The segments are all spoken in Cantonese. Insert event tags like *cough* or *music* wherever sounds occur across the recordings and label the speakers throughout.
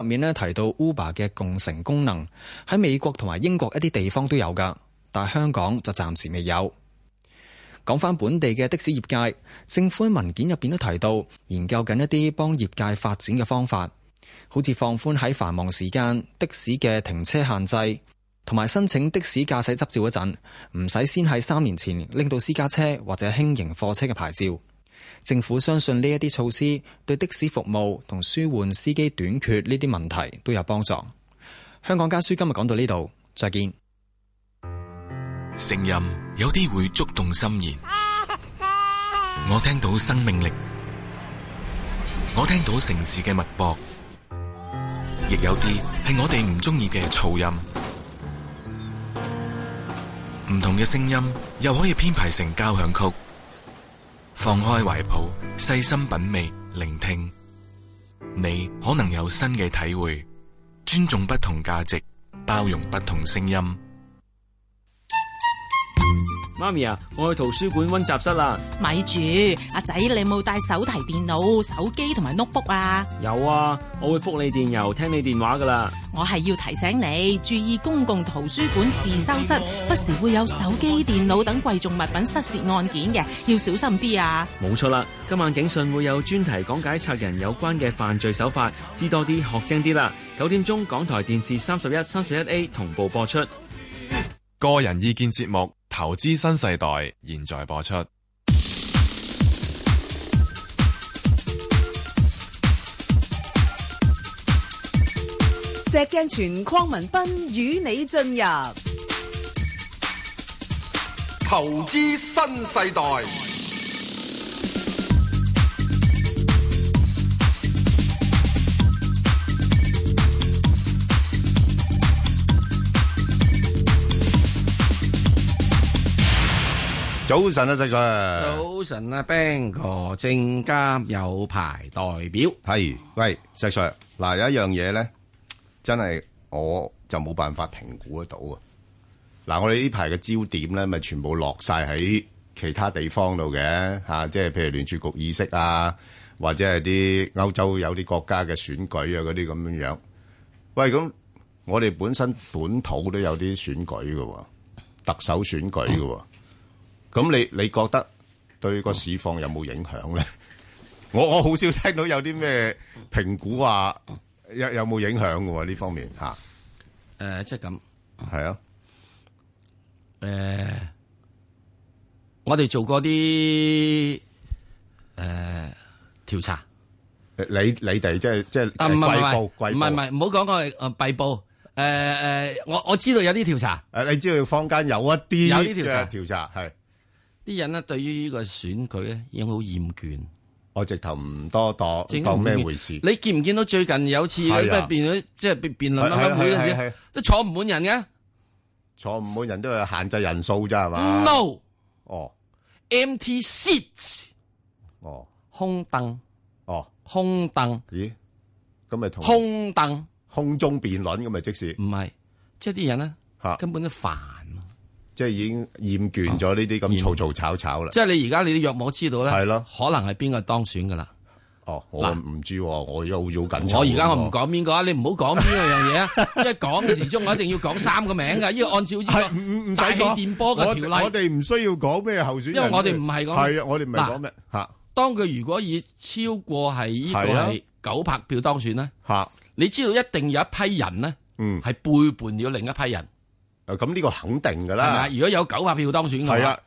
Speaker 1: 入面呢提到 Uber 嘅共乘功能喺美國同埋英國一啲地方都有㗎，但係香港就暫時未有。講返本地嘅的士業界，政府喺文件入邊都提到研究緊一啲幫業界發展嘅方法，好似放寬喺繁忙時間的士嘅停車限制，同埋申請的士駕駛執照嗰陣，唔使先喺三年前拎到私家車或者輕型貨車嘅牌照。政府相信呢一啲措施對的士服務同舒緩司機短缺呢啲問題都有幫助。香港家書今日講到呢度，再見。
Speaker 2: 聲音有啲會觸動心弦，我聽到生命力，我聽到城市嘅脈搏，亦有啲係我哋唔中意嘅噪音。唔同嘅聲音又可以編排成交響曲，放開懷抱，細心品味，聆聽，你可能有新嘅體會。尊重不同價值，包容不同聲音。
Speaker 3: 媽咪啊，我去圖書館溫習室啊啦。
Speaker 4: 咪住，阿仔，你有冇帶手提電腦、手機同埋 notebook 啊？
Speaker 3: 有啊，我會覆你電郵、聽你電話噶啦。
Speaker 4: 我係要提醒你注意公共圖書館自修室不時會有手機、電腦等貴重物品失竊案件嘅，要小心啲啊！
Speaker 3: 冇錯啦，今晚警訊會有專題講解賊人有關嘅犯罪手法，知多啲，學精啲啦。九點鐘港台電視三十一、三十一 A 同步播出。
Speaker 5: 個人意見節目《投資新世代》現在播出。
Speaker 6: 石鏡泉鄺民彬與你進入
Speaker 7: 投資新世代。
Speaker 8: 早晨啊，石 Sir。
Speaker 9: 早晨啊，Bang 哥，證監有牌代表。
Speaker 8: 係，喂，石 Sir，嗱有一樣嘢咧，真係我就冇辦法評估得到啊。嗱，我哋呢排嘅焦點咧，咪全部落晒喺其他地方度嘅吓，啊即係譬如聯儲局議息啊，或者係啲歐洲有啲國家嘅選舉啊嗰啲咁樣樣。喂，咁我哋本身本土都有啲選舉嘅喎，特首選舉嘅喎。咁你你覺得對個市況有冇影響咧？我我好少聽到有啲咩評估話有有冇影響嘅喎呢方面嚇。
Speaker 9: 誒，即係咁。
Speaker 8: 係啊，
Speaker 9: 誒，呃我哋做過啲誒調查。
Speaker 8: 你你哋即係即係
Speaker 9: 啊，唔係
Speaker 8: 季
Speaker 9: 唔係
Speaker 8: 報
Speaker 9: 唔
Speaker 8: 季
Speaker 9: 係唔
Speaker 8: 報。
Speaker 9: 係，唔好講我係誒閉報。誒誒，我我知道有啲調查，
Speaker 8: 誒，你知道坊間有一啲
Speaker 9: 有啲調查
Speaker 8: 嘅調查係，
Speaker 9: 啲人呢對於呢個選舉咧已經好厭倦。
Speaker 8: 我直頭唔多當
Speaker 9: 整
Speaker 8: 當
Speaker 9: 唔
Speaker 8: 咩
Speaker 9: 見
Speaker 8: 回事。
Speaker 9: 你見唔見到最近有次
Speaker 8: 係啊
Speaker 9: 咩變咗即係辯辯論啊
Speaker 8: 係
Speaker 9: 乜乜會
Speaker 8: 係係
Speaker 9: 嗰陣
Speaker 8: 係
Speaker 9: 時，都坐唔滿人嘅。
Speaker 8: 坐唔滿人都有限制人數咋係嘛
Speaker 9: No
Speaker 8: 哦
Speaker 9: empty seats
Speaker 8: 哦
Speaker 9: 空凳
Speaker 8: 哦，
Speaker 9: 空凳
Speaker 8: 咦？咁咪同
Speaker 9: 空凳，
Speaker 8: 空中辯論咁咪即是
Speaker 9: 唔係即係啲人
Speaker 8: 嚇
Speaker 9: 咧根本都煩。啊
Speaker 8: 即係已經厭倦咗呢啲咁嘈嘈吵吵啦。
Speaker 9: 即係你而家你若我知道咧，
Speaker 8: 係咯
Speaker 9: 可能係邊個當選噶啦。
Speaker 8: 哦，我唔知喎，我而家好好緊張。
Speaker 9: 我而家我唔。講邊個啊，你唔好講邊個樣
Speaker 8: *laughs*
Speaker 9: 嘢啊，因為講嘅時鐘我一定要講三個名噶，因為按照呢
Speaker 8: 係唔唔唔
Speaker 9: 個
Speaker 8: 使
Speaker 9: 大氣
Speaker 8: 講
Speaker 9: 電波嘅
Speaker 8: 我
Speaker 9: 條
Speaker 8: 我
Speaker 9: 例，
Speaker 8: 哋唔需要講咩候選人，
Speaker 9: 因為我哋唔係講
Speaker 8: 係啊，我哋唔係講咩嚇啊
Speaker 9: 當佢如果以超過係呢個
Speaker 8: 係啊
Speaker 9: 係九百票當選咧，
Speaker 8: 嚇，
Speaker 9: 你知道一定有一批人咧
Speaker 8: 嗯，
Speaker 9: 係背叛咗另一批人，
Speaker 8: 誒咁呢個肯定㗎
Speaker 9: 係咪啊
Speaker 8: 啦，
Speaker 9: 如果有九百票當選嘅
Speaker 8: 係
Speaker 9: 話
Speaker 8: 啊，，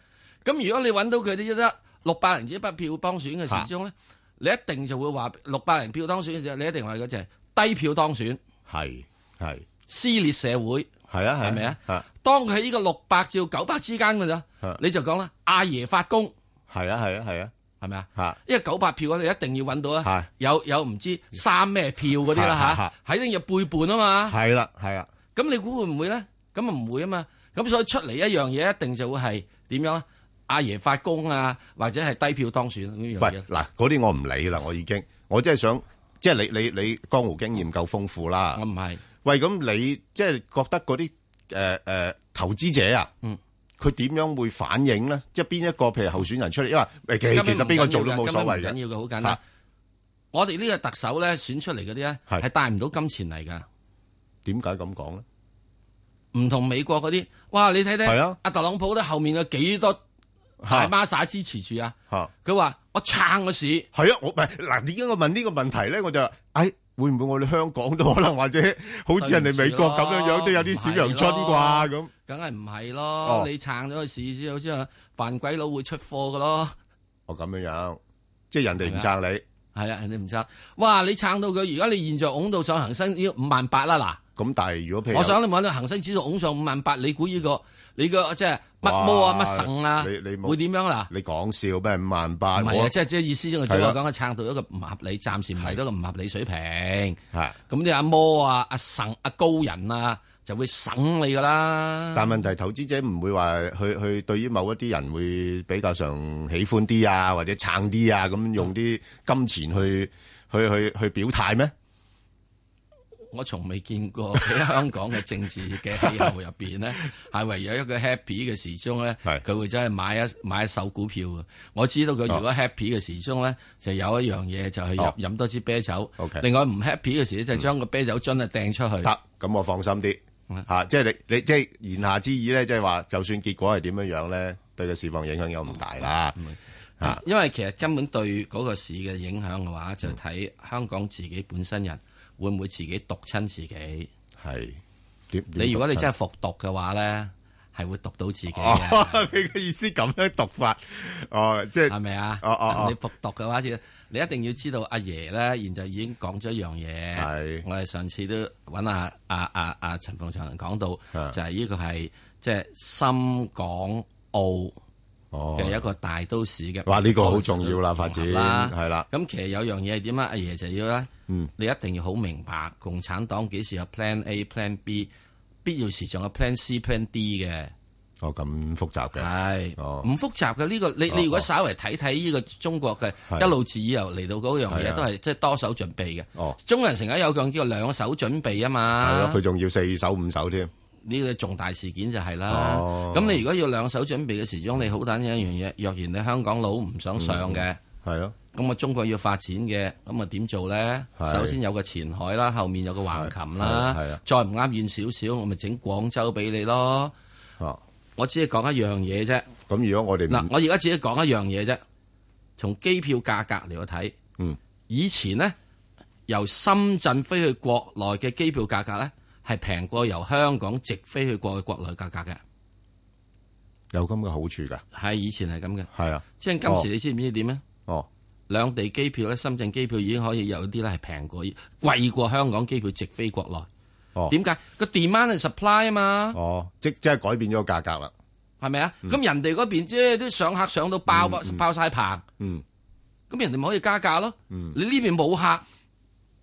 Speaker 9: 咁如果你揾到佢哋得六百零至一百票當選嘅時鐘咧，你一定就會話六百零票當選嘅時候，你一定話嗰只係低票當選，
Speaker 8: 係係
Speaker 9: 撕裂社會。
Speaker 8: 係啊，
Speaker 9: 係咪啊
Speaker 8: 嚇
Speaker 9: 當佢喺呢個六百至九百之間嘅
Speaker 8: 啊
Speaker 9: 咋，你就講啦，阿爺發功
Speaker 8: 係啊係啊係啊
Speaker 9: 係咪啊？
Speaker 8: 嚇
Speaker 9: 因為九百票你一定要揾到
Speaker 8: 係
Speaker 9: 啦，有有唔知三咩票嗰啲
Speaker 8: 係
Speaker 9: 啦嚇，喺定要背叛啊嘛。
Speaker 8: 係啦係啊，
Speaker 9: 咁你估會唔會咧？咁啊唔會啊嘛。咁所以出嚟一樣嘢一定就會係點樣咧？啊阿爺發功啊，或者係低票當選啊呢樣
Speaker 8: 喂
Speaker 9: 嘢。
Speaker 8: 嗱，嗰啲我唔理啦，
Speaker 9: 嗯
Speaker 8: 我已經，我真係想，即係你你你江湖經驗夠豐富啦
Speaker 9: 我，唔係
Speaker 8: 喂，咁你即係覺得嗰啲誒誒投資者啊，
Speaker 9: 嗯
Speaker 8: 佢點樣會反應咧？即係邊一個譬如候選人出嚟，因為誒其
Speaker 9: 根本
Speaker 8: 其實
Speaker 9: 唔
Speaker 8: 邊個
Speaker 9: 緊
Speaker 8: 做都
Speaker 9: 要㗎
Speaker 8: 冇所謂
Speaker 9: 根本唔
Speaker 8: 嘅，
Speaker 9: 緊要嘅，好簡
Speaker 8: 嚇
Speaker 9: 單。我哋呢個特首咧選出嚟嗰啲咧，
Speaker 8: 係
Speaker 9: 係帶唔到金錢嚟㗎。
Speaker 8: 點解咁講咧？
Speaker 9: 唔同美國嗰啲，哇！你睇
Speaker 8: 係
Speaker 9: 睇
Speaker 8: 啊，
Speaker 9: 阿特朗普咧後面有幾多大孖沙支持住啊？
Speaker 8: 嚇
Speaker 9: 佢話我撐個市，
Speaker 8: 係啊，我唔係嗱，點解我問呢個問題咧？我就話誒，會唔會我哋香港都可能或者好似人哋美國咁樣樣都有啲小陽春啩咁？
Speaker 9: 梗係唔係
Speaker 8: 哦
Speaker 9: 咯？你撐咗個市之後，之後犯鬼佬會出貨㗎咯。
Speaker 8: 哦，咁樣樣，即係人哋唔撐你，
Speaker 9: 係啊，人哋唔撐。哇！你撐到佢，而家你現在拱到上恒生要五萬八啦嗱。
Speaker 8: 咁但係如果譬如
Speaker 9: 我想你問到恒生指數拱上五萬八，你估呢個你個即係乜毛啊
Speaker 8: 哇
Speaker 9: 乜神啊
Speaker 8: 你你，冇
Speaker 9: 會點樣嗱？
Speaker 8: 你講笑咩？五萬八，
Speaker 9: 唔係啊，即係即係意思，我只
Speaker 8: 係
Speaker 9: 係
Speaker 8: 啦
Speaker 9: 講佢撐到一個唔合理，暫時唔係到一個唔合理水平。
Speaker 8: 係。
Speaker 9: 咁你阿摩啊、阿神、阿高人啊，就會省你噶啦。
Speaker 8: 但問題投資者唔會話去去對於某一啲人會比較上喜歡啲啊，或者撐啲啊，咁用啲金錢去去去去表態咩？
Speaker 9: 我從未見
Speaker 8: *laughs*
Speaker 9: 過喺香港嘅政治嘅氣候入邊咧，係唯有一個 happy 嘅時鐘咧，
Speaker 8: 係
Speaker 9: 佢會真係買一買一手股票嘅。我知道佢如果 happy 嘅時鐘咧，就有一樣嘢就係
Speaker 8: 哦
Speaker 9: 飲飲多支啤酒
Speaker 8: OK。
Speaker 9: 另外唔 happy 嘅時呢就將個啤酒樽啊掟出去。
Speaker 8: 得，咁我放心啲
Speaker 9: 嗯
Speaker 8: 吓，即係你你即係言下之意咧，即係話就算結果係點樣樣咧，對個市況影響有唔大啦。啊
Speaker 9: 因為其實根本對嗰個市嘅影響嘅話，就睇
Speaker 8: 嗯
Speaker 9: 香港自己本身人會唔會自己毒親自己。
Speaker 8: 係點？
Speaker 9: 你如果你真
Speaker 8: 係
Speaker 9: 係服毒嘅話咧，係會毒到自己
Speaker 8: 哦 *laughs*
Speaker 9: 嘅，，
Speaker 8: 你嘅意思咁樣讀法哦，即
Speaker 9: 係
Speaker 8: 係
Speaker 9: 咪啊？
Speaker 8: 哦哦哦
Speaker 9: 你服毒嘅話，你一定要知道阿爺咧，現在已經講咗一樣嘢。
Speaker 8: 係
Speaker 9: 我哋上次都揾阿阿阿阿陳鳳祥講到
Speaker 8: 啊，
Speaker 9: 就係呢個係即係深港澳。
Speaker 8: 哦
Speaker 9: 嘅一個大都市嘅。
Speaker 8: 哇呢個好重要啦發展
Speaker 9: 融合啦，
Speaker 8: 係啦
Speaker 9: 咁其實有樣嘢係點啊？阿爺就要咧，
Speaker 8: 嗯
Speaker 9: 你一定要好明白共產黨幾時有 Plan A、Plan B，必要時仲有 Plan C、Plan D 嘅。
Speaker 8: 哦咁複雜嘅，
Speaker 9: 係
Speaker 8: 哦
Speaker 9: 唔複雜嘅呢個，你
Speaker 8: 哦
Speaker 9: 你如果稍微睇睇呢個中國嘅
Speaker 8: 係
Speaker 9: 一路自由嚟到嗰樣
Speaker 8: 係啊
Speaker 9: 嘢，都係即係多手準備嘅。
Speaker 8: 哦
Speaker 9: 中國人成日有樣叫兩手準備啊
Speaker 8: 係
Speaker 9: 嘛
Speaker 8: 咯，。佢仲要四手五手添，
Speaker 9: 呢個重大事件就係啦。
Speaker 8: 哦
Speaker 9: 咁你如果要兩手準備嘅時鐘，你好單一一樣嘢。若然你香港佬唔想上嘅，
Speaker 8: 嗯係咯，
Speaker 9: 咁啊中國要發展嘅，咁啊點做咧？
Speaker 8: 係
Speaker 9: 首先有個前海啦，後面有個橫琴啦
Speaker 8: 係係係啊，
Speaker 9: 再唔啱遠少少，我咪整廣州俾你咯。
Speaker 8: 哦。
Speaker 9: 我只係講一樣嘢啫。
Speaker 8: 咁如果我哋唔
Speaker 9: 嗱，我而家只係講一樣嘢啫。從機票價格嚟去睇，
Speaker 8: 嗯，
Speaker 9: 以前呢，由深圳飛去國內嘅機票價格咧，係平過由香港直飛去過去國內價格嘅。
Speaker 8: 有咁嘅好處㗎，
Speaker 9: 係以前係咁嘅，
Speaker 8: 係啊，
Speaker 9: 即係今時你知唔知點咧？
Speaker 8: 哦，
Speaker 9: 兩地機票咧，深圳機票已經可以有啲咧係平過、貴過香港機票直飛國內。
Speaker 8: 哦
Speaker 9: 點解個 demand and supply 啊嘛？
Speaker 8: 哦，即即係改變咗個價格啦，嗯
Speaker 9: 係咪啊？咁人哋嗰邊即係啲上客上到爆爆晒棚，
Speaker 8: 嗯
Speaker 9: 咁人哋咪可以加價咯。你呢邊冇客，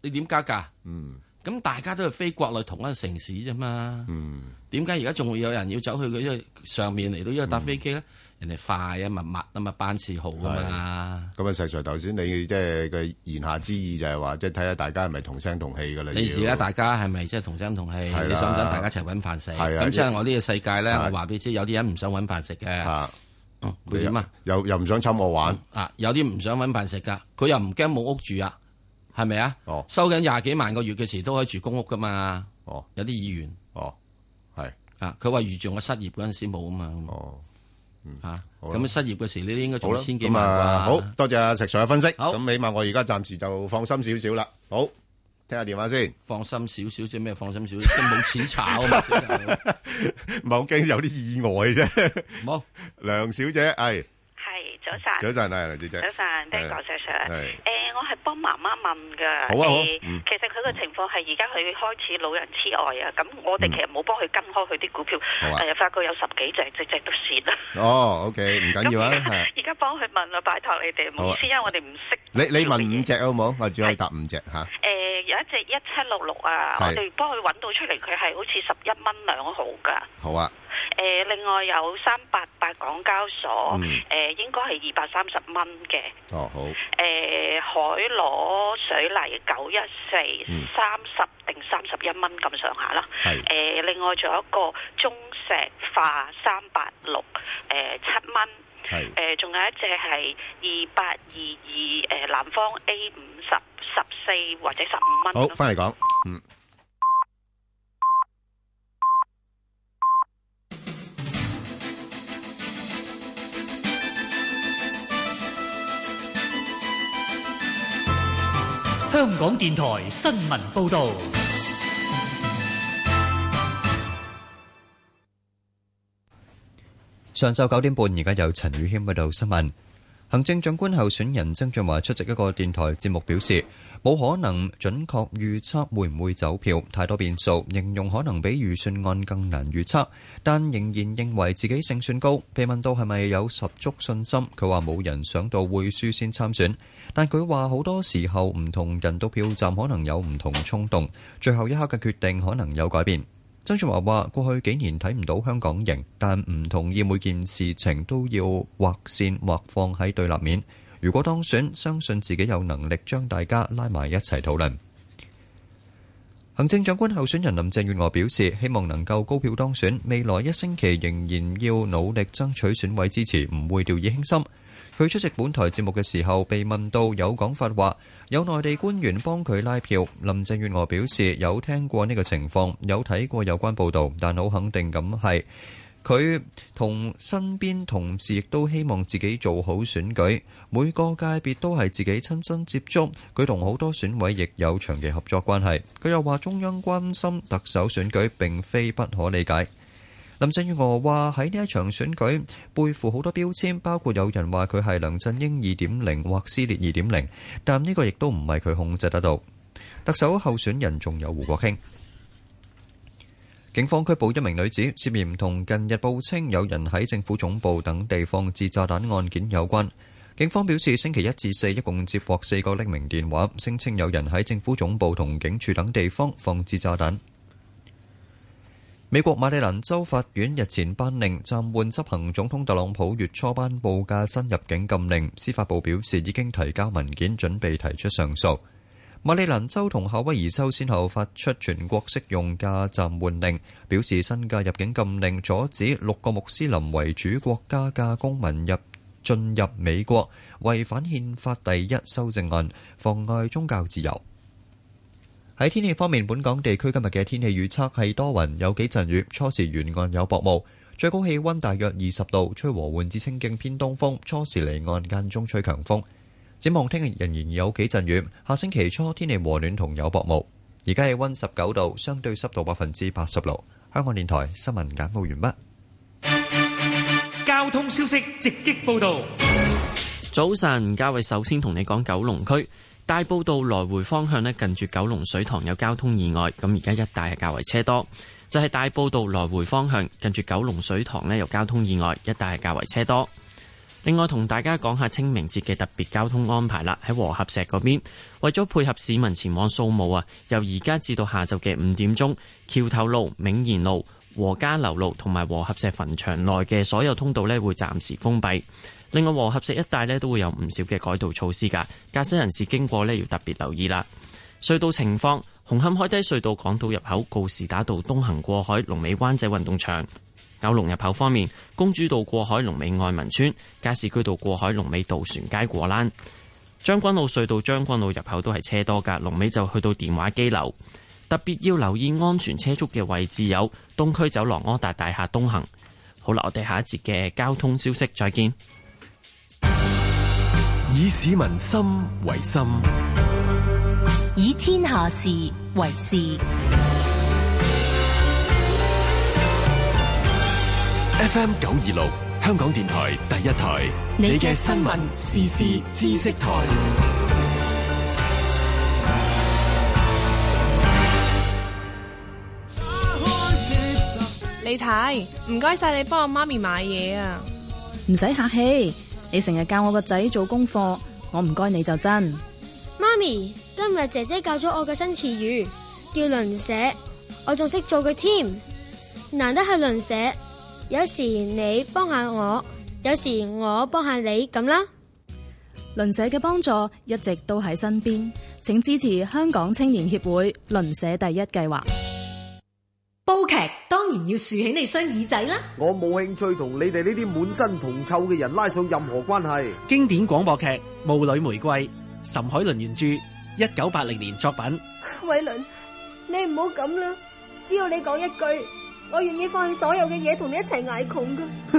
Speaker 9: 你點加價？
Speaker 8: 嗯
Speaker 9: 咁大家都係飛國內同一個城市啫嘛。
Speaker 8: 嗯，
Speaker 9: 點解而家仲會有人要走去佢因為上面嚟到呢度搭飛機咧？人哋快啊嘛，密啊嘛，班次好啊嘛。
Speaker 8: 咁啊，石 Sir 頭先你即係嘅言下之意就係話，即係睇下大家係咪同聲同氣㗎啦，
Speaker 9: 你
Speaker 8: 要
Speaker 9: 而家大家係咪即係同心同氣？
Speaker 8: 係啦
Speaker 9: 你想唔想大家一齊揾飯食？
Speaker 8: 係啊
Speaker 9: 咁即係我呢個世界咧，
Speaker 8: 係
Speaker 9: 我話俾你知，有啲人唔想揾飯食嘅，
Speaker 8: 嚇
Speaker 9: 嗯佢點啊？？
Speaker 8: 又又唔想侵我玩，
Speaker 9: 啊，有啲唔想揾飯食噶，佢又唔驚冇屋住啊，係咪啊
Speaker 8: 哦？
Speaker 9: 收緊廿幾萬個月嘅時都可以住公屋噶嘛？
Speaker 8: 哦
Speaker 9: 有啲議員
Speaker 8: 哦，係
Speaker 9: 啊，佢話預住我失業嗰陣時冇啊嘛，
Speaker 8: 哦，
Speaker 9: 啊，
Speaker 8: 好啦
Speaker 9: 咁失業嘅時你都應該
Speaker 8: 好
Speaker 9: 仲
Speaker 8: 啦，
Speaker 9: 有千幾
Speaker 8: 咁
Speaker 9: 萬
Speaker 8: 啊，好
Speaker 9: 啩？
Speaker 8: 多謝阿石 Sir 嘅分析，
Speaker 9: 好
Speaker 8: 咁起碼我而家暫時就放心少少啦，好，聽下電話先。
Speaker 9: 放心少少啫，咩放心少少，即係冇錢炒
Speaker 8: *laughs*
Speaker 9: 啊嘛，即係
Speaker 8: 唔係好驚有啲意外啫。
Speaker 9: 冇。
Speaker 8: 梁小姐，係
Speaker 10: 係早晨
Speaker 8: 早，晨啊，梁小姐，
Speaker 10: 早晨，
Speaker 8: 係
Speaker 10: 邊個 Sir Sir？
Speaker 8: 係
Speaker 10: 誒，我係幫媽媽問㗎。
Speaker 8: 好啊好啊
Speaker 10: 誒
Speaker 8: 嗯
Speaker 10: 其實佢個情況係而家佢開始老人痴呆啊。咁我哋其實冇幫佢跟開佢啲股票，
Speaker 8: 嗯好啊
Speaker 10: 誒發覺有十幾隻，隻隻都蝕啊。
Speaker 8: 哦，OK，唔緊要啊，
Speaker 10: 咁
Speaker 8: 係
Speaker 10: *laughs* 而家幫佢問啊，拜託你哋，唔好意思，因啊為我哋唔識。
Speaker 8: 你你問五隻好唔好？我只可以答五隻吓。
Speaker 10: 誒、有一隻一七六六啊，我
Speaker 8: 係
Speaker 10: 哋幫佢揾到出嚟，佢係好似十一蚊兩毫㗎。
Speaker 8: 好啊，
Speaker 10: 誒、另外有三八八港交所，誒、
Speaker 8: 嗯
Speaker 10: 應該係二百三十蚊嘅。
Speaker 8: 哦好，
Speaker 10: 誒、呃海螺水泥九一
Speaker 8: 嗯
Speaker 10: 四三十定三十一蚊咁上下啦。
Speaker 8: 係
Speaker 10: 誒、另外仲有一個中石化三八六誒七蚊。呃
Speaker 8: 係
Speaker 10: 誒，仲有一隻係二八二二誒南方呃 A 五十十四或者十五蚊。
Speaker 8: 好，翻嚟講，嗯，
Speaker 11: 香港電台新聞報道，
Speaker 12: 上晝九點半，而家有陳宇謙報道新聞。行政長官候選人曾俊華出席一個電台節目，表示冇可能準確預測會唔會走票，太多變數，形容可能比預算案更難預測，但仍然認為自己勝算高。被問到係咪有十足信心，佢話冇人想到會輸先參選，但佢話好多時候唔同人到票站可能有唔同衝動，最後一刻嘅決定可能有改變。曾俊華話：過去幾年睇唔到香港贏，但唔同意每件事情都要劃線劃放喺對立面。如果當選，相信自己有能力將大家拉埋一齊討論。行政長官候選人林鄭月娥表示，希望能夠高票當選，未來一星期仍然要努力爭取選委支持，唔會掉以輕心。佢出席本台節目嘅時候，被問到有講法話有內地官員幫佢拉票，林鄭月娥表示有聽過呢個情況，有睇過有關報導，但好肯定咁係佢同身邊同事亦都希望自己做好選舉，每個界別都係自己親身接觸，佢同好多選委亦有長期合作關係。佢又話中央關心特首選舉並非不可理解。林鄭月娥話：喺呢一場選舉，背負好多標籤，包括有人話佢係梁振英二點零或撕裂二點零，但呢個亦都唔係佢控制得到。特首候選人仲有胡國興。警方拘捕一名女子，涉嫌同近日報稱有人喺政府總部等地放置炸彈案件有關。警方表示，星期一至四一共接獲四個匿名電話，聲稱有人喺政府總部同警署等地方放置炸彈。美國馬里蘭州法院日前頒令暫緩執行總統特朗普月初頒布嘅新入境禁令，司法部表示已經提交文件，準備提出上訴。馬里蘭州同夏威夷州先後發出全國適用嘅暫緩令，表示新嘅入境禁令阻止六個穆斯林為主國家嘅公民入進入美國，違反憲法第一修正案，妨礙宗教自由。喺天氣方面，本港地區今日嘅天氣預測係多雲，有幾陣雨，初時沿岸有薄霧，最高氣温大約二十度，吹和緩至清勁偏東風，初時離岸間中吹強風。展望聽日仍然有幾陣雨，下星期初天氣和暖同有薄霧。而家氣温十九度，相對濕度百分之八十六。香港電台新聞簡報完
Speaker 11: 畢。交通消息直擊報導。
Speaker 13: 早晨，家偉首先同你講九龍區。大埔道來回方向咧，近住九龍水塘有交通意外，咁而家一帶係較為車多。就係、是、大埔道來回方向，近住九龍水塘咧有交通意外，一帶係較為車多。另外同大家講下清明節嘅特別交通安排啦，喺和合石嗰邊，為咗配合市民前往掃墓啊，由而家至到下晝嘅五點鐘，橋頭路、銘賢路、和家樓路同埋和合石墳場內嘅所有通道咧會暫時封閉。另外，和合石一帶呢都會有唔少嘅改道措施㗎，駕駛人士經過呢要特別留意啦。隧道情況，紅磡海底隧道港島入口告士打道東行過海，龍尾灣仔運動場；九龍入口方面，公主道過海，龍尾愛民村；加士居道過海，龍尾渡船街果欄；將軍澳隧道將軍澳入口都係車多㗎，龍尾就去到電話機樓。特別要留意安全車速嘅位置有東區走廊柯達大廈東行。好啦，我哋下一節嘅交通消息再見。
Speaker 14: 以市民心為心，
Speaker 15: 以天下事為事。
Speaker 14: FM 九二六，香港電台第一台，
Speaker 15: 你嘅新聞時事知識台。
Speaker 16: 李太，唔該晒你幫我媽咪買嘢啊！
Speaker 17: 唔使客氣。你成日教我個仔做功課，我唔該你就真。
Speaker 18: 媽咪，今日姐姐教咗我個新詞語，叫鄰舍，我仲識做佢添。難得係鄰舍，有時你幫下我，有時我幫下你咁啦。
Speaker 17: 鄰舍嘅幫助一直都喺身邊，請支持香港青年協會鄰舍第一計劃。
Speaker 19: 煲劇當然要豎起你雙耳仔啦！
Speaker 20: 我冇興趣同你哋呢啲滿身銅臭嘅人拉上任何關係。
Speaker 21: 經典廣播劇《霧裏玫瑰》，岑海倫原著，
Speaker 20: 一九八零年作品。
Speaker 22: 伟伦，你唔好咁啦，只要你講一句，我願意放棄所有嘅嘢，同你一齊捱窮噶。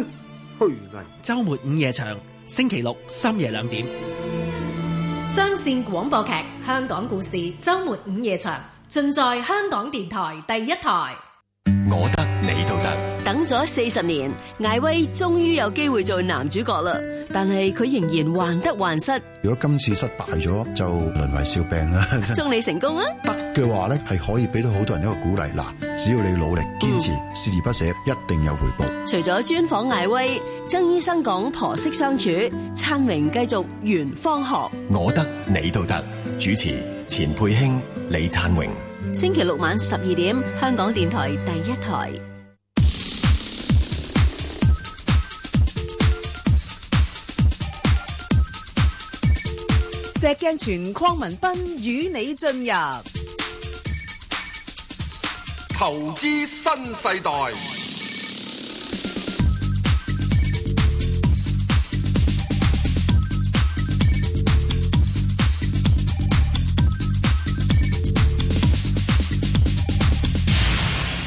Speaker 20: 虛偽。周末午夜場，星期六深夜兩點。
Speaker 23: 雙線廣播劇《香港故事》周末午夜場，盡在香港電台第一台。
Speaker 14: 我得你都得，
Speaker 24: 等咗四十年，艾威終於有機會做男主角啦。但係佢仍然患得患
Speaker 14: *laughs*
Speaker 24: 失。
Speaker 25: 如果今次失敗咗，就淪為笑柄啦。
Speaker 24: 祝你成功啊！
Speaker 25: *laughs* 嘅話咧，係可以俾到好多人一個鼓勵。嗱，只要你努力堅持，鍥而不捨，一定有回報。
Speaker 24: 除咗專訪艾威，曾醫生講婆媳相處，燦榮繼續圓方學。
Speaker 14: 我得你都得。主持錢佩卿、李燦榮。
Speaker 24: 星期六晚十二點，香港電台第一台。
Speaker 26: 石鏡泉鄺民彬與你進入
Speaker 7: 投資新世代，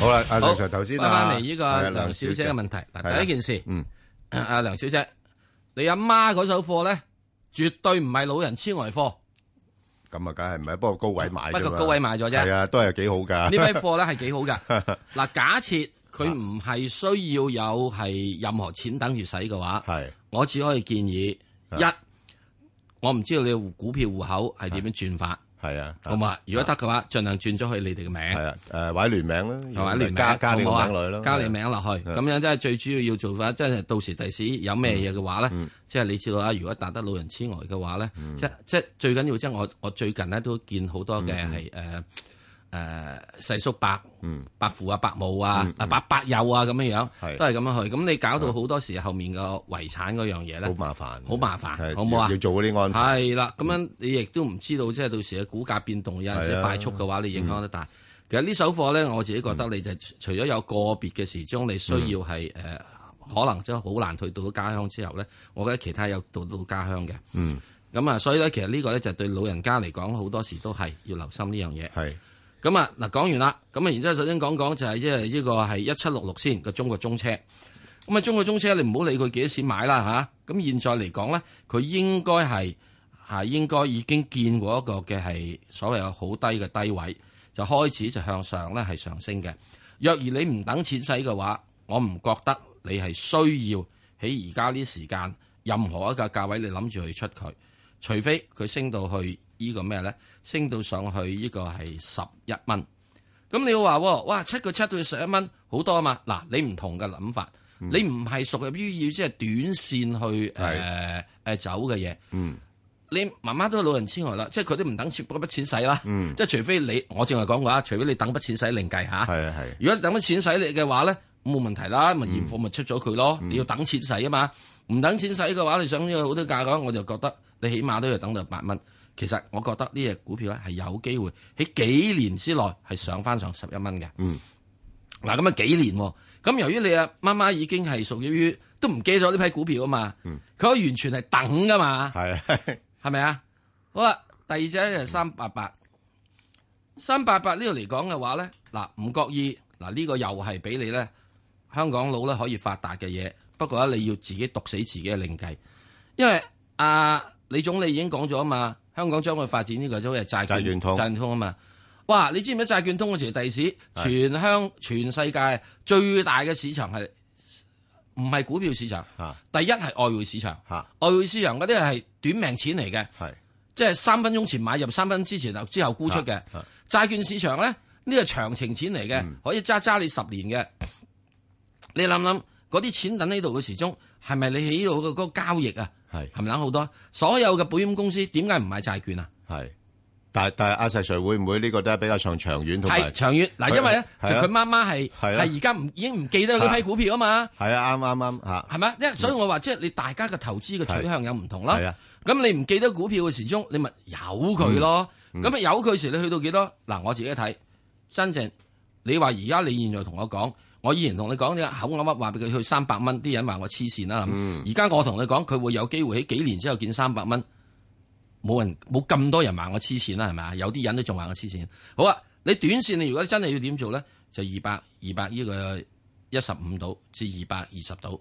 Speaker 8: 好啦，阿
Speaker 9: 好
Speaker 8: Sir 頭先
Speaker 9: 翻
Speaker 8: 啊
Speaker 9: 返嚟呢個
Speaker 8: 係啊
Speaker 9: 梁小姐嘅問題。
Speaker 8: 係啊
Speaker 9: 嗱，第一件事，
Speaker 8: 嗯，
Speaker 9: 阿梁小姐，你阿媽嗰手貨咧，絕對唔係老人痴呆貨。
Speaker 8: 咁啊，梗係唔係？不過高位買啫嘛，
Speaker 9: 不過高位買咗啫
Speaker 8: 係啊，都係幾好㗎。
Speaker 9: 呢
Speaker 8: *laughs*
Speaker 9: 批貨咧係幾好噶。嗱，假設佢唔係需要有係任何錢等住使嘅話，我只可以建議
Speaker 8: 啊
Speaker 9: 一，我唔知道你嘅股票戶口係點樣轉法。
Speaker 8: 系啊，
Speaker 9: 好嘛？如果得嘅話，盡量轉咗去你哋嘅名。係
Speaker 8: 啊，誒或者聯名啦
Speaker 9: 或者聯名
Speaker 8: 加加你個
Speaker 9: 好唔好啊
Speaker 8: 名落去咯
Speaker 9: 加你
Speaker 8: 係啊
Speaker 9: 名落去。
Speaker 8: 係
Speaker 9: 咁樣即係最主要要做法，即係到時第時有咩嘢嘅話
Speaker 8: 嗯
Speaker 9: 咧，即係你知道啦。如果達得老人痴呆嘅話咧，即即係最緊要即係我我最近咧都見好多嘅
Speaker 8: 嗯
Speaker 9: 係誒誒細叔伯、伯父啊、伯母啊、
Speaker 8: 嗯
Speaker 9: 啊伯伯友啊咁樣樣，都係咁樣去。咁你搞到好多時後面個遺產嗰樣嘢咧，好
Speaker 8: 麻煩，
Speaker 9: 好麻煩，
Speaker 8: 係
Speaker 9: 好唔好啊
Speaker 8: 要？要做嗰啲安排。
Speaker 9: 係啦，咁樣你亦都唔知道，即係到時嘅股價變動有陣
Speaker 8: 係
Speaker 9: 時
Speaker 8: 啊嗯
Speaker 9: 快速嘅話，你影響得大。其實呢手貨咧，我自己覺得你就除咗有個別嘅時鐘，你需要
Speaker 8: 嗯
Speaker 9: 係誒、呃可能真係好難去到家鄉之後咧，我覺得其他有到到家鄉嘅。
Speaker 8: 嗯，
Speaker 9: 咁啊，所以咧，其實呢個咧就對老人家嚟講，好多時都係要留心呢樣嘢。
Speaker 8: 係。
Speaker 9: 咁啊，嗱講完啦，咁啊，然之後首先講講就係即係呢個係一七六六先個中國中車。咁啊，中國中車你唔好理佢幾多錢買啦吓，咁、現在嚟講咧，佢應該係係應該已經見過一個嘅係所謂有好低嘅低位，就開始就向上咧係上升嘅。若然你唔等錢使嘅話，我唔覺得你係需要喺而家呢時間任何一個價位你諗住去出佢，除非佢升到去呢個咩咧，升到上去呢個係十一蚊。咁你要話喎，哇七個七到十一蚊好多啊嘛！嗱，你唔同嘅諗法，你唔係屬於要即係短線去誒誒走嘅嘢。
Speaker 8: 嗯，
Speaker 9: 你媽媽都係老人痴呆啦，即係佢都唔等錢嗰筆錢使啦。
Speaker 8: 嗯
Speaker 9: 即係除非你，我正話講過啦，除非你等筆錢使另計嚇。
Speaker 8: 係啊係。嗯
Speaker 9: 如果你等筆錢使你嘅話咧，冇問題啦，咪現貨咪出咗佢咯。你要等錢使啊嘛，唔等錢使嘅話，你想要好多價嘅話，我就覺得你起碼都要等到八蚊。其實我覺得呢只股票咧係有機會喺幾年之內係上翻上十一蚊嘅。
Speaker 8: 嗯。
Speaker 9: 嗱咁啊幾年喎？咁由於你阿媽媽已經係屬於都唔記咗呢批股票啊嘛，佢可以完全係等噶嘛，
Speaker 8: 係
Speaker 9: *laughs* 係咪啊？好啦，第二隻咧就三八八，三八八呢度嚟講嘅話咧，嗱唔覺意嗱呢個又係俾你咧香港佬咧可以發達嘅嘢，不過咧你要自己毒死自己嘅另計，因為啊李總理已經講咗啊嘛，香港將會發展呢個所謂債
Speaker 8: 債券
Speaker 9: 券
Speaker 8: 通
Speaker 9: 債券通啊嘛。哇！你知唔知債券通嗰時地市全香全世界最大嘅市場係唔係股票市場？第一係外匯市場，外匯市場嗰啲係短命錢嚟嘅，即係三分鐘前買入，三分之前之後沽出嘅。債券市場咧，呢個長情錢嚟
Speaker 8: 嗯
Speaker 9: 嘅，可以揸揸你十年嘅。你諗諗嗰啲錢等呢度嘅時鐘，係咪你喺呢度嘅嗰個交易啊？
Speaker 8: 係
Speaker 9: 係咪諗好多？所有嘅保險公司點解唔買債券啊？
Speaker 8: 係。但但係阿石 Sir 會唔會呢個都係比較上長遠同埋
Speaker 9: 係長遠嗱，因為咧就
Speaker 8: 係啊
Speaker 9: 佢媽媽係
Speaker 8: 係啊
Speaker 9: 係而家唔已經唔記得呢批股票啊嘛，
Speaker 8: 係啊，啱啱啱嚇。
Speaker 9: 係咪？即係所以我話即係你大家嘅投資嘅取向有唔同
Speaker 8: 係啊
Speaker 9: 啦。咁你唔記得股票嘅時鐘，你咪由佢咯。
Speaker 8: 嗯
Speaker 9: 咁啊由佢時，你去到幾多？嗱，我自己睇真正你話而家你現在同我講，我以前同你講你口噏噏話俾佢去三百
Speaker 8: 嗯
Speaker 9: 蚊，
Speaker 18: 嗯
Speaker 9: 啲人話我黐線啦。咁而家我同你講，佢會有機會喺幾年之後見三百蚊。冇人冇咁多人話我黐線啦，係咪啊？有啲人都仲話我黐線。好啊，你短線你如果真係要點做咧，就二百二百呢個一十五度至二百二十度，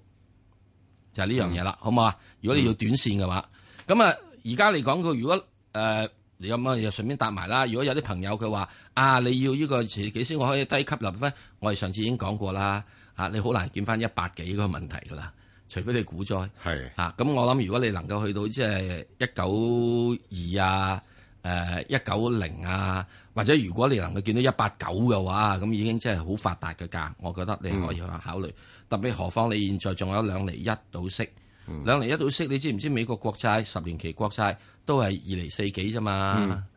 Speaker 9: 就係呢樣嘢啦，好唔好啊？如果你要短線嘅話，咁啊而家嚟講佢如果誒、呃你咁啊，又順便答埋啦。如果有啲朋友佢話啊，你要呢、個幾先我可以低吸納翻，我哋上次已經講過啦。啊，你好難見翻一百幾個問題㗎啦，除非你股災。
Speaker 8: 係
Speaker 9: 啊，咁我諗如果你能夠去到即係一九二啊，誒一九零啊，或者如果你能夠見到一八九嘅話，咁已經真係好發達嘅價，我覺得你可以去考慮。特別何況你現在仲有兩厘一到息，
Speaker 8: 嗯
Speaker 9: 兩厘一到息，你知唔知美國國債十年期國債都係二厘四幾啫
Speaker 8: 嗯
Speaker 9: 嘛？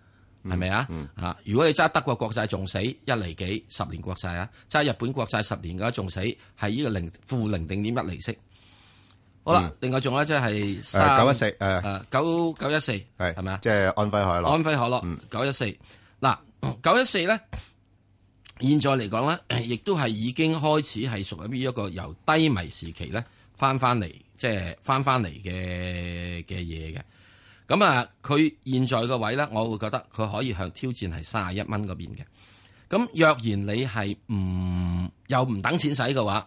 Speaker 9: 係咪啊？啊！如果你揸德國國債仲死一厘幾，十年國債啊；揸日本國債十年嘅話仲死，係呢個零負零定點一厘息。好啦，另外仲有一隻係三
Speaker 8: 九一四嗯誒
Speaker 9: 九九一四係咪啊？
Speaker 8: 即係安徽嗯海螺。
Speaker 9: 安徽可樂九一四嗱，哦九一四咧，現在嚟講咧， *coughs* 亦都係已經開始係屬於一個由低迷時期咧翻翻嚟，即係翻翻嚟嘅嘅嘢嘅。咁啊，佢現在個位咧，我會覺得佢可以向挑戰係三十一蚊嗰邊嘅。咁若然你係唔又唔等錢使嘅話，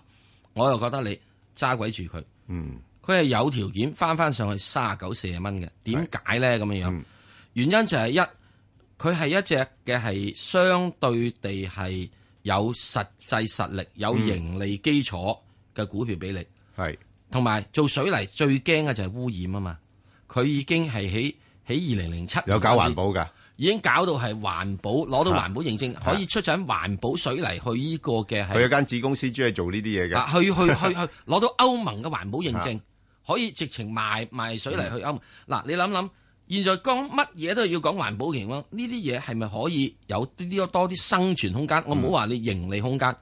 Speaker 9: 我又覺得你揸鬼住佢。
Speaker 8: 嗯，
Speaker 9: 佢係有條件翻翻上去三十九四十蚊嘅。點解咧咁樣
Speaker 8: 嗯
Speaker 9: 樣？原因就係一，佢係一隻嘅係相對地係有實際實力、有盈利基礎嘅股票俾你。
Speaker 8: 嗯係、
Speaker 9: 同埋做水泥最驚嘅就係污染啊嘛。佢已經係喺喺二零零七
Speaker 8: 有搞環保㗎，
Speaker 9: 已經搞到係環保，攞到環保認證，可以出產環保水泥去呢個嘅係
Speaker 8: 佢有間子公司專係做呢啲嘢
Speaker 9: 啊
Speaker 8: 嘅。
Speaker 9: 去去
Speaker 8: *laughs*
Speaker 9: 去去攞到歐盟嘅環保認證，可以直情賣賣水泥去歐盟。嗱，你諗諗，現在講乜嘢都要講環保情況，呢啲嘢係咪可以有啲多啲生存空間？我唔好話你盈利空間，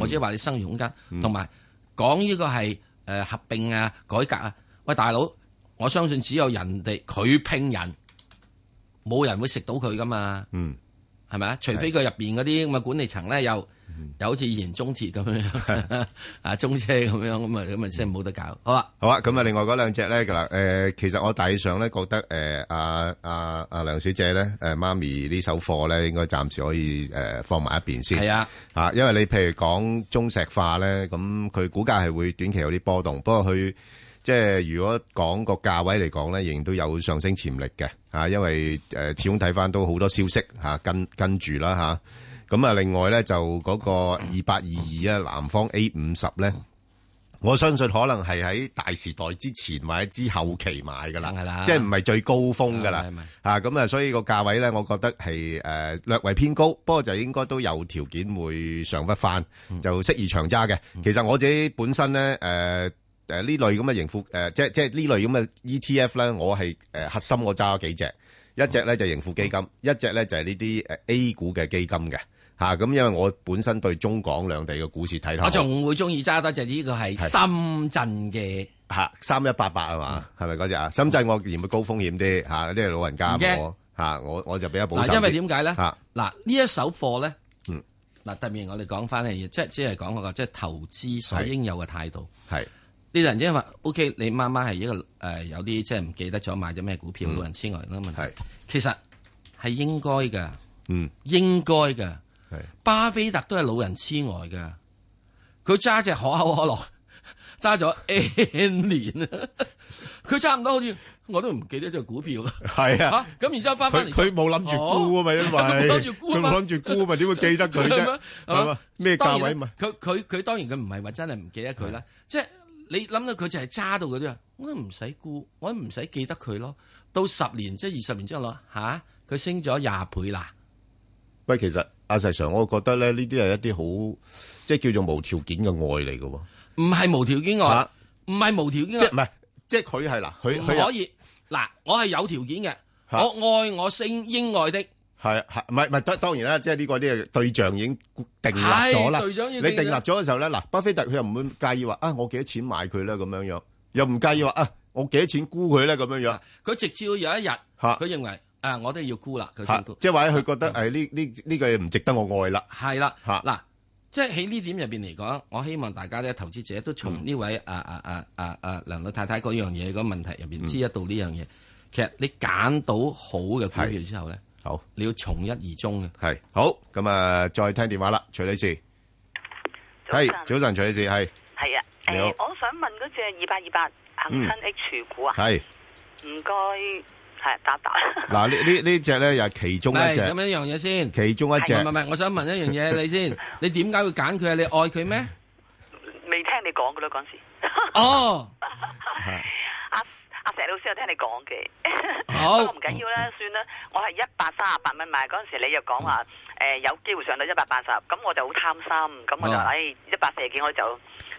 Speaker 9: 我只係話你生存空間，同埋講呢個係誒合併啊、改革啊。喂，大佬，我相信只有人哋佢拼人，冇人會食到佢噶嘛。
Speaker 8: 嗯，
Speaker 9: 係咪嗯啊？除非佢入邊嗰啲咁嘅啊管理層咧，又又好似以前中鐵咁樣 *laughs* 啊，中車咁樣咁啊，咁啊，真係冇得搞。好啊，
Speaker 8: 好啊，咁啊，另外嗰兩隻咧，嗱，誒，呃其實我大致上咧覺得，呃啊誒，阿阿阿梁小姐咧，誒，媽咪呢手貨咧，應該暫時可以誒放埋一邊先。
Speaker 9: 係啊，
Speaker 8: 嚇，因為你譬如講中石化咧，咁佢股價係會短期有啲波動，不過佢即係如果講個價位嚟講咧，仍然都有上升潛力嘅嚇，因為誒始終睇翻都好多消息嚇跟跟住啦嚇。咁啊，另外咧就嗰個二八二二啊，南方 A 五十咧。我相信可能係喺大時代之前或者之後期買噶啦，即係唔係最高峰噶啦
Speaker 9: 係咪
Speaker 8: 嚇咁啊，所以個價位咧，我覺得係誒、呃略為偏高，不過就應該都有條件會上不翻，
Speaker 9: 嗯
Speaker 8: 就適宜長揸嘅。其實我自己本身咧誒誒呢類咁嘅盈富誒、呃即係即係呢類咁嘅 E ETF 咧，我係誒、呃核心我揸咗幾隻。一隻咧就係盈富基金，
Speaker 9: 嗯
Speaker 8: 一隻咧就係呢啲誒 A 股嘅基金嘅嚇。咁、因為我本身對中港兩地嘅股市睇頭，
Speaker 9: 我仲會中意揸多隻呢個係深圳嘅，
Speaker 8: 吓三一八八啊嘛，係咪嗰只啊？深圳我嫌佢高風險啲吓，呢啲老人家
Speaker 9: 嗯唔驚
Speaker 8: 我吓我我就比較保守啲。
Speaker 9: 嗱，
Speaker 8: 啊
Speaker 9: 因為點解咧？嗱
Speaker 8: 吓，
Speaker 9: 呢一手貨咧，
Speaker 8: 嗯
Speaker 9: 嗱，特別我哋講翻嘅嘢，即係只係講嗰個即係投資所應有嘅態度。
Speaker 8: 係
Speaker 9: 呢啲人因為 O.K. 你媽媽係一個誒、呃有啲即係唔記得咗買咗咩股
Speaker 8: 嗯
Speaker 9: 票，老人痴呆啦問題。其實係應該嘅，
Speaker 8: 嗯，
Speaker 9: 應該嘅。
Speaker 8: 係
Speaker 9: 巴菲特都係老人痴呆嘅，佢揸只可口可樂揸咗 N 年啊，佢差唔多好似我都唔記得咗股票啦。
Speaker 8: 係啊
Speaker 9: 嚇咁然之後翻翻
Speaker 8: 佢
Speaker 9: 嚟
Speaker 8: 佢冇諗住沽啊
Speaker 9: *laughs*
Speaker 8: 嘛，因為
Speaker 9: 佢冇諗住沽啊
Speaker 8: 佢
Speaker 9: 嘛
Speaker 8: 冇諗住沽啊嘛，點會記得佢
Speaker 9: *laughs* 係
Speaker 8: 啫
Speaker 9: 咪？
Speaker 8: 係嘛咩價位啊
Speaker 9: 當然啦
Speaker 8: 嘛？
Speaker 9: 佢佢佢當然佢唔係話真係唔記得佢啦，即係你諗到佢就係揸到嗰啲啊，我都唔使估，我都唔使記得佢咯。到十年即係二十年之後咯，吓、佢升咗廿倍啦。
Speaker 8: 喂，其實阿石 Sir，我覺得咧呢啲係一啲好即係叫做無條件嘅愛嚟嘅喎。
Speaker 9: 唔係無條件愛，唔係無條件愛，即係
Speaker 8: 唔係，即係佢係嗱，佢
Speaker 9: 唔
Speaker 8: 佢
Speaker 9: 可以嗱，我係有條件嘅，
Speaker 8: 嚇
Speaker 9: 我愛我應應愛的。
Speaker 8: 係係唔係唔係當當然啦，即係呢個啲對象已經定立咗啦。
Speaker 9: 係對象已經
Speaker 8: 你定立咗嘅時候咧，嗱，巴菲特佢又唔會介意話啊，我幾多錢買佢咧咁樣
Speaker 9: 啊
Speaker 8: 樣，又唔介意話啊，我幾多錢沽佢咧咁樣樣。
Speaker 9: 佢直至到有一日，
Speaker 8: 嚇
Speaker 9: 佢認為啊，我都要沽啦，
Speaker 8: 嚇
Speaker 9: 佢先啊沽。
Speaker 8: 即係或者佢覺得誒呢呢呢個嘢唔值得我愛啦。
Speaker 9: 係啦，
Speaker 8: 嚇
Speaker 9: 嗱，即係喺呢點入邊嚟講，我希望大家咧投資
Speaker 10: 嗯
Speaker 9: 啊
Speaker 10: 嗯
Speaker 9: 者都從呢位啊啊啊啊啊梁老太太嗰樣嘢嗰個問題入邊知一到呢樣嘢。其實你揀到好嘅股票之後咧，
Speaker 8: 好，
Speaker 9: 你要從一而終嘅。
Speaker 8: 系好咁啊！再聽電話啦，徐女士。係早晨，徐女士係
Speaker 10: 係啊，誒、
Speaker 8: 你好
Speaker 10: 我想問嗰只二八二八恒
Speaker 9: 嗯
Speaker 10: 生 H 股啊，
Speaker 8: 係
Speaker 10: 唔該係答 *laughs* 答。
Speaker 8: 嗱呢呢呢只咧又係其中一
Speaker 9: 係
Speaker 8: 隻，
Speaker 9: 咁一樣嘢先，
Speaker 8: 其中一隻
Speaker 9: 唔係唔係，我想問一樣嘢
Speaker 10: *laughs*
Speaker 9: 你先，你點解會揀佢啊？你愛佢咩？
Speaker 10: 未聽你講噶咯嗰陣時，
Speaker 9: 哦， *laughs*
Speaker 10: 阿阿石老師有聽你講嘅，
Speaker 9: 好
Speaker 10: *laughs* 不
Speaker 9: 哦
Speaker 10: 過唔緊要啦，算啦。我係一百三十八蚊買嗰陣時，你又講話誒有機會上到一百八十，咁我就好貪心，咁我就
Speaker 9: 嗯哦
Speaker 10: 誒一百四十幾我就，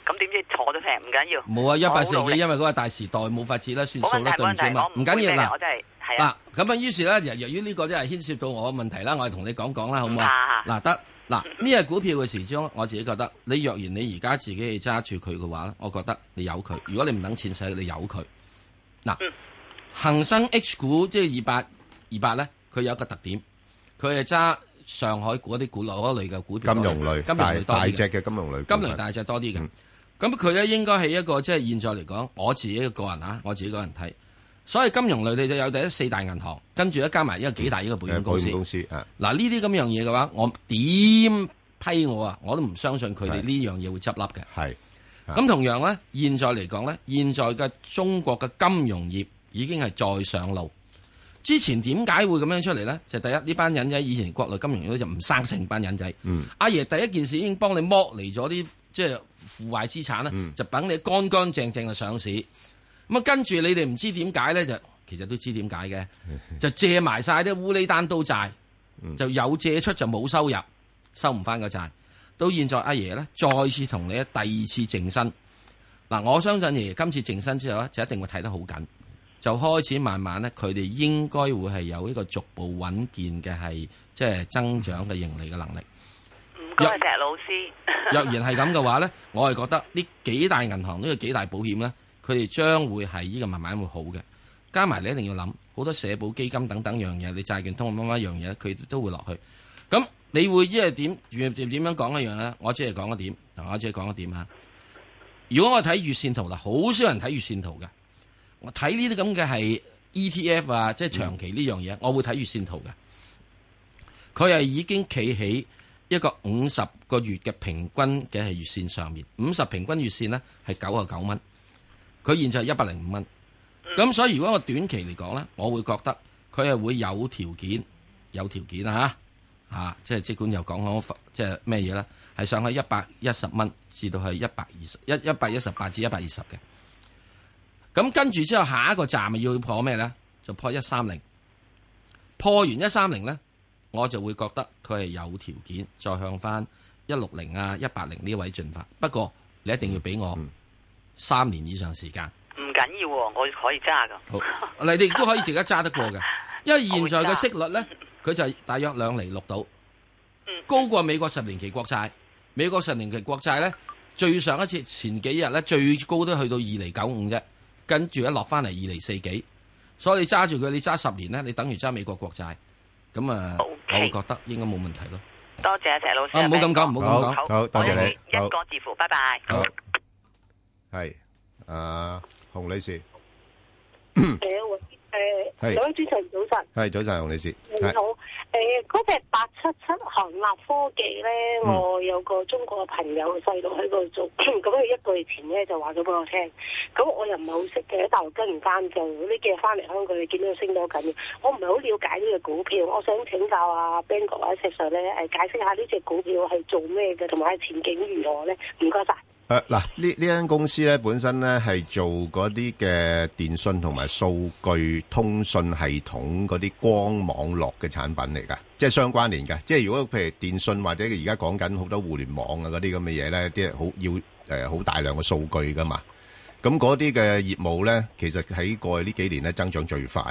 Speaker 10: 咁點知坐咗平唔緊要。
Speaker 9: 冇啊，一百四
Speaker 10: 我好努力啊
Speaker 9: 十幾，因為嗰個大時代冇法子啦，算
Speaker 10: 冇
Speaker 9: 數
Speaker 10: 問題
Speaker 9: 啦，對
Speaker 10: 冇
Speaker 9: 唔
Speaker 10: 問題
Speaker 9: 住啊
Speaker 10: 我
Speaker 9: 嘛，，
Speaker 10: 唔
Speaker 9: 緊
Speaker 10: 會
Speaker 9: 要
Speaker 10: 咩嘅
Speaker 9: 啦
Speaker 10: 我。真係係
Speaker 9: 嗱
Speaker 10: 啊，，
Speaker 9: 咁啊，於是咧，由由於呢個真係牽涉到我嘅問題啦，我係同你講講啦，好唔好啊？
Speaker 10: 唔
Speaker 9: 嗱，得嗱，呢個股票嘅時鐘，我自己覺得，你若然你而家自己去揸住佢嘅話咧，我覺得你由佢。如果你唔等錢使，你由佢。嗱，恒生 H 股即係二八二八咧，佢有一個特點，佢係揸上海嗰啲股嗰類嘅股票
Speaker 8: 金
Speaker 9: 多啲，
Speaker 8: 融類
Speaker 9: 金融
Speaker 8: 大
Speaker 9: 類多啲
Speaker 8: 大隻嘅金融類股
Speaker 9: 金融
Speaker 8: 份
Speaker 9: 大隻多啲
Speaker 8: 嗯
Speaker 9: 嘅。咁佢咧應該係一個即係現在嚟講，我自己嘅個人啊，我自己個人睇。所以金融類你就有第一四大銀行，跟住咧加埋一個幾大一個保險
Speaker 8: 誒保
Speaker 9: 公司。
Speaker 8: 險公司啊。
Speaker 9: 嗱呢啲咁樣嘢嘅話，我點批我啊？我都唔相信佢
Speaker 8: 係
Speaker 9: 哋呢樣嘢會執笠嘅。
Speaker 8: 係
Speaker 9: 咁同樣咧，現在嚟講咧，現在嘅中國嘅金融業已經係再上路。之前點解會咁樣出嚟咧？就第一呢班人仔以前國內金融業就唔生性班人仔。
Speaker 8: 嗯
Speaker 9: 阿爺第一件事已經幫你剝離咗啲即係腐壞資產咧，就等你乾乾淨淨嘅上市。咁啊，跟住你哋唔知點解咧，就其實都知點解嘅，就借埋晒啲烏哩單刀債，就有借出就冇收入，收唔翻個債。到現在阿爺咧，再次同你咧第二次淨身。嗱，我相信爺爺今次淨身之後咧，就一定會睇得好緊，就開始慢慢咧，佢哋應該會係有一個逐步穩健嘅係即係增長嘅盈利嘅能力。
Speaker 10: 唔該石老師。
Speaker 9: *laughs*
Speaker 27: *laughs*
Speaker 9: 若然係咁嘅話咧，我係覺得呢幾大銀行呢個幾大保險咧，佢哋將會係呢個慢慢會好嘅。加埋你一定要諗好多社保基金等等樣嘢，你債券通乜乜樣嘢，佢都會落去。咁你會因為點點點點樣講一樣咧？我只係講一點，嗱，我只係講一點嚇。如果我睇月線圖啦，好少人睇月線圖嘅。我睇呢啲咁嘅係 ETF 啊，即係長期呢樣嘢，我會睇月線圖嘅。佢係已經企喺一個五十個月嘅平均嘅係月線上面，五十平均月線呢係九啊九蚊，佢現在係一百零五蚊。咁所以如果我短期嚟講呢，我會覺得佢係會有條件，有條件啊啊！即係即管又講講即係咩嘢呢？係上去一百一十蚊至到去一百二十一一百一十八至一百二十嘅。咁跟住之後，下一個站咪要破咩呢？就破一三零。破完一三零呢，我就會覺得佢係有條件再向翻一六零啊、一八零呢位進發。不過你一定要俾我三年以上時間。
Speaker 10: 唔緊要喎，我可以揸噶。
Speaker 9: 好，你哋亦都可以自己揸得過嘅，因為現在嘅息率咧，佢就係大約兩厘六度，高過美國十年期國債。美國十年期國債咧，最上一次前幾日咧，最高都去到二厘九五啫，跟住一落翻嚟二厘四幾，所以你揸住佢，你揸十年咧，你等於揸美國國債，咁啊，我會覺得應該冇問題咯。
Speaker 10: 多謝啊石老師。
Speaker 9: 啊唔好咁講唔好咁講好好多謝你
Speaker 10: 我一個字符，拜拜。
Speaker 8: 係啊，洪女士
Speaker 27: 誒，
Speaker 8: 係
Speaker 27: 兩位主持人早晨，
Speaker 8: 係早晨，洪女士
Speaker 27: 你好。誒，嗰隻八七七航立科技咧，
Speaker 8: 嗯
Speaker 27: 我有個中國嘅朋友細佬喺嗰度做， *clears throat* 咁佢一個月前咧就話咗俾我聽，咁我又唔係好識嘅，喺大陸跟唔翻做，呢幾日翻嚟香港，你見到佢升到好緊要，我唔係好了解呢隻股票，我想請教阿 Ben 哥或者石 Sir 咧，誒解釋下呢隻股票係做咩嘅，同埋係前景如何咧？唔該晒。
Speaker 8: 誒呃嗱，呢呢間公司咧本身咧係做嗰啲嘅電信同埋數據通訊系統嗰啲光網絡嘅產品嚟㗎，即係相關聯㗎。即係如果譬如電信或者而家講緊好多互聯網啊嗰啲咁嘅嘢咧，啲係好要呃誒好大量嘅數據㗎嘛。咁嗰啲嘅業務咧，其實喺過去呢幾年咧增長最快。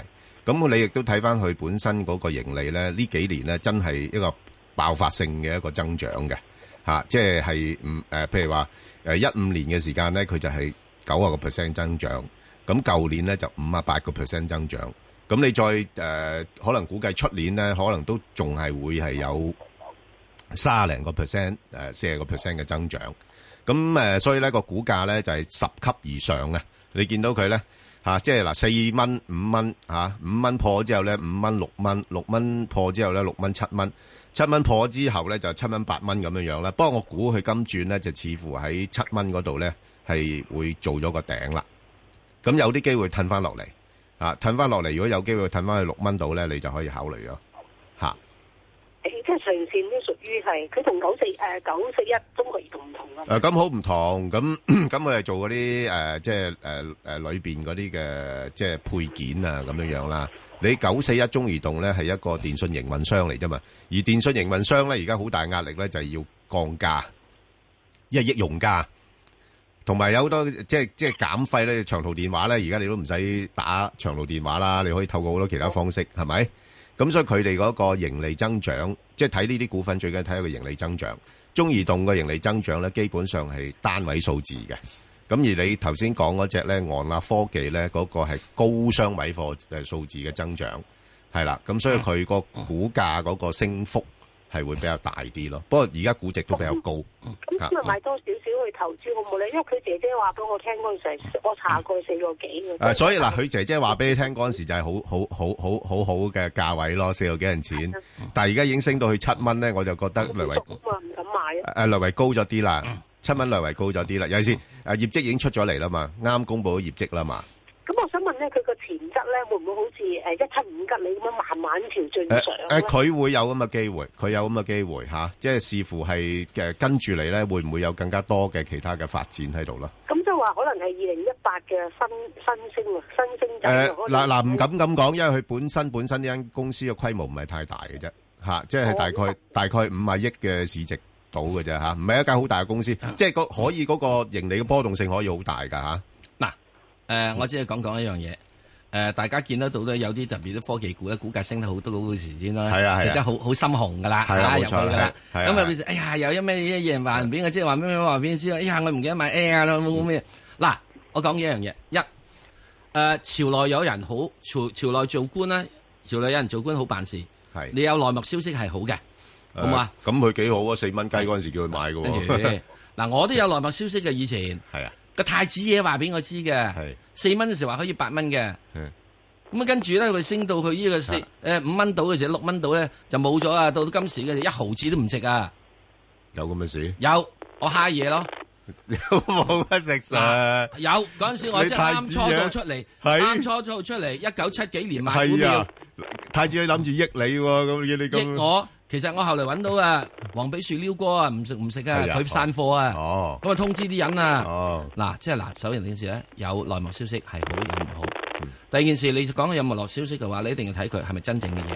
Speaker 8: 咁你亦都睇翻佢本身嗰個盈利咧，呢幾年咧真係一個爆發性嘅一個增長嘅嚇、啊即係係唔誒，譬如話誒一五年嘅時間咧，佢就係九啊個 percent 增長。咁舊年咧就五啊八個 percent 增長。咁你再誒、呃可能估計出年咧，可能都仲係會係有三零個 percent 誒四十個 percent 嘅啊增長。咁誒、呃所以咧個股價咧就係、十級以上嘅。你見到佢咧吓，即係嗱四蚊、五蚊吓，五蚊破咗之後咧，五蚊、六蚊，六蚊破之後咧，六蚊、七蚊，七蚊破咗之後咧就七蚊、八蚊咁樣樣啦。不過我估佢今轉咧就似乎喺七蚊嗰度咧係會做咗個頂啦。咁有啲機會褪翻落嚟啊，褪翻落嚟，如果有機會褪翻去六蚊度咧，你就可以考慮咯吓。
Speaker 27: 誒，即係長線都屬於係佢同九四誒九四一中國移動唔同啊。
Speaker 8: 诶，咁好唔同，咁 *clears throat* 咁佢係做嗰啲诶，即係诶诶裏边嗰啲嘅即係配件啊，咁樣樣啦。你九四一中移動咧係一個電信營運商嚟啫嘛，而電信營運商咧而家好大壓力咧就係要降價，一益用家，同埋有好多即係即系減費咧，長途電話咧而家你都唔使打長途電話啦，你可以透過好多其他方式，係咪？咁所以佢哋嗰個盈利增長，即係睇呢啲股份最緊要睇一個盈利增長。中移動嘅盈利增長咧，基本上係單位數字嘅。咁而你頭先講嗰只咧，昂立科技咧，嗰、個係高雙位貨誒數字嘅增長，係啦。咁所以佢個股價嗰個升幅係會比較大啲咯。不過而家估值都比較高。嚇
Speaker 27: 咁咪買多少少去投資好唔好咧？因為佢姐姐話俾我聽嗰陣時係，我查過四個幾嘅。
Speaker 8: 诶，所以嗱，佢姐姐話俾你聽嗰陣時就係好好好好好好嘅價位咯，四個幾銀錢。但係而家已經升到去七蚊咧，我就覺得略為
Speaker 27: 咁啊唔敢買啊。
Speaker 8: 诶略為高咗啲啦，七蚊略為高咗啲啦。有時诶業績已經出咗嚟啦嘛，啱公佈咗業績啦嘛。
Speaker 27: 咁我想問咧，佢個前質咧會唔會好似誒一七五吉你咁樣慢慢調進
Speaker 8: 诶
Speaker 27: 上
Speaker 8: 诶，
Speaker 27: 咧？
Speaker 8: 佢、會有咁嘅機會，佢有咁嘅機會吓、即係視乎係诶跟住嚟咧，會唔會有更加多嘅其他嘅發展喺度啦？
Speaker 27: 咁即係話可能係二零一八嘅新新星喎，新星仔
Speaker 8: 诶，
Speaker 27: 喎可
Speaker 8: 嗱
Speaker 27: 能
Speaker 8: 嗱，唔敢咁講，因為佢本身本身呢間公司嘅規模唔係太大嘅啫，吓、即係大概大概五啊億嘅市值到嘅啫吓，唔、係一間好大嘅公司，即係個可以嗰個盈利嘅波動性可以好大噶吓。
Speaker 9: 誒、我只係講講一樣嘢。誒、大家見得到咧，有啲特別啲科技股咧，股價升得好多嗰時先啦，
Speaker 8: 係啊係啊
Speaker 9: 即係好好心紅噶啦，
Speaker 8: 係啦
Speaker 9: 啊
Speaker 8: 冇
Speaker 9: 入去
Speaker 8: 錯
Speaker 9: 噶啦。
Speaker 8: 係係啊係
Speaker 9: 咁啊
Speaker 8: 啊，
Speaker 9: 變成哎呀，有一咩一嘢話唔俾我，即係話咩咩話唔俾我知啦。哎呀，我唔記得買 Air 啦，冇咩。嗱，我講幾樣嘢，一誒、朝內有人好，朝朝內做官咧，朝內有人做官好辦事。
Speaker 8: 係
Speaker 9: 你有內幕消息係好嘅，好唔好啊？
Speaker 8: 誒咁佢幾好啊，四蚊雞嗰陣時叫佢買嘅
Speaker 9: 跟住
Speaker 8: 喎。
Speaker 9: 嗱，我都有內幕消息嘅，以前
Speaker 8: *laughs* 係啊，
Speaker 9: 個太子爺話俾我知嘅，四蚊嘅時候話可以八蚊嘅。
Speaker 8: 嗯
Speaker 9: 咁啊，跟住咧，佢升到佢呢個四誒五蚊到嘅時候，六蚊到咧就冇咗啊！到到今時嘅時候一毫子都唔值啊！
Speaker 8: 有 *laughs* 咁嘅事？ *laughs*
Speaker 9: 有我蝦嘢咯，
Speaker 8: 冇乜食
Speaker 9: 嗱有嗰陣時我
Speaker 8: 你
Speaker 9: 即係
Speaker 8: 太
Speaker 9: 啱
Speaker 8: 子
Speaker 9: 初到
Speaker 8: 爺
Speaker 9: 出嚟，
Speaker 8: 係
Speaker 9: 啱初到出嚟，一九七幾年買股
Speaker 8: 係
Speaker 9: 票
Speaker 8: 啊，，太子佢諗住益你喎，咁你咁
Speaker 9: 益我。其實我後嚟揾到啊，黃比樹撩哥啊，唔食唔食啊，
Speaker 8: 係啊
Speaker 9: 佢散貨啊，
Speaker 8: 哦，
Speaker 9: 咁啊通知啲人啊，嗱，即係嗱，首先件事咧有內幕消息係好有唔好，
Speaker 8: 嗯
Speaker 9: 第二件事你講有冇內幕消息嘅話，你一定要睇佢係咪真正嘅嘢。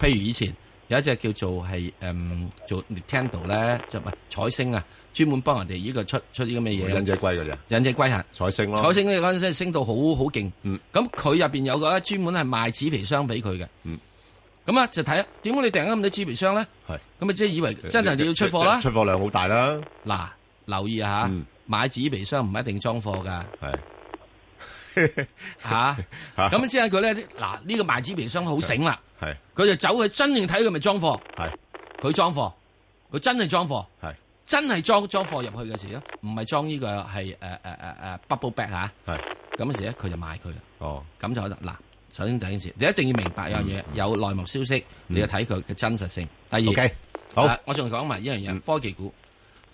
Speaker 9: 譬如以前有一隻叫做係誒做 Nintendo 咧，就唔係彩星啊，專門幫人哋呢個出出啲咁嘅嘢。
Speaker 8: 忍者龜嗰只，
Speaker 9: 忍者龜嚇，
Speaker 8: 彩星咯，嗯
Speaker 9: 彩星咧嗰陣時升到好好勁，咁佢入邊有個咧專門係賣紙皮箱俾佢嘅，咁啊就睇點解你訂咗咁多紙皮箱咧？
Speaker 8: 嗯係
Speaker 9: 咁啊，即係以為真係要出貨啦
Speaker 8: 出。貨量好大啦。
Speaker 9: 嗱，留意下，買紙皮箱唔一定裝貨㗎，
Speaker 8: 係
Speaker 9: 嚇。
Speaker 8: 嚇
Speaker 9: 咁之後佢咧，嗱呢個賣紙皮箱好醒啦，
Speaker 8: 係
Speaker 9: 佢就走去真正睇佢咪裝貨，
Speaker 8: 係
Speaker 9: 佢裝貨，佢真係裝貨，
Speaker 8: 係
Speaker 9: 真係裝裝貨入去嘅時候，唔係裝呢個係誒誒誒誒 bubble bag 嚇。
Speaker 8: 係
Speaker 9: 咁時咧，佢就買佢啦。
Speaker 8: 哦，嗯
Speaker 9: 咁就可能嗱，首先第一件事，你一定要明白一樣嘢，有內幕消息，你要睇佢嘅真實性。第二
Speaker 8: OK，好嗯
Speaker 9: 啊我仲講埋一樣嘢，科技股，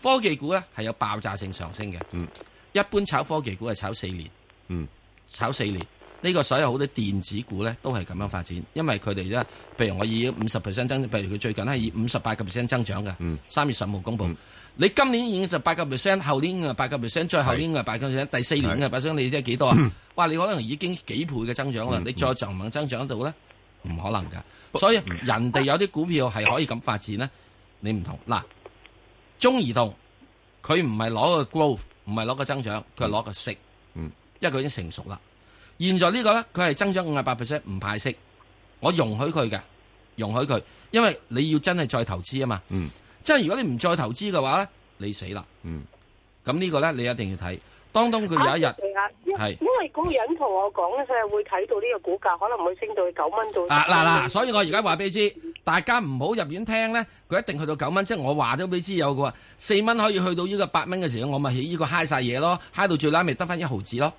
Speaker 9: 科技股咧係有爆炸性上升嘅。
Speaker 8: 嗯，
Speaker 9: 一般炒科技股係炒四年。
Speaker 8: 嗯，
Speaker 9: 炒四年。呢個所有好多電子股咧都係咁樣發展，因為佢哋咧，譬如我以五十 percent 增，譬如佢最近係以五十八個 percent 增長
Speaker 8: 嗯
Speaker 9: 嘅，三、月十五號公佈。你今年已經十八個 percent，後年嘅八個 percent，再後年嘅八個 percent，第四年嘅八 percent，你即係幾多
Speaker 8: 嗯
Speaker 9: 啊？哇！你可能已經幾倍嘅增長啦，你再就唔能增長到咧，唔可能㗎。所以
Speaker 8: 嗯
Speaker 9: 人哋有啲股票係可以咁發展咧，你唔同嗱。中移動佢唔係攞個 growth，唔係攞個增長，佢係攞個息。
Speaker 8: 嗯，
Speaker 9: 因為佢已經成熟啦。現在呢個咧，佢係增長五十八 percent，唔派息，我容許佢嘅，容許佢，因為你要真係再投資啊嘛。
Speaker 8: 嗯，
Speaker 9: 即係如果你唔再投資嘅話咧，你死啦。
Speaker 8: 嗯，
Speaker 9: 咁呢個咧，你一定要睇。當當佢有一日
Speaker 27: 係啊，因
Speaker 9: 係
Speaker 27: 因為嗰個人同我講咧，佢係會睇到呢個股價可能會升到去九蚊到。
Speaker 9: 啊嗱嗱，所以我而家話俾你知，大家唔好入院聽咧，佢一定去到九蚊，即係我話咗俾你知有個話四蚊可以去到呢個八蚊嘅時候，我咪起呢個嗨晒嘢咯，嗨到最拉咪得翻一毫子咯。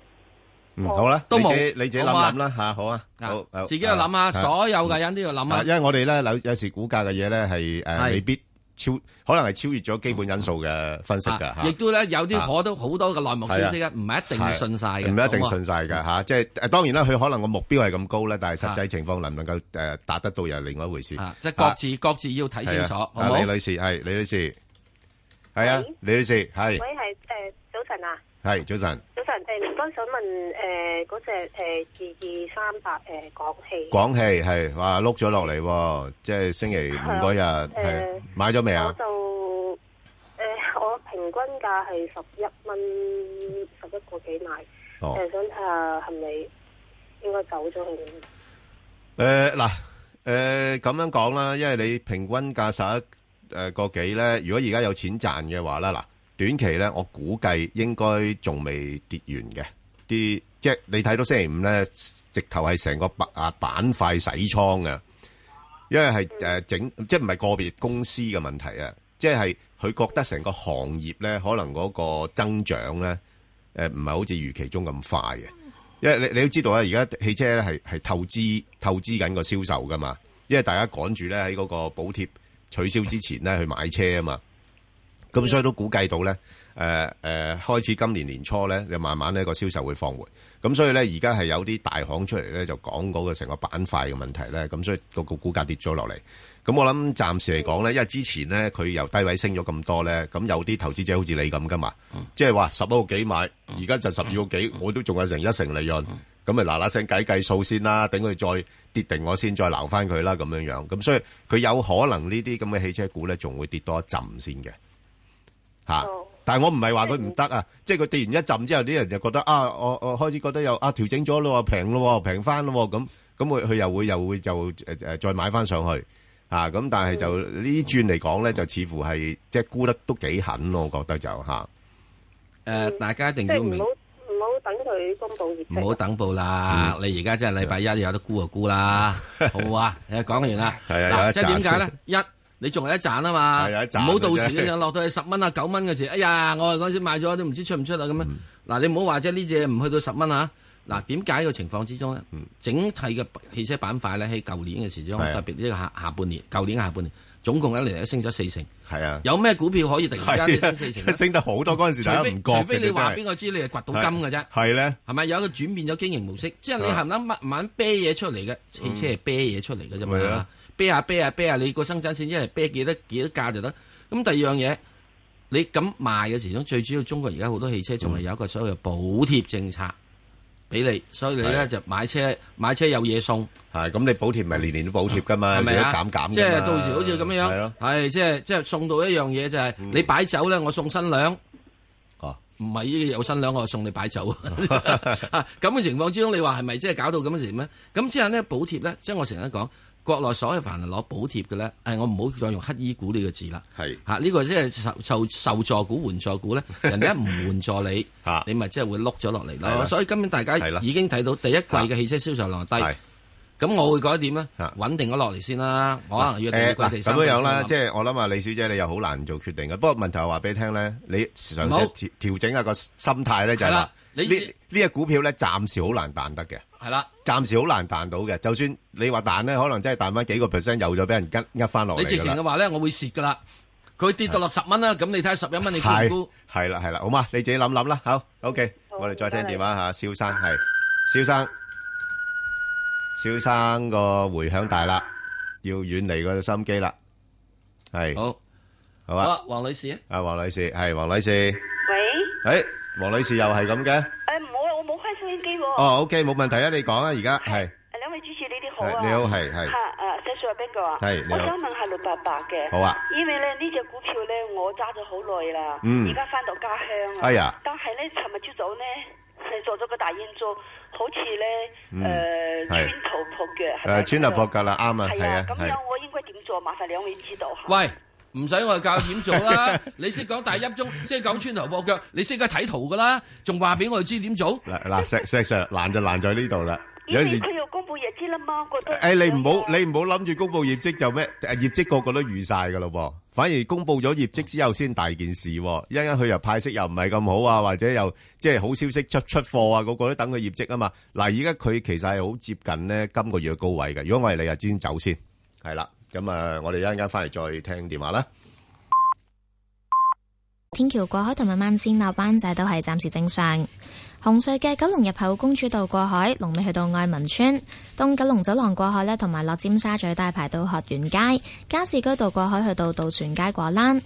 Speaker 8: 嗯好啦，
Speaker 9: 都冇
Speaker 8: 你自己你自己諗
Speaker 9: 好啊
Speaker 8: 諗啦吓，好啊，好，好
Speaker 9: 自己去諗下，
Speaker 8: 啊
Speaker 9: 所有嘅人都要諗
Speaker 8: 啊，因
Speaker 9: 下。
Speaker 8: 為我哋咧有有時估價嘅嘢咧係誒
Speaker 9: 係
Speaker 8: 未必超，可能係超越咗基本因素嘅分析㗎
Speaker 9: 啊
Speaker 8: 嚇。
Speaker 9: 亦都咧有
Speaker 8: 啊
Speaker 9: 啲可都好多嘅內幕消息啊咧，唔係一定信晒嘅，
Speaker 8: 唔一定
Speaker 9: 好啊
Speaker 8: 信晒嘅嚇。即係誒當然啦，佢可能個目標係咁高咧，但係實際情況能唔能夠誒達得到又係另外一回事。
Speaker 9: 即係各自各自要睇清楚，好
Speaker 8: 啊係啊啊
Speaker 9: 唔好？
Speaker 8: 李女士係李女士係啊，李女士係
Speaker 2: 喂，係誒早晨啊，
Speaker 8: 係早晨，
Speaker 2: 早晨誒，唔該想問誒嗰只誒二二三八誒港氣
Speaker 8: 廣汽係哇碌咗落嚟喎，即係星期五嗰日係
Speaker 2: 啊誒
Speaker 8: 買咗未
Speaker 2: 我
Speaker 8: 啊？
Speaker 2: 就誒、 *laughs* 我平均價係十一蚊，十一個幾買，誒、
Speaker 8: 哦
Speaker 2: 想睇下係咪應該走咗去？
Speaker 8: 诶，嗱、诶，咁、樣講啦，因為你平均價十一诶个几咧，如果而家有錢賺嘅話啦，嗱，短期咧，我估計應該仲未跌完嘅，啲即係你睇到星期五咧，直頭係成個板啊板塊洗倉嘅，因為係诶整，即係唔係個別公司嘅問題啊，即係佢覺得成個行業咧，可能嗰個增長咧。誒呃唔係好似預期中咁快嘅，因為你你都知道啊啦，而家汽車咧係係透支透支緊個銷售噶嘛，因為大家趕住咧喺嗰個補貼取消之前咧去買車啊嘛，咁所以都估計到咧誒誒開始今年年初咧，就慢慢呢個銷售會放緩，咁所以咧而家係有啲大行出嚟咧就講嗰個成個板塊嘅問題咧，咁所以個個股價跌咗落嚟。咁我諗暫時嚟講咧，因為之前咧佢由低位升咗咁多咧，咁有啲投資者好似你咁噶嘛，即係話十一個幾買，而家就十二個幾，我都仲有成一成利潤，咁咪嗱嗱聲計計數先啦，等佢再跌定我先再鬧翻佢啦，咁樣樣。咁所以佢有可能呢啲咁嘅汽車股咧，仲會跌多一陣先嘅。吓。但系我唔係話佢唔得啊，即係佢跌完一陣之後，啲人就覺得啊，我我開始覺得又啊調整咗咯，平咯，平翻咯，咁咁佢佢又會又會就誒誒再買翻上去啊，咁但係就呢轉嚟講咧，就似乎係即係沽得都幾狠咯，我覺得就嚇。
Speaker 9: 誒，大家一定
Speaker 2: 即
Speaker 9: 要
Speaker 2: 係唔
Speaker 9: 明
Speaker 2: 好。唔好等佢公佈業績。
Speaker 9: 唔好等報啦！
Speaker 8: 嗯
Speaker 9: 你而家真係禮拜一有得沽就沽啦，好唔好啊？誒講完啦，
Speaker 8: 係啊有
Speaker 9: 嗱，
Speaker 8: 得
Speaker 9: 即係點解
Speaker 8: 賺
Speaker 9: 咧？一你仲有一賺啊嘛，
Speaker 8: 係有一賺
Speaker 9: 唔好到時
Speaker 8: 嘅啫
Speaker 9: 你落到去十蚊啊九蚊嘅時，哎呀，我係嗰陣時買咗都唔知出唔出啊咁樣。
Speaker 8: 嗯
Speaker 9: 嗱，你唔好話即係呢只唔去到十蚊啊！嗱，點解個情況之中咧？整體嘅汽車板塊咧，喺舊年嘅時中，
Speaker 8: 嗯係啊
Speaker 9: 特別呢個下下半年，舊年嘅下半年，總共一嚟都升咗四成。
Speaker 8: 係啊，
Speaker 9: 有咩股票可以突然間都
Speaker 8: 係啊
Speaker 9: 升四成呢？
Speaker 8: 升得好多嗰陣時
Speaker 9: 除
Speaker 8: 大家
Speaker 9: 非
Speaker 8: 唔覺嘅
Speaker 9: 除非你話
Speaker 8: 真係
Speaker 9: 邊個知你係掘到金嘅啫。
Speaker 8: 係啊咧，
Speaker 9: 係咪有一個轉變咗經營模式？即係你係咪慢慢啤嘢出嚟嘅？汽車係啤嘢出嚟嘅啫
Speaker 8: 嗯係
Speaker 9: 嘛
Speaker 8: 啊，
Speaker 9: 啤下啤下啤下，你個生產線一係啤幾多幾多價就得。咁第二樣嘢，你咁賣嘅時鐘，最主要中國而家好多汽車仲
Speaker 8: 嗯
Speaker 9: 係有一個所謂嘅補貼政策俾你，所以你
Speaker 8: 係啊
Speaker 9: 咧就買車買車有嘢送。
Speaker 8: 係咁，你補貼咪年年都補貼噶嘛，
Speaker 9: 係
Speaker 8: 有時
Speaker 9: 咪
Speaker 8: 都
Speaker 9: 啊？
Speaker 8: 減減㗎嘛
Speaker 9: 即係到時好似咁樣
Speaker 8: 係咯嗯
Speaker 9: 樣，係即係即係送到一樣嘢就係你擺酒咧，我送新娘。
Speaker 8: 哦，
Speaker 9: 唔係呢個有新娘，我送你擺
Speaker 8: *laughs*
Speaker 9: 酒。啊咁嘅情況之中，你話係咪即係搞到咁嘅時咩？咁之後呢，補貼咧，即係我成日都講，國內所有凡係攞補貼嘅咧，誒我唔好再用乞衣股呢個字啦。
Speaker 8: 係
Speaker 9: 嚇，呢個即係受受受助股、援助股
Speaker 8: *laughs*
Speaker 9: 咧，人哋一唔援助你，你咪即係會碌咗落嚟
Speaker 8: 係
Speaker 9: 咯。
Speaker 8: 啦
Speaker 9: 所以今年大家
Speaker 8: 係啦
Speaker 9: 已經睇到第一季嘅汽車銷售量低。咁我會覺得點咧？穩定咗落嚟先啦，我可能啊要第二
Speaker 8: 誒
Speaker 9: 季、第
Speaker 8: 嗱
Speaker 9: 三
Speaker 8: 咁
Speaker 9: 季
Speaker 8: 樣
Speaker 9: 先
Speaker 8: 樣啦，
Speaker 9: 諗
Speaker 8: 即係我諗啊，李小姐你又好難做決定嘅。不過問題我話俾你聽咧，你嘗
Speaker 9: 唔好
Speaker 8: 試調調整下個心態咧，就係
Speaker 9: 係
Speaker 8: 話
Speaker 9: 啦
Speaker 8: 呢
Speaker 9: 你
Speaker 8: 呢只股票咧，暫時好難彈得嘅。
Speaker 9: 係啦，
Speaker 8: 暫時好難彈到嘅。就算你話彈咧，可能真係彈翻幾個 percent，又咗俾人呃呃翻落嚟
Speaker 9: 你直
Speaker 8: 㗎
Speaker 9: 情嘅
Speaker 8: 啦。
Speaker 9: 話咧，我會蝕噶啦。佢跌到落十蚊啦，咁你睇下十一蚊你
Speaker 8: 係
Speaker 9: 估唔估？
Speaker 8: 係啦係啦，好嘛，你自己諗諗啦。好，OK，我哋再聽電話嚇，蕭生係蕭生，蕭生個回響大啦，要遠離個心機啦，係
Speaker 9: 好，
Speaker 8: 好
Speaker 9: 好
Speaker 8: 啊。
Speaker 9: 啊，黃女士啊，
Speaker 8: 啊，黄女士系黄女士，诶、
Speaker 12: 喂，
Speaker 8: 黄女士又系咁嘅，
Speaker 12: 诶唔好啊，我冇开收音机喎。
Speaker 8: 哦，OK，冇问题啊，你讲啊，而家系
Speaker 12: 誒，两位主持你哋好啊。
Speaker 8: 係你好係係
Speaker 12: 吓诶石 Sir 邊個啊？
Speaker 8: 係你好
Speaker 12: 我想問下六八八嘅。
Speaker 8: 好啊。
Speaker 12: 因為咧呢只股票咧，我揸咗好耐啦，
Speaker 2: 嗯
Speaker 12: 而家翻到家鄉啊。
Speaker 2: 哎呀
Speaker 12: 但係咧，尋日朝早咧，係做咗個大煙燭，好似咧
Speaker 8: 嗯
Speaker 12: 诶
Speaker 8: 係
Speaker 12: 穿頭破腳。係咪
Speaker 8: 诶穿頭破格啦，啱啊，
Speaker 12: 係
Speaker 8: 系啊，
Speaker 12: 咁
Speaker 8: 系
Speaker 12: 樣我應該點做？麻煩兩位指導下。
Speaker 9: 喂，唔使我教點做
Speaker 8: *laughs*
Speaker 9: 啦。你識講大一中，識講穿頭破腳，你識得睇圖噶啦，仲話俾我哋知點做？
Speaker 8: 嗱嗱，石石 Sir 难就难在呢度啦，有時
Speaker 12: 佢又公布日子啦嘛，覺得
Speaker 8: 诶，你唔好你唔好谂住公布業績就咩？诶，业绩个个都預晒噶咯噃，反而公布咗業績之後先大件事喎。一陣間佢又派息又唔係咁好啊，或者又即係好消息出出貨啊，個個都等佢業績啊嘛。嗱，而家佢其實係好接近呢今個月嘅高位嘅。如果我係你啊，先走先係啦。咁啊，我哋一陣間翻嚟再聽電話啦。
Speaker 28: 天橋過海同埋慢線落灣仔都係暫時正常。紅隧嘅九龍入口公主道過海，龍尾去到愛民村；東九龍走廊過海呢，同埋落尖沙咀大排到學園街；加士居道過海去到渡船街果欄；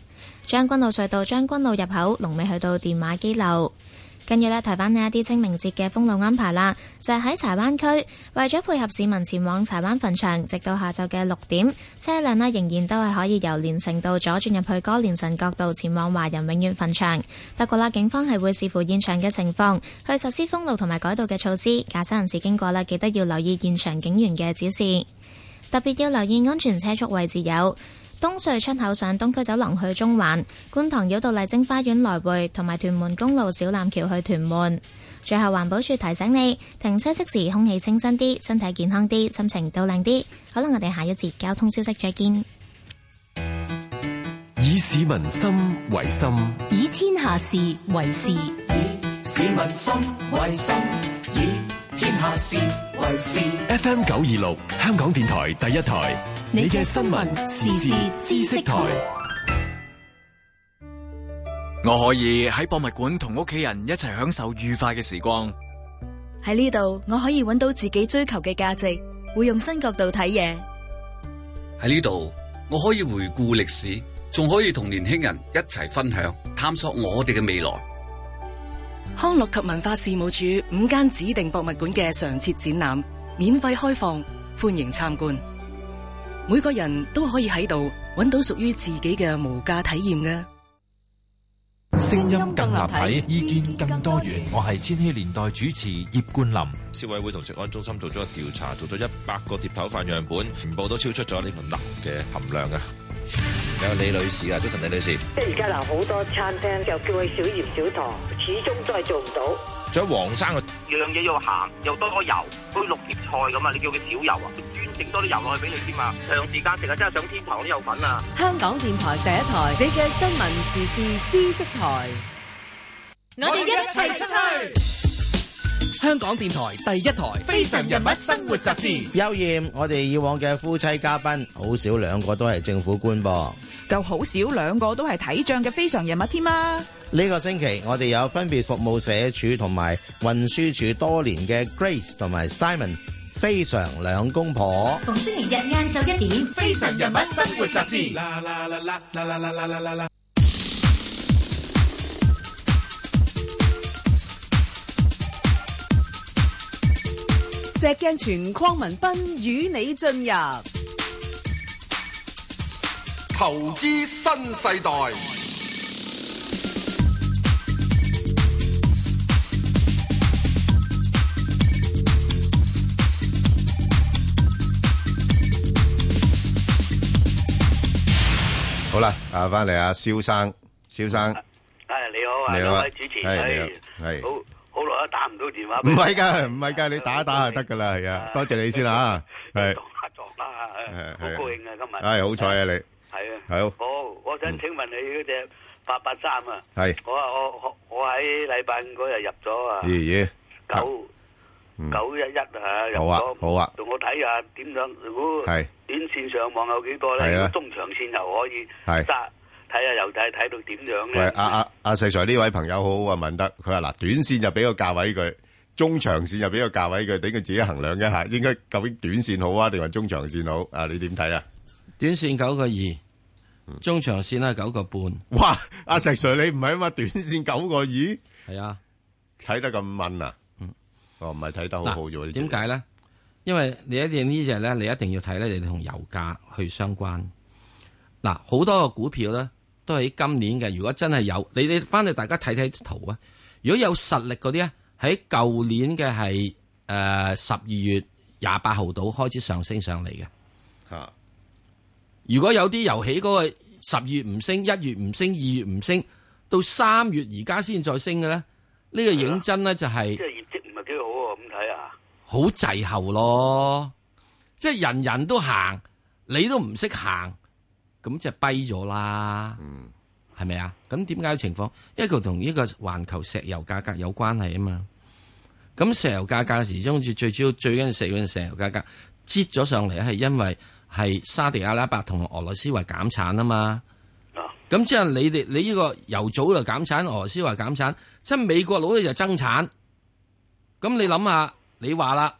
Speaker 28: 將軍澳隧道將軍澳入口，龍尾去到電話機樓。跟住呢，提翻呢一啲清明節嘅封路安排啦，就係、喺柴灣區，為咗配合市民前往柴灣墳場，直到下晝嘅六點，車輛呢仍然都係可以由連城道左轉入去歌連臣角道前往華人永遠墳場。不過啦，警方係會視乎現場嘅情況，去實施封路同埋改道嘅措施。駕駛人士經過啦，記得要留意現場警員嘅指示，特別要留意安全車速位置有。東隧出口上東區走廊去中環，觀塘繞道麗晶花園來回，同埋屯門公路小欖橋去屯門。最後環保署提醒你，停車熄匙空氣清新啲，身體健康啲，心情都靚啲。好啦，我哋下一節交通消息再見。
Speaker 14: 以市民心為心，
Speaker 15: 以天下事為事，以市民心為心，以天下事為事。
Speaker 14: FM 九二六，香港電台第一台，你嘅新聞時事知識台。
Speaker 1: 我可以喺博物館同屋企人一齊享受愉快嘅時光。
Speaker 29: 喺呢度，我可以揾到自己追求嘅價值，會用新角度睇嘢。
Speaker 30: 喺呢度，我可以回顧歷史，仲可以同年輕人一齊分享，探索我哋嘅未來。
Speaker 31: 康樂及文化事務署五間指定博物館嘅常設展覽免費開放，歡迎參觀。每個人都可以喺度揾到屬於自己嘅無價體驗嘅。
Speaker 32: 聲音更立體，意見更多元。我係千禧年代主持葉冠霖。
Speaker 33: 消委會同食安中心做咗個調查，做咗一百個碟頭飯樣本，全部都超出咗呢個鈉嘅含量啊！有李女士啊，早晨李女士，
Speaker 34: 即係而家嗱，好多餐廳就叫佢少鹽少糖，始終都係做唔到。
Speaker 33: 仲有黃生啊，
Speaker 35: 樣嘢要鹹，又多油，好似綠葉菜咁啊！你叫佢少油啊，專整多啲油落去俾你添啊！長時間食啊，真係上天堂都有份啊！
Speaker 26: 香港電台第一台，你嘅新聞時事知識台。
Speaker 6: 我哋一齊出去。
Speaker 20: 香港電台第一台《非常人物生活雜誌》。
Speaker 36: 邱艳，我哋以往嘅夫妻嘉賓，好少兩個都係政府官噃。
Speaker 37: 就好少兩個都係睇仗嘅非常人物添啊！
Speaker 36: 呢個星期我哋有分別服務社署同埋運輸署多年嘅 Grace 同埋 Simon，非常兩公婆。
Speaker 6: 逢星期日晏晝一點，《非常人物生活雜誌》。
Speaker 38: 啦啦啦啦啦啦啦啦啦啦！
Speaker 26: 石鏡泉邝文斌與你進入
Speaker 7: 投資新世代，
Speaker 8: 好啦，啊，翻嚟啊，蕭生，蕭生，
Speaker 37: 係你好啊，
Speaker 8: 你好啊
Speaker 37: 兩位主持，
Speaker 8: 係你好
Speaker 37: 唉
Speaker 8: 係
Speaker 37: 好好耐都打唔到電話
Speaker 8: 唔
Speaker 37: 俾你，啊
Speaker 8: 係㗎，唔係㗎，你打一打就得㗎啦，係啊，多謝你先啦，啊係，
Speaker 37: 合作啦，
Speaker 8: 係
Speaker 37: 好
Speaker 8: 係
Speaker 37: 高興啊今日，
Speaker 8: 係好彩啊你，
Speaker 37: 係啊，
Speaker 8: 好嗯
Speaker 37: 好，我想請問你嗰只八八三啊，
Speaker 8: 係
Speaker 37: 我啊我我我喺禮拜五嗰日入咗啊，
Speaker 8: 咦咦，
Speaker 37: 九
Speaker 8: 嗯
Speaker 37: 九一一啊，入
Speaker 8: 好啊
Speaker 37: 咗，
Speaker 8: 好啊
Speaker 37: 同我睇下點樣，如果
Speaker 8: 係
Speaker 37: 短線上網有幾多咧，
Speaker 8: 係
Speaker 37: 如
Speaker 8: 啊
Speaker 37: 果中長線又可以
Speaker 8: 係
Speaker 37: 揸睇下又睇睇到點樣
Speaker 8: 喂，啊
Speaker 37: 咧？
Speaker 8: 阿阿阿細 Sir 呢位朋友好好啊，問得佢話嗱，短線就俾個價位佢，中長線就俾個價位佢，俾佢自己衡量一下，應該究竟短線好啊，定係中長線好啊？你點睇啊？
Speaker 9: 短線九個二，中長線咧九個半。
Speaker 8: 哇！阿石 Sir 你唔係啊嘛，短線九個二，係
Speaker 9: 啊，
Speaker 8: 睇得咁問啊，哦唔係睇得好好啫喎，呢隻
Speaker 9: 嗱點解咧？因為你一定呢只咧，你一定要睇咧，你同油價去相關。嗱，好多個股票咧都喺今年嘅。如果真係有，你你翻去大家睇睇圖啊。如果有實力嗰啲咧，喺舊年嘅係誒十二月廿八號度開始上升上嚟嘅。
Speaker 8: 嚇！
Speaker 9: 如果有啲遊戲嗰個十二月唔升，一月唔升，二月唔升，到三月而家先再升嘅咧，呢、個認真咧就係、
Speaker 37: 即係業績唔係幾好喎，咁睇啊！
Speaker 9: 好滯後咯。即係人人都行，你都唔識行，咁就跛咗啦。係咪啊？咁點解嘅情況？因為佢同呢個環球石油價格有關係啊嘛。咁石油價格始終最最主要最緊要石油石油價格擠咗上嚟，係因為係沙地阿拉伯同俄羅斯話減產啊嘛。咁之後你哋你呢個油組又減產，俄羅斯話減產，即係美國佬咧就增產。咁你諗下，你話啦，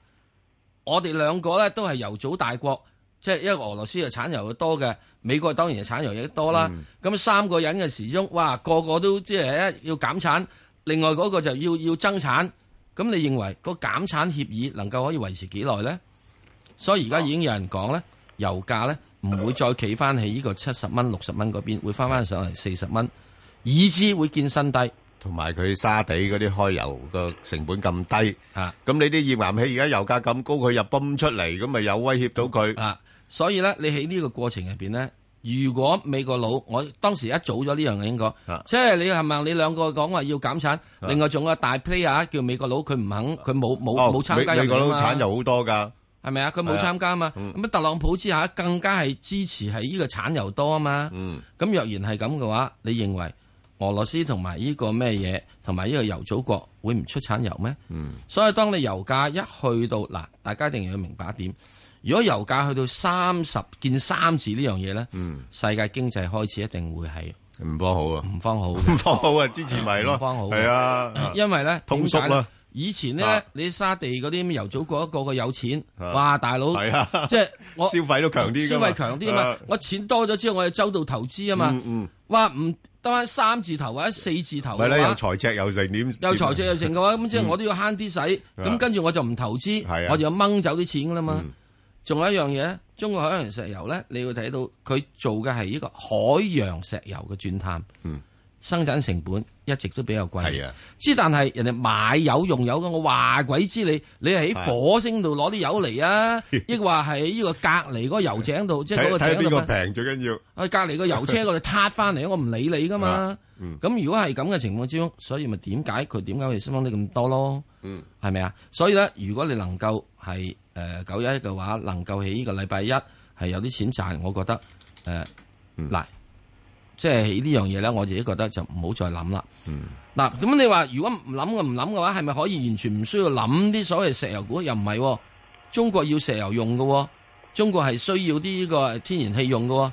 Speaker 9: 我哋兩個咧都係油組大國，即係因為俄羅斯係產油嘅多嘅，美國當然係產油亦多啦。咁、三個人嘅時鐘，哇，個個都即係一要減產，另外嗰個就要要增產。咁你認為個減產協議能夠可以維持幾耐咧？所以而家已經有人講咧，油價咧唔會再企翻喺呢個七十蚊、六十蚊嗰邊，會翻翻上嚟四十蚊，以至會見新低。
Speaker 8: 同埋佢沙地嗰啲開油個成本咁低，咁你啲頁岩氣而家油價咁高，佢又泵出嚟，咁咪有威脅到佢。
Speaker 9: 啊，所以咧，你喺呢個過程入邊咧，如果美國佬，我當時一早咗呢樣嘢應該，
Speaker 8: 啊
Speaker 9: 即係你係咪你兩個講話要減產，另外仲有個大 player 叫美國佬，佢唔肯，佢冇冇冇參加
Speaker 8: 哦美美國佬
Speaker 9: 入嚟啊嘛
Speaker 8: 產油好多㗎，
Speaker 9: 係咪啊？佢冇參加啊嘛。
Speaker 8: 係啊嗯
Speaker 9: 咁啊，特朗普之下更加係支持係呢個產油多啊嘛。
Speaker 8: 嗯
Speaker 9: 咁若然係咁嘅話，你認為俄羅斯同埋呢個咩嘢，同埋呢個油組國會唔出產油咩？
Speaker 8: 嗯
Speaker 9: 所以當你油價一去到嗱，大家一定要明白一點，如果油價去到三十見三字呢樣嘢咧，世界經濟開始一定會係
Speaker 8: 嗯唔方好啊，
Speaker 9: 唔方好，
Speaker 8: 唔方好啊，支持咪咯
Speaker 9: 唔方好，嗯
Speaker 8: 係啊
Speaker 9: 因為咧
Speaker 8: 通縮啦
Speaker 9: 點解呢以前
Speaker 8: 啊
Speaker 9: 咧，你沙地嗰啲油組國個個有錢，
Speaker 8: 啊
Speaker 9: 哇！大佬
Speaker 8: 係啊，
Speaker 9: 即係
Speaker 8: *laughs*
Speaker 9: 我
Speaker 8: 消費都強啲㗎
Speaker 9: 消
Speaker 8: 嘛
Speaker 9: 費強啲啊嘛
Speaker 8: 啊。
Speaker 9: 我錢多咗之後，我要周到投資啊嘛
Speaker 8: 嗯嗯。
Speaker 9: 哇！唔得翻三字頭或者四字頭
Speaker 8: 咪
Speaker 9: 嘅
Speaker 8: 咧又
Speaker 9: 話，
Speaker 8: 財赤又成點？啊
Speaker 9: 有啊財政有剩嘅話，咁即係
Speaker 8: 嗯
Speaker 9: 我都要慳啲使，
Speaker 8: 啊
Speaker 9: 咁跟住我就唔投資
Speaker 8: 係啊，嗯
Speaker 9: 我就要掹走啲錢噶啦嘛。仲有一樣嘢咧，中國海洋石油咧，你要睇到佢做嘅係呢個海洋石油嘅鑽探，生產成本一直都比較貴。
Speaker 8: 嗯係啊，
Speaker 9: 之但係人哋買油用油嘅，我話鬼知你，你係
Speaker 8: 啊
Speaker 9: 喺火星度攞啲油
Speaker 8: *laughs*
Speaker 9: 嚟啊，抑或係喺呢個隔離嗰個油井度，即係嗰
Speaker 8: 睇
Speaker 9: 個
Speaker 8: 睇
Speaker 9: 井
Speaker 8: 邊
Speaker 9: 度
Speaker 8: 個
Speaker 9: 啊
Speaker 8: 平最緊要。
Speaker 9: 隔離個油車嗰度撻翻嚟，我唔理你噶嘛
Speaker 8: 啊。嗯
Speaker 9: 咁如果係咁嘅情況之中，所以咪點解佢點解會升翻得咁多咯？
Speaker 8: 嗯，
Speaker 9: 係咪啊？所以咧，如果你能夠係誒九一一嘅話，能夠喺呢個禮拜一係有啲錢賺，我覺得誒呃嗱、
Speaker 8: 嗯
Speaker 9: 即係喺呢樣嘢咧，我自己覺得就唔好再諗啦。
Speaker 8: 嗯
Speaker 9: 嗱，咁你話如果唔諗嘅唔諗嘅話，係咪可以完全唔需要諗啲所謂石油股？又唔係、喎，中國要石油用嘅、喎，中國係需要啲呢個天然氣用嘅、喎。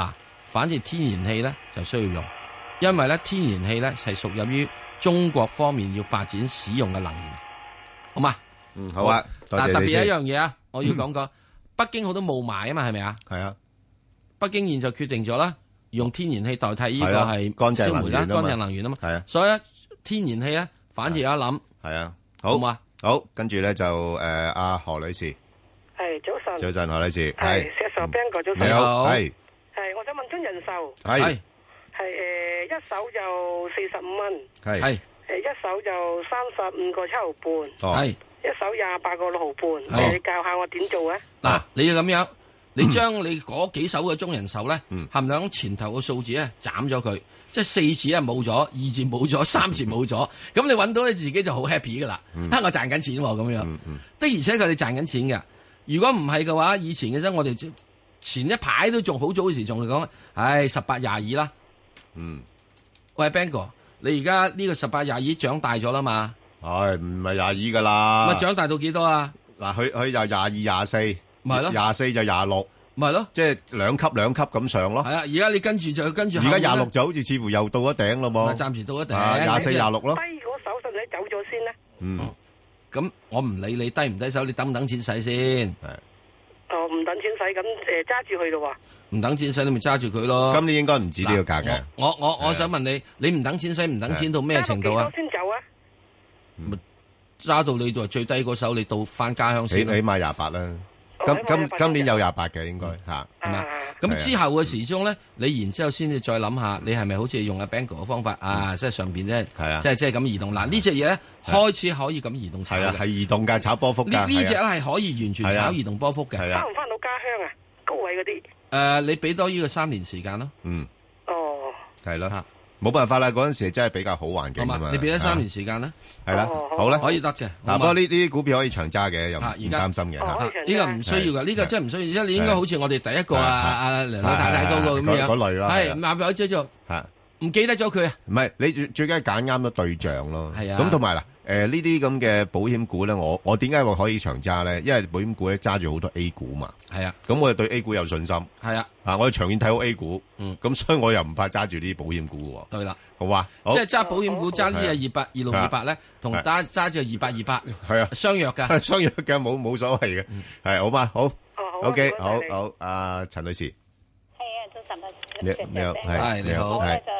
Speaker 9: 嗱，反正天然氣咧就需要用，因為咧天然氣咧係屬入於中國方面要發展使用嘅能源，好嘛？
Speaker 8: 嗯，好啊，多
Speaker 9: 嗱，特
Speaker 8: 謝
Speaker 9: 別
Speaker 8: 你
Speaker 9: 有
Speaker 8: 先
Speaker 9: 一樣嘢啊，我要講講，北京好多霧霾啊嘛，係咪啊？
Speaker 8: 係啊，
Speaker 9: 北京現在決定咗啦，用天然氣代替呢個
Speaker 8: 係啊
Speaker 9: 係
Speaker 8: 乾淨
Speaker 9: 燒煤
Speaker 8: 能源
Speaker 9: 啦，
Speaker 8: 啊
Speaker 9: 乾
Speaker 8: 嘛
Speaker 9: 淨能源啊嘛。
Speaker 8: 係啊，
Speaker 9: 所以咧天然氣咧，反而有一諗。
Speaker 8: 係啊，好
Speaker 9: 好嘛，
Speaker 8: 好，跟住咧就誒阿何女士，
Speaker 34: 係早
Speaker 8: 早
Speaker 34: 晨，
Speaker 8: 晨何女士，
Speaker 34: 係
Speaker 8: 係
Speaker 34: 石 Sir Ben 哥早晨，
Speaker 8: 你好，哎係
Speaker 34: 係我想問中人壽，
Speaker 8: 係
Speaker 34: 係誒一手就四十五蚊，
Speaker 8: 係
Speaker 9: 係
Speaker 34: 誒呃一手就三十五個七毫半，
Speaker 9: 係
Speaker 34: 一手廿八個六毫
Speaker 9: 係
Speaker 34: 半，你教下我點做啊？
Speaker 9: 嗱，你要咁
Speaker 8: 嗯
Speaker 9: 樣，你將你嗰幾手嘅中人手咧，含兩前頭嘅數字咧斬咗佢，即係四字啊冇咗，二字冇
Speaker 8: *laughs*
Speaker 9: 咗，三字冇咗，咁你揾到你自己就好 happy 噶啦，
Speaker 8: 嗯
Speaker 9: 啊我賺緊錢喎咁樣，的而且確你賺緊錢嘅。如果唔係嘅話，以前嘅啫，我哋前一排都仲好早嘅時仲係講，唉十八廿二啦，
Speaker 8: 嗯，
Speaker 9: 喂 Bang 哥，你而家呢個十八廿二長大咗啦嘛，
Speaker 8: 唉唔係廿二噶啦，
Speaker 9: 咪長大到幾多啊？
Speaker 8: 嗱，佢佢就廿二廿四，
Speaker 9: 咪係咯
Speaker 8: 廿四就廿六，
Speaker 9: 咪咯，
Speaker 8: 即係兩級兩級咁上咯。
Speaker 9: 係啊，而家你跟住就跟住後
Speaker 8: 而家
Speaker 9: 面呢，
Speaker 8: 廿六就好似似乎又到咗頂咯
Speaker 9: 咪
Speaker 8: 噃，
Speaker 9: 暫時到一定
Speaker 8: 啊廿四廿六咯
Speaker 34: 低，嗰手信你走咗先啦。
Speaker 8: 嗯，
Speaker 9: 哦咁我唔理你低唔低手，你等唔等錢使先？
Speaker 34: 哦，唔等錢使咁誒，揸住佢咯
Speaker 9: 唔等錢使你咪揸住佢咯。
Speaker 8: 今年應該唔止呢個價嘅，
Speaker 9: 我我
Speaker 8: 啊
Speaker 9: 我想問你，你唔等錢使唔等錢到咩程度
Speaker 34: 喎，
Speaker 9: 啊
Speaker 34: 我？先走啊！
Speaker 9: 揸到你就最低嗰手，你到翻家鄉
Speaker 8: 起
Speaker 9: 先
Speaker 8: 起
Speaker 9: 咯，
Speaker 8: 碼廿八啦。
Speaker 9: 哦
Speaker 8: 今今今年有廿八嘅應該嚇，啊
Speaker 9: 係嘛？嗯咁之後嘅時鐘咧，你然之後先至再諗下，你係咪好似用阿 b a n g o 嘅方法啊？即係上邊咧，
Speaker 8: 嗯啊
Speaker 9: 即係即係咁移動。嗱呢只嘢咧開始可以咁移動炒
Speaker 8: 係啊，係
Speaker 9: 嘅。
Speaker 8: 移動價炒波幅
Speaker 9: 呢
Speaker 8: 㗎。
Speaker 9: 呢隻
Speaker 8: 係啊
Speaker 9: 係可以完全
Speaker 8: 係啊
Speaker 9: 炒移動波幅嘅。
Speaker 8: 係啊
Speaker 34: 翻唔翻到家鄉啊？高位嗰啲，
Speaker 9: 誒，你俾多呢個三年時間咯。
Speaker 8: 嗯，
Speaker 34: 哦，
Speaker 8: 係咯。冇辦法啦，嗰陣時真係比較好環境啊
Speaker 9: 好
Speaker 8: 嘛
Speaker 9: 嘛。你俾咗三年時間啦，
Speaker 8: 係啦，好啦，
Speaker 9: 可以得嘅。
Speaker 8: 嗱，
Speaker 9: 好嘛
Speaker 8: 不過呢呢啲股票可以長揸嘅，又唔
Speaker 9: 啊
Speaker 8: 唔
Speaker 9: 而家
Speaker 8: 擔心嘅。
Speaker 9: 啊
Speaker 8: 嚇
Speaker 9: 呢個唔需要噶，呢個真係唔需要，即係你應該好似我哋第一個啊
Speaker 8: 係
Speaker 9: 啊啊梁老太太嗰個咁
Speaker 8: 係係嗰
Speaker 9: 樣，
Speaker 8: 嗰類啦係啊
Speaker 9: 係買咗之後
Speaker 8: 嚇
Speaker 9: 就唔記得咗佢啊。
Speaker 8: 唔係，你最最緊係揀啱咗對象咯。係
Speaker 9: 啊
Speaker 8: 咁同埋嗱，誒呢啲咁嘅保險股咧，我我點解話可以長揸咧？因為保險股咧揸住好多 A 股嘛。
Speaker 9: 係啊，
Speaker 8: 咁我哋對 A 股有信心。
Speaker 9: 係啊，
Speaker 8: 啊，我哋長遠睇好 A 股。
Speaker 9: 嗯，
Speaker 8: 咁所以我又唔怕揸住呢啲保險股喎。
Speaker 9: 對啦，
Speaker 8: 好嘛，好
Speaker 9: 即係揸保險股揸呢隻二百二六二八咧，同
Speaker 8: 係
Speaker 9: 揸揸住二百二八
Speaker 8: 係啊，
Speaker 9: 相約嗯㗎。
Speaker 8: *laughs* 相約嘅冇冇所謂嘅，係好嘛，好，OK，好好，阿陳女士，
Speaker 27: 啊
Speaker 8: 你你好，係你好，
Speaker 27: 我
Speaker 8: 係
Speaker 27: 咧，就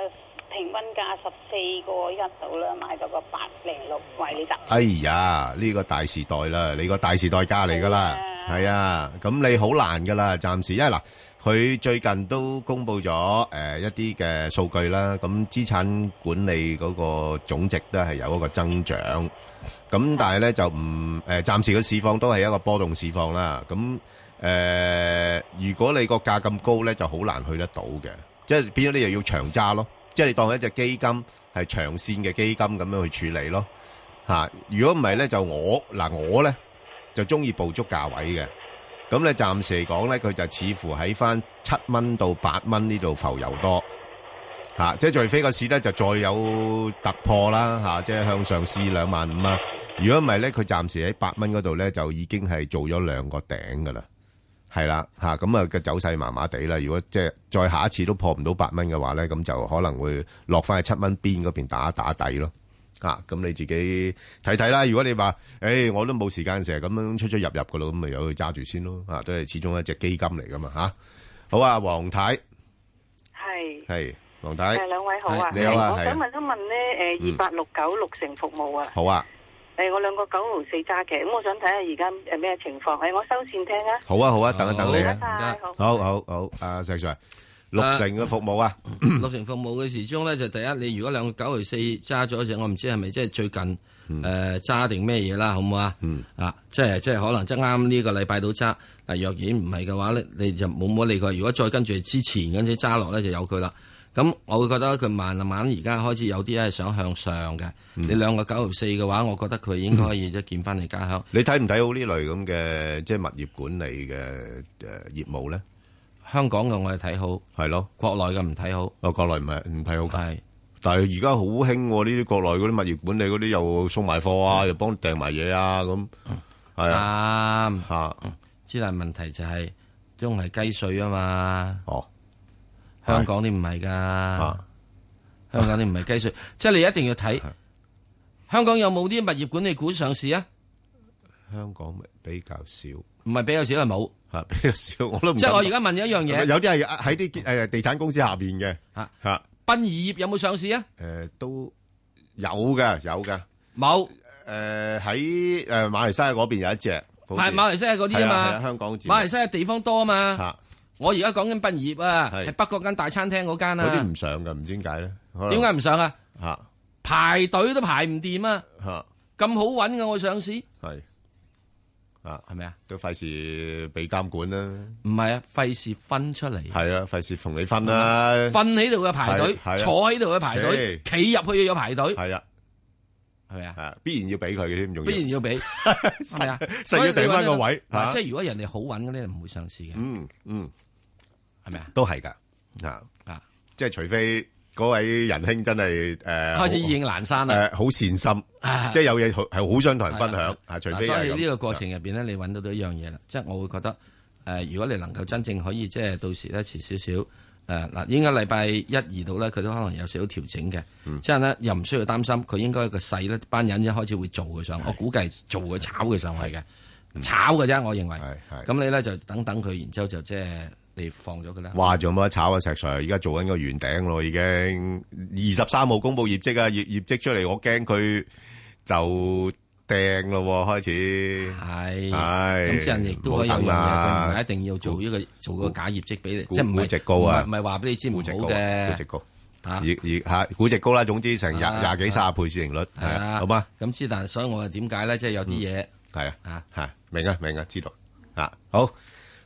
Speaker 27: 平均價十四個一到啦，買咗個八零六維你達。
Speaker 8: 哎呀，呢個大時代啦，你個大時代價嚟噶啦，係啊，咁你好難噶啦，暫時，因為嗱，佢最近都公布咗誒一啲嘅數據啦，咁資產管理嗰個總值都係有一個增長，咁但係咧就唔誒，暫時嘅市況都係一個波動市況啦，咁。誒、如果你個價咁高咧，就好難去得到嘅，即係變咗你又要長揸咯，即係你當一隻基金係長線嘅基金咁樣去處理咯，嚇、啊如果唔係咧，就我嗱我咧就中意捕捉價位嘅，咁咧暫時嚟講咧，佢就似乎喺翻七蚊到八蚊呢度浮游多。吓、即係除非個市咧就再有突破啦，吓、即係向上試兩萬五啊。如果唔係咧，佢暫時喺八蚊嗰度咧就已經係做咗兩個頂噶啦，係啦，吓咁啊嘅走勢麻麻地啦。如果即係再下一次都破唔到八蚊嘅話咧，咁就可能會落翻去七蚊邊嗰邊打一打底咯。啊，咁你自己睇睇啦。如果你話，誒、我都冇時間成日咁樣出出入入噶咯，咁咪由佢揸住先咯。啊，都係始終一隻基金嚟噶嘛，吓、好啊，黃太
Speaker 27: 係。
Speaker 8: 係黃太，
Speaker 27: 誒兩位好啊，
Speaker 8: 你好啊，
Speaker 27: 我
Speaker 8: 係
Speaker 27: 想
Speaker 8: 啊
Speaker 27: 問一問咧，誒
Speaker 8: 嗯
Speaker 27: 二八六九六成服務啊，
Speaker 8: 好啊，
Speaker 27: 誒我兩個九毫四揸嘅，咁我想睇下而家呃誒咩情況，誒我收線聽啊，
Speaker 8: 好啊，好啊，等一等你
Speaker 27: 唔該
Speaker 8: 啊
Speaker 27: 晒，
Speaker 8: 好好好，阿石 Sir，六成嘅服務啊，
Speaker 9: 啊 *coughs* 六成服務嘅時鐘咧，就第一，你如果兩個九毫四揸咗只，我唔知係咪即係最近
Speaker 8: 嗯
Speaker 9: 誒揸定咩嘢啦，好唔好啊？啊，即係即係可能即係啱呢個禮拜到揸。嗱，若然唔係嘅話咧，你就冇冇理佢。如果再跟住之前嗰陣揸落咧，就有佢啦。咁我會覺得佢慢慢而家開始有啲係想向上嘅。
Speaker 8: 嗯
Speaker 9: 你兩個九毫四嘅話，我覺得佢應該可以即係見翻你家鄉。
Speaker 8: 你睇唔睇好呢類咁嘅即係物業管理嘅誒業務咧？
Speaker 9: 香港嘅我係睇好，
Speaker 8: 係咯，
Speaker 9: 國內嘅唔睇好。
Speaker 8: 哦，國內唔係唔睇好
Speaker 9: 㗎，係。
Speaker 8: 但係而家好興喎，呢啲國內嗰啲物業管理嗰啲又送埋貨
Speaker 9: 嗯
Speaker 8: 啊，又幫你訂埋嘢啊，咁係
Speaker 9: 啊，
Speaker 8: 嚇。
Speaker 9: 之但係問題就係，中係雞碎啊嘛。
Speaker 8: 哦，
Speaker 9: 香港啲唔係噶，香港啲唔係雞
Speaker 8: *laughs*
Speaker 9: 碎，即係你一定要睇香港有冇啲物業管理股上市啊？
Speaker 8: 香港比較少，
Speaker 9: 唔係比較少，係冇
Speaker 8: 嚇比較少，我都唔
Speaker 9: 即係
Speaker 8: 敢
Speaker 9: 我而家問你一樣嘢
Speaker 8: 有啲係喺啲誒地產公司下邊嘅
Speaker 9: 嚇
Speaker 8: 嚇
Speaker 9: 殯儀業有冇上市啊？
Speaker 8: 誒呃都有嘅有嘅
Speaker 9: 冇
Speaker 8: 誒喺誒馬來西亞嗰邊有一隻，好似
Speaker 9: 係馬來西亞嗰啲啊
Speaker 8: 係係
Speaker 9: 嘛，
Speaker 8: 香港字
Speaker 9: 馬來西亞地方多啊嘛
Speaker 8: 嚇。
Speaker 9: 我而家講緊殯儀業啊，
Speaker 8: 係
Speaker 9: 係北角間大餐廳嗰間
Speaker 8: 嗰啲
Speaker 9: 啊
Speaker 8: 唔，上嘅，唔知點解咧？
Speaker 9: 點解唔上啊？
Speaker 8: 嚇
Speaker 9: 排隊都排唔掂啊！
Speaker 8: 嚇
Speaker 9: 咁好揾嘅我上市。
Speaker 8: 係啊？
Speaker 9: 係咪啊？
Speaker 8: 都費事被監管啦。
Speaker 9: 唔係啊，費事分出嚟。
Speaker 8: 係啊，費事同你分啦。
Speaker 9: 瞓喺度嘅排隊
Speaker 8: 係係啊，
Speaker 9: 坐喺度嘅排隊，企入去又有排隊。
Speaker 8: 係啊，
Speaker 9: 係咪啊？
Speaker 8: 係必然要俾佢嘅添，仲要
Speaker 9: 必然
Speaker 8: *laughs*
Speaker 9: 要俾，係啊，
Speaker 8: 實要頂返個位
Speaker 9: 所以你話呢啊
Speaker 8: 嚇
Speaker 9: 即係如果人哋好揾嗰啲，唔會上市嘅。
Speaker 8: 嗯嗯，
Speaker 9: 係咪啊？
Speaker 8: 都係㗎啊
Speaker 9: 啊！
Speaker 8: 即係除非嗰位仁兄真係誒
Speaker 9: 開始意興闌珊啦
Speaker 8: 誒好善心
Speaker 9: 啊，
Speaker 8: 即係有嘢好係好想同人分享啊。除
Speaker 9: 嗱
Speaker 8: 非
Speaker 9: 所
Speaker 8: 係
Speaker 9: 以
Speaker 8: 咁
Speaker 9: 呢個過程入邊咧，你揾到到一樣嘢啦，即係我會覺得誒，如果你能夠真正可以即係到時咧遲少少誒嗱，應該禮拜一二度咧，佢都可能有少少調整嘅，
Speaker 8: 嗯
Speaker 9: 即係咧又唔需要擔心，佢應該個勢咧班人一開始會做嘅上，我估計做嘅炒嘅上去嘅，
Speaker 8: 嗯
Speaker 9: 炒嘅啫，我認為。咁你咧就等等佢，然之後就即係你放咗佢啦。
Speaker 8: 哇，仲有冇得炒啊？石 Sir，而家做緊個圓頂咯，已經二十三號公布業績啊，業業績出嚟，我驚佢就掟咯喎，開始
Speaker 9: 係
Speaker 8: 係
Speaker 9: 咁，即係亦都可以有樣
Speaker 8: 冇
Speaker 9: 嘢，
Speaker 8: 等啦
Speaker 9: 佢唔係一定要做呢個做個假業績俾你，
Speaker 8: 估
Speaker 9: 即係唔
Speaker 8: 估
Speaker 9: 係
Speaker 8: 值高啊
Speaker 9: 唔係唔係話俾你知唔好
Speaker 8: 高啊
Speaker 9: 嘅
Speaker 8: 估值高，
Speaker 9: 嚇
Speaker 8: 而而嚇估值高啦，總之成廿
Speaker 9: 啊
Speaker 8: 廿幾卅倍市盈率，係啊，好嘛？？嗯
Speaker 9: 咁之但係所以我話點解咧，即係有啲嘢
Speaker 8: 係啊，係明啊，明啊，知道啊，好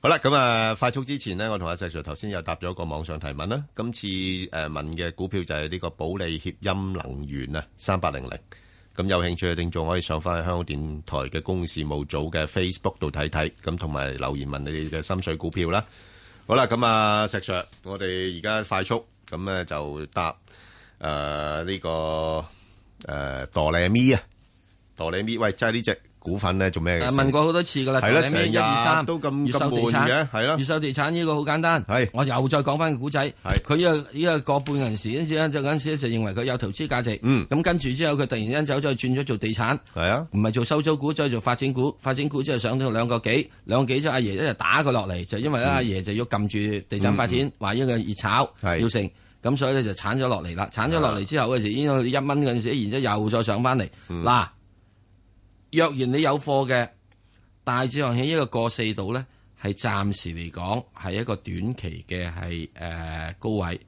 Speaker 8: 好啦，咁啊，快速之前呢，我同阿石 Sir 頭先又答咗一個網上提問啦。今次誒問嘅股票就係呢個保利協鑫能源啊，三八零零。咁有興趣嘅聽眾可以上翻去香港電台嘅公共事務組嘅 Facebook 度睇睇，咁同埋留言問你哋嘅心水股票啦。好啦，咁啊，石 Sir，我哋而家快速咁咧就答誒呢個誒哆唻咪啊，哆唻咪，喂，真係呢隻股份咧做咩嘅
Speaker 9: 誒
Speaker 8: 事？
Speaker 9: 啊問過好多次噶啦，
Speaker 8: 係啦，
Speaker 9: 同你
Speaker 8: 成
Speaker 9: 咩一二三
Speaker 8: 日都咁
Speaker 9: 越
Speaker 8: 咁
Speaker 9: 秀地
Speaker 8: 悶
Speaker 9: 產
Speaker 8: 嘅，係啦
Speaker 9: 越。秀地產呢個好簡單，
Speaker 8: 係
Speaker 9: 我又再講翻個古仔，佢呢個呢個個半銀時嗰陣時咧，就嗰陣時咧就認為佢有投資價值，
Speaker 8: 嗯
Speaker 9: 咁跟住之後佢突然間走咗去轉咗做地產，
Speaker 8: 係啊，
Speaker 9: 唔係做收租股，再做發展股，發展股之後上到兩個幾，兩個幾之後阿爺一就打佢落嚟，就因為咧
Speaker 8: 嗯
Speaker 9: 阿爺就要撳住地產發
Speaker 2: 嗯
Speaker 9: 展，話呢個熱炒
Speaker 2: 係
Speaker 9: 要成。咁所以咧就鏟咗落嚟啦，鏟咗落嚟之後嗰時已經去到一蚊嗰陣時，然之後又再上翻嚟。嗱，若然你有貨嘅，大致上喺一個過四度咧，係暫時嚟講係一個短期嘅係誒高位，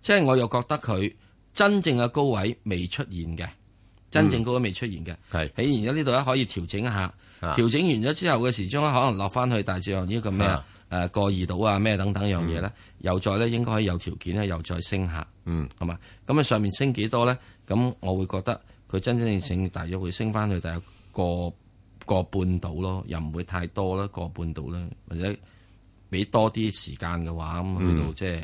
Speaker 9: 即係我又覺得佢真正嘅高位未出現嘅，真正高位未出現嘅，
Speaker 8: 係
Speaker 9: 喺而家呢度咧可以調整一下，
Speaker 8: 啊
Speaker 9: 調整完咗之後嘅時鐘咧可能落翻去大致上呢個咩啊誒過二度啊咩等等樣嘢咧，又再咧應該可以有條件咧又再升下，
Speaker 8: 嗯，
Speaker 9: 係嘛？咁啊上面升幾多咧？咁我會覺得佢真真正正大約會升翻去大約個個半度咯，又唔會太多啦，個半度啦，或者俾多啲時間嘅話，咁去到
Speaker 13: 嗯
Speaker 9: 即係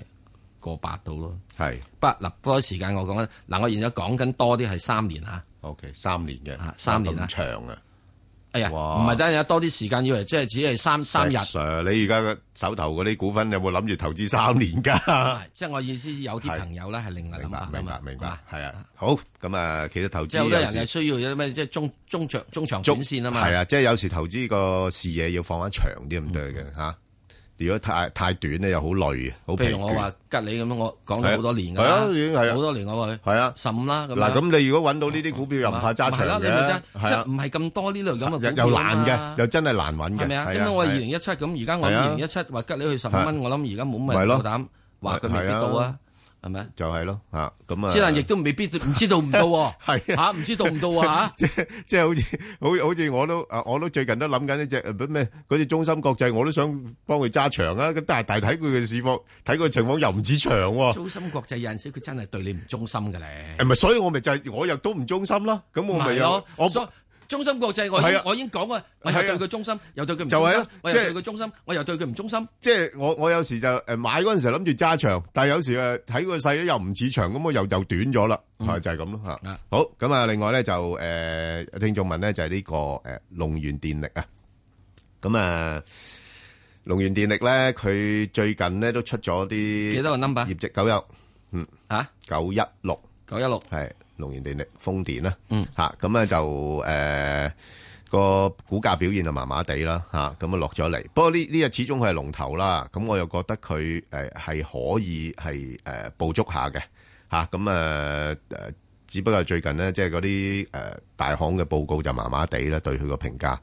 Speaker 9: 個八度咯。
Speaker 8: 係
Speaker 9: 不嗱，不過時間我講緊嗱，我而家講緊多啲係三年嚇。
Speaker 8: OK，三年嘅
Speaker 9: 三年啊，
Speaker 8: 咁長啊。
Speaker 9: 哎呀，
Speaker 8: 哇
Speaker 9: 唔係等陣有多啲時間，以為即係只係三三日
Speaker 8: 石。Sir，你而家個手頭嗰啲股份有冇諗住投資三年㗎？
Speaker 9: 即係我意思，有啲朋友咧係另外諗法啊
Speaker 8: 明白
Speaker 9: 嘛，
Speaker 8: 明白，係啊，好咁啊，其實投
Speaker 9: 即係
Speaker 8: 資
Speaker 9: 好多
Speaker 8: 有
Speaker 9: 人係
Speaker 8: 時
Speaker 9: 需要有咩即係中中長中長
Speaker 8: 捉
Speaker 9: 短線啊嘛。
Speaker 8: 係啊，即係有時投資個視野要放翻長啲咁對嘅吓。如果太太短咧，又好累啊，好疲
Speaker 9: 嗯譬如我話
Speaker 8: 倦。
Speaker 9: 吉你咁樣，我講咗好多年㗎
Speaker 8: 係
Speaker 9: 啦
Speaker 8: 啊，已經係啊
Speaker 9: 好多年我話
Speaker 8: 係啊，
Speaker 9: 十五啦咁樣。
Speaker 8: 嗱，咁你如果揾到呢啲股票又唔怕揸
Speaker 9: 係啦
Speaker 8: 長
Speaker 9: 你咪揸
Speaker 8: 嘅，
Speaker 9: 即
Speaker 8: 係
Speaker 9: 係
Speaker 8: 啊
Speaker 9: 唔，係咁多呢類咁嘅股票
Speaker 8: 又
Speaker 9: 啊
Speaker 8: 難
Speaker 9: 嘛
Speaker 8: 嘅，又真係難揾嘅。
Speaker 9: 係咪啊？
Speaker 8: 係
Speaker 9: 因為我二零
Speaker 8: 係
Speaker 9: 一七咁，而家我
Speaker 8: 係啊
Speaker 9: 二零一七話吉你去十五
Speaker 8: 係
Speaker 9: 蚊，我諗而家冇乜
Speaker 8: 咪
Speaker 9: 人夠
Speaker 8: 咯
Speaker 9: 膽話佢未必
Speaker 8: 係啊
Speaker 9: 到啊，係咪啊？
Speaker 8: 就係咯嚇，咁啊， *laughs*
Speaker 9: 之但亦都未必唔知道唔到喎，嚇唔知道唔到喎嚇。
Speaker 8: *laughs* 即即係好似好好似我都啊，我都最近都諗緊一隻呃咩嗰隻中心國際，我都想幫佢揸長啊。咁但係大睇佢嘅市況，睇佢情況又唔似長喎。
Speaker 9: 中心國際有陣時佢真係對你唔忠心嘅咧。
Speaker 8: 誒咪所以我咪就係我又都唔忠心啦。咁我咪
Speaker 9: 係
Speaker 8: 又
Speaker 9: 咯
Speaker 8: 我
Speaker 9: 所以中心國際我已
Speaker 8: 係
Speaker 9: 經
Speaker 8: 啊
Speaker 9: 我已經講過，我
Speaker 8: 係
Speaker 9: 又
Speaker 8: 啊
Speaker 9: 對佢忠心，又對佢
Speaker 8: 就
Speaker 9: 唔忠
Speaker 8: 係
Speaker 9: 心
Speaker 8: 啊，
Speaker 9: 我又
Speaker 8: 即
Speaker 9: 對
Speaker 8: 係
Speaker 9: 佢忠心，我又對佢唔忠心。
Speaker 8: 即係我我有時就誒買嗰陣時諗住揸長，但係有時誒睇個勢咧又唔似長，咁我又又短咗啦。係就係咁咯嚇。好咁啊，另外咧就誒有聽眾問咧就係呢個誒龍源電力啊。咁啊，龍源電力咧，佢最近咧都出咗啲
Speaker 9: 幾多個 number？
Speaker 8: 業績九一，嗯
Speaker 9: 嚇，
Speaker 8: 九一六，
Speaker 9: 九一六
Speaker 8: 係龍源電力風電啦，
Speaker 9: 嗯
Speaker 8: 嚇，咁咧就誒個股價表現就麻麻地啦，嚇，咁啊落咗嚟。不過呢呢日始終佢係龍頭啦，咁我又覺得佢誒係可以係誒捕捉下嘅，嚇，咁啊呃誒誒。只不過係最近呢，即係嗰啲誒大行嘅報告就麻麻地啦，對佢個評價。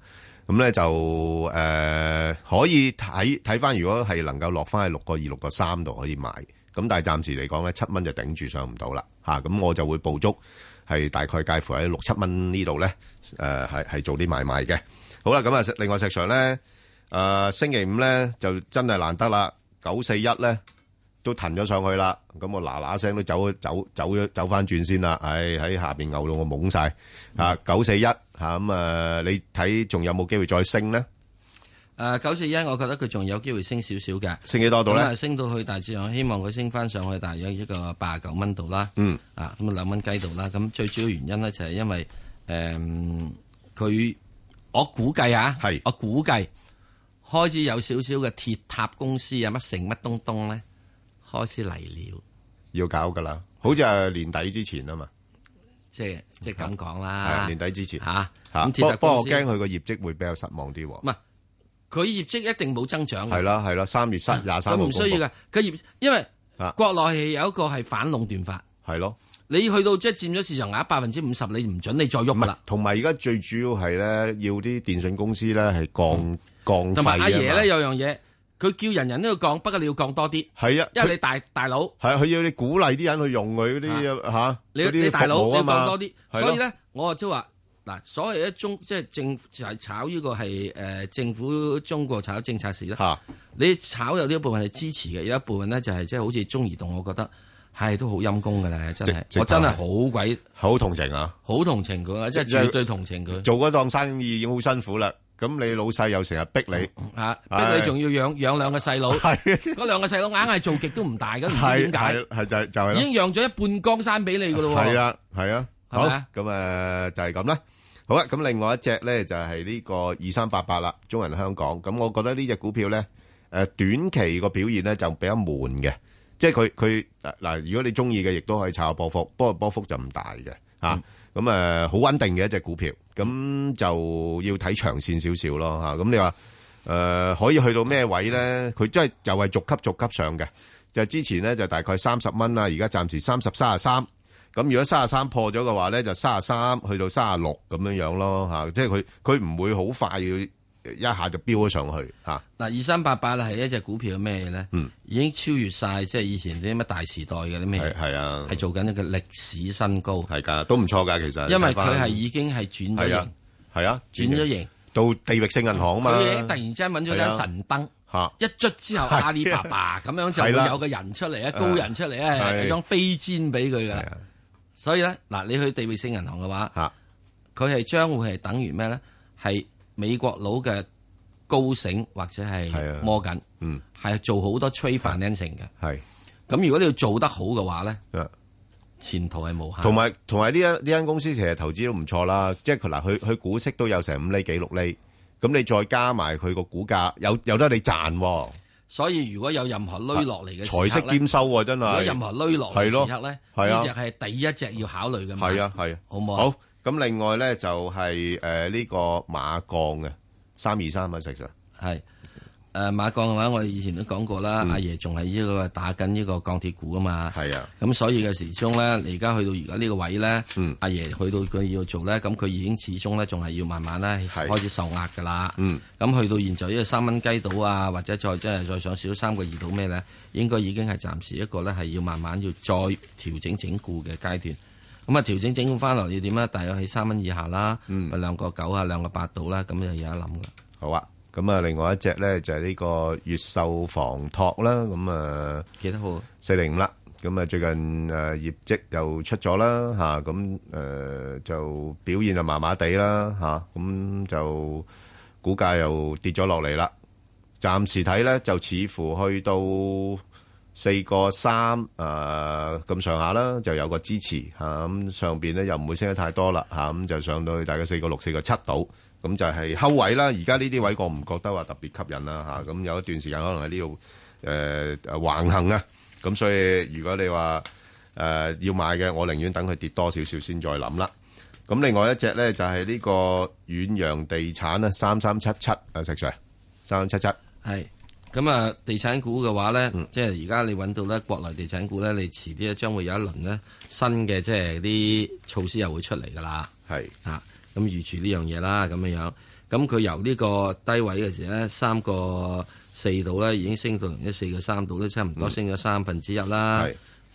Speaker 8: 咁咧就誒、呃可以睇睇翻，如果係能夠落翻去六個二、六個三度可以買。咁但係暫時嚟講咧，七蚊就頂住上唔到啦嚇。咁、我就會捕捉係大概介乎喺六七蚊呢度咧，誒係係做啲買賣嘅。好啦，咁啊，另外石 Sir 咧，誒、星期五咧就真係難得啦，九四一咧。都騰咗上去啦，咁我嗱嗱聲都走走走咗走翻轉先啦，唉喺下邊牛到我懵晒啊九四一嚇咁啊，你睇仲有冇機會再升咧？
Speaker 9: 誒九四一，我覺得佢仲有機會升少少嘅，
Speaker 8: 升幾多度呢
Speaker 9: 咁啊升到去大致上，希望佢升翻上去大約一個八十九蚊度啦。
Speaker 8: 嗯，
Speaker 9: 啊咁啊兩蚊雞度啦。咁最主要原因咧就係因為誒佢、我估計啊，係我估計開始有少少嘅鐵塔公司啊乜成乜東東咧開始嚟了，
Speaker 8: 要搞噶啦，好似係年底之前啊嘛，
Speaker 9: 即係即係咁講
Speaker 8: 係
Speaker 9: 啦。
Speaker 8: 年底之前
Speaker 9: 嚇
Speaker 8: 嚇。不
Speaker 9: 咁鐵
Speaker 8: 過不過
Speaker 9: 塔公
Speaker 8: 我
Speaker 9: 司
Speaker 8: 驚佢個業績會比較失望啲喎。
Speaker 9: 唔係佢業績一定冇增長嘅。
Speaker 8: 係啦係啦，三月失廿
Speaker 9: 佢
Speaker 8: 三號
Speaker 9: 唔需要
Speaker 8: 嘅，
Speaker 9: 嘅，佢業因為
Speaker 8: 啊
Speaker 9: 國內係有一個係反壟斷法，
Speaker 8: 係咯。
Speaker 9: 你去到即係佔咗市場額百分之五十，你唔准你再喐㗎啦。
Speaker 8: 同埋而家最主要係咧，要啲電信公司咧係降降
Speaker 9: 同
Speaker 8: 費啊
Speaker 9: 埋
Speaker 8: 嘛
Speaker 9: 阿爺咧有樣嘢，佢叫人人都要降，不過你要降多啲。
Speaker 8: 係啊
Speaker 9: 因為
Speaker 8: 佢
Speaker 9: 你大大佬，
Speaker 8: 係啊佢要你鼓勵啲人去用佢嗰啲嚇
Speaker 9: 你
Speaker 8: 嗰啲
Speaker 9: 你大佬
Speaker 8: 服務
Speaker 9: 你
Speaker 8: 啊
Speaker 9: 要
Speaker 8: 嘛
Speaker 9: 降多啲，
Speaker 8: 係咯
Speaker 9: 所以咧我就即係話嗱，所謂一中即係政就係炒呢個係誒、呃政府中國炒政策時咧，你炒有呢一部分係支持嘅，有一部分咧就係即係好似中移動，我覺得係都好陰功㗎啦，真係
Speaker 8: 直
Speaker 9: 我真係
Speaker 8: 直頭
Speaker 9: 好鬼
Speaker 8: 好同情啊！
Speaker 9: 好同情佢啊，即係
Speaker 8: 即係
Speaker 9: 絕對同情佢。
Speaker 8: 做嗰檔生意已經好辛苦啦，咁你老細又成日逼你，
Speaker 9: 啊，逼
Speaker 8: 唉
Speaker 9: 你仲要養養兩個
Speaker 8: *laughs*
Speaker 9: 細佬，嗰兩個細佬硬係做極都唔大嘅，唔知
Speaker 8: 係
Speaker 9: 點解
Speaker 8: 係係就係就係
Speaker 9: 已經
Speaker 8: 咯，
Speaker 9: 養咗一半江山俾你㗎咯喎。
Speaker 8: 係啊係啊，
Speaker 9: 係
Speaker 8: 好
Speaker 9: 咪啊
Speaker 8: 咁誒就係咁啦。好啦，咁另外一隻咧就係呢個二三八八啦，中銀香港。咁我覺得呢只股票咧，誒短期個表現咧就比較悶嘅，即係佢佢嗱嗱，如果你中意嘅，亦都可以炒波幅，不過波幅就唔大嘅
Speaker 9: 嗯
Speaker 8: 嚇。咁誒好穩定嘅一隻股票，咁就要睇長線少少咯嚇。咁你話誒可以去到咩位咧？佢真係又係逐級逐級上嘅，就之前咧就大概三十蚊啦，而家暫時三十三啊三。咁如果三十三破咗嘅話咧，就三十三去到三十六咁樣樣咯嚇，即係佢佢唔會好快要一下就飆咗上去嚇。
Speaker 9: 嗱，二三八八係一隻股票咩咧？
Speaker 8: 嗯，
Speaker 9: 已經超越晒即係以前啲乜大時代嘅啲咩？
Speaker 8: 係係啊，
Speaker 9: 係做緊一個歷史新高。
Speaker 8: 係㗎，都唔錯㗎其實。
Speaker 9: 因為
Speaker 8: 睇返
Speaker 9: 佢係已經係轉咗
Speaker 8: 係啊
Speaker 9: 型，
Speaker 8: 係啊，
Speaker 9: 轉咗型
Speaker 8: 到地域性銀行啊嘛。
Speaker 9: 佢已經突然之間揾咗
Speaker 8: 係啊
Speaker 9: 間神燈，
Speaker 8: 嚇
Speaker 9: 一捽之後阿里巴巴咁樣就
Speaker 8: 係啦
Speaker 9: 會有個人出嚟啊，高人出嚟啊，
Speaker 8: 係啊
Speaker 9: 有張飛氈俾佢噶啦。所以咧，嗱，你去地域性銀行嘅話，佢係將會係等於咩咧？係美國佬嘅高盛或者係摩緊，
Speaker 8: 嗯，
Speaker 9: 係做好多 trade financing 嘅。
Speaker 8: 係
Speaker 9: 咁，如果你要做得好嘅話咧
Speaker 8: 啊，
Speaker 9: 前途係無限。
Speaker 8: 同埋同埋呢一呢間公司其實投資都唔錯啦，即係佢嗱，佢佢股息都有成五厘幾六厘，咁你再加埋佢個股價，有有得你賺喎，
Speaker 9: 所以如果有任何攞落嚟嘅時刻
Speaker 8: 啊財
Speaker 9: 呢
Speaker 8: 色兼收喎，真係。
Speaker 9: 如果任何攞落嚟嘅
Speaker 8: 係咯
Speaker 9: 時刻咧，
Speaker 8: 係啊
Speaker 9: 呢只係第一隻要考慮嘅馬。
Speaker 8: 係啊，係啊，
Speaker 9: 好唔好啊
Speaker 8: 好，咁另外咧就係誒呢個馬鋼嘅三二三啊，石 Sir。
Speaker 9: 係誒馬鋼嘅話，我哋以前都講過啦，阿爺仲係呢個打緊呢個鋼鐵股啊嘛。
Speaker 8: 嗯係啊，
Speaker 9: 咁所以嘅時鐘咧，你而家去到而家呢個位咧，
Speaker 8: 嗯
Speaker 9: 阿爺去到佢要做咧，咁佢已經始終咧仲係要慢慢咧開始受壓㗎啦。
Speaker 8: 嗯，
Speaker 9: 咁去到現在呢個三蚊雞到啊，或者再即係再上少三個二到咩咧，應該已經係暫時一個咧係要慢慢要再調整整固嘅階段。咁啊，調整整固翻落要點咧？大約喺三蚊以下啦，咪兩個九啊，兩個八到啦，咁就有得諗㗎啦。
Speaker 8: 嗯好啊，咁啊，另外一隻咧就係呢個越秀房託啦，咁啊
Speaker 9: 幾多號？
Speaker 8: 四零五啦，咁啊最近誒業績又出咗啦嚇，咁誒就表現就麻麻地啦嚇，咁就股價又跌咗落嚟啦。暫時睇咧就似乎去到四個三誒咁上下啦，就有個支持嚇，咁、上邊咧又唔會升得太多啦嚇，咁、就上到去大概四個六、四個七度，咁就係睺位啦。而家呢啲位我唔覺得話特別吸引啦啊嚇，咁、有一段時間可能喺呢度誒誒橫行啊，咁所以如果你話誒、呃要買嘅，我寧願等佢跌多少少先再諗啦。咁另外一隻咧就係、呢個遠洋地產啊，三三七七啊，石 Sir，三三七七。
Speaker 9: 係咁啊，地產股嘅話咧，即係而家你揾到咧，國內地產股咧，你遲啲咧將會有一輪咧新嘅即係啲措施又會出嚟噶啦。
Speaker 8: 係
Speaker 9: 啊，咁預住呢樣嘢啦，咁樣樣。咁佢由呢個低位嘅時咧，三個四度咧已經升到零一四個三度咧，差唔多
Speaker 2: 嗯
Speaker 9: 升咗三分之一啦。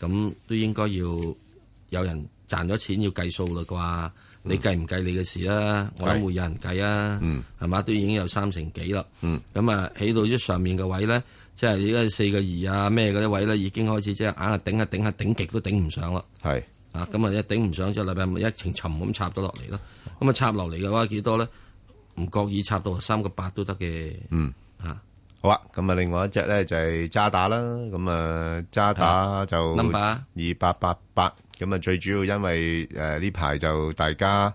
Speaker 9: 咁都應該要有人賺咗錢要計數啦啩？你計唔計你嘅事啊啦？我諗
Speaker 2: 係
Speaker 9: 會有人計啊。係嘛？都已經有三成幾啦。
Speaker 2: 嗯
Speaker 9: 咁啊，起到啲上面嘅位咧，即係而家四個二啊咩嗰啲位咧，已經開始即係硬係頂啊下頂下頂極都頂唔上啦。
Speaker 8: 係
Speaker 9: 啊，咁啊一頂唔上之後，禮拜五一程沉咁插咗落嚟咯。咁啊插落嚟嘅話幾多咧？唔覺意插到三個八都得嘅。
Speaker 8: 嗯
Speaker 9: 啊，
Speaker 8: 好啊，咁啊，另外一隻咧就係渣打啦，咁啊渣打
Speaker 9: 啊
Speaker 8: 就
Speaker 9: number
Speaker 8: 二八八八，咁啊最主要因為誒呢排就大家誒、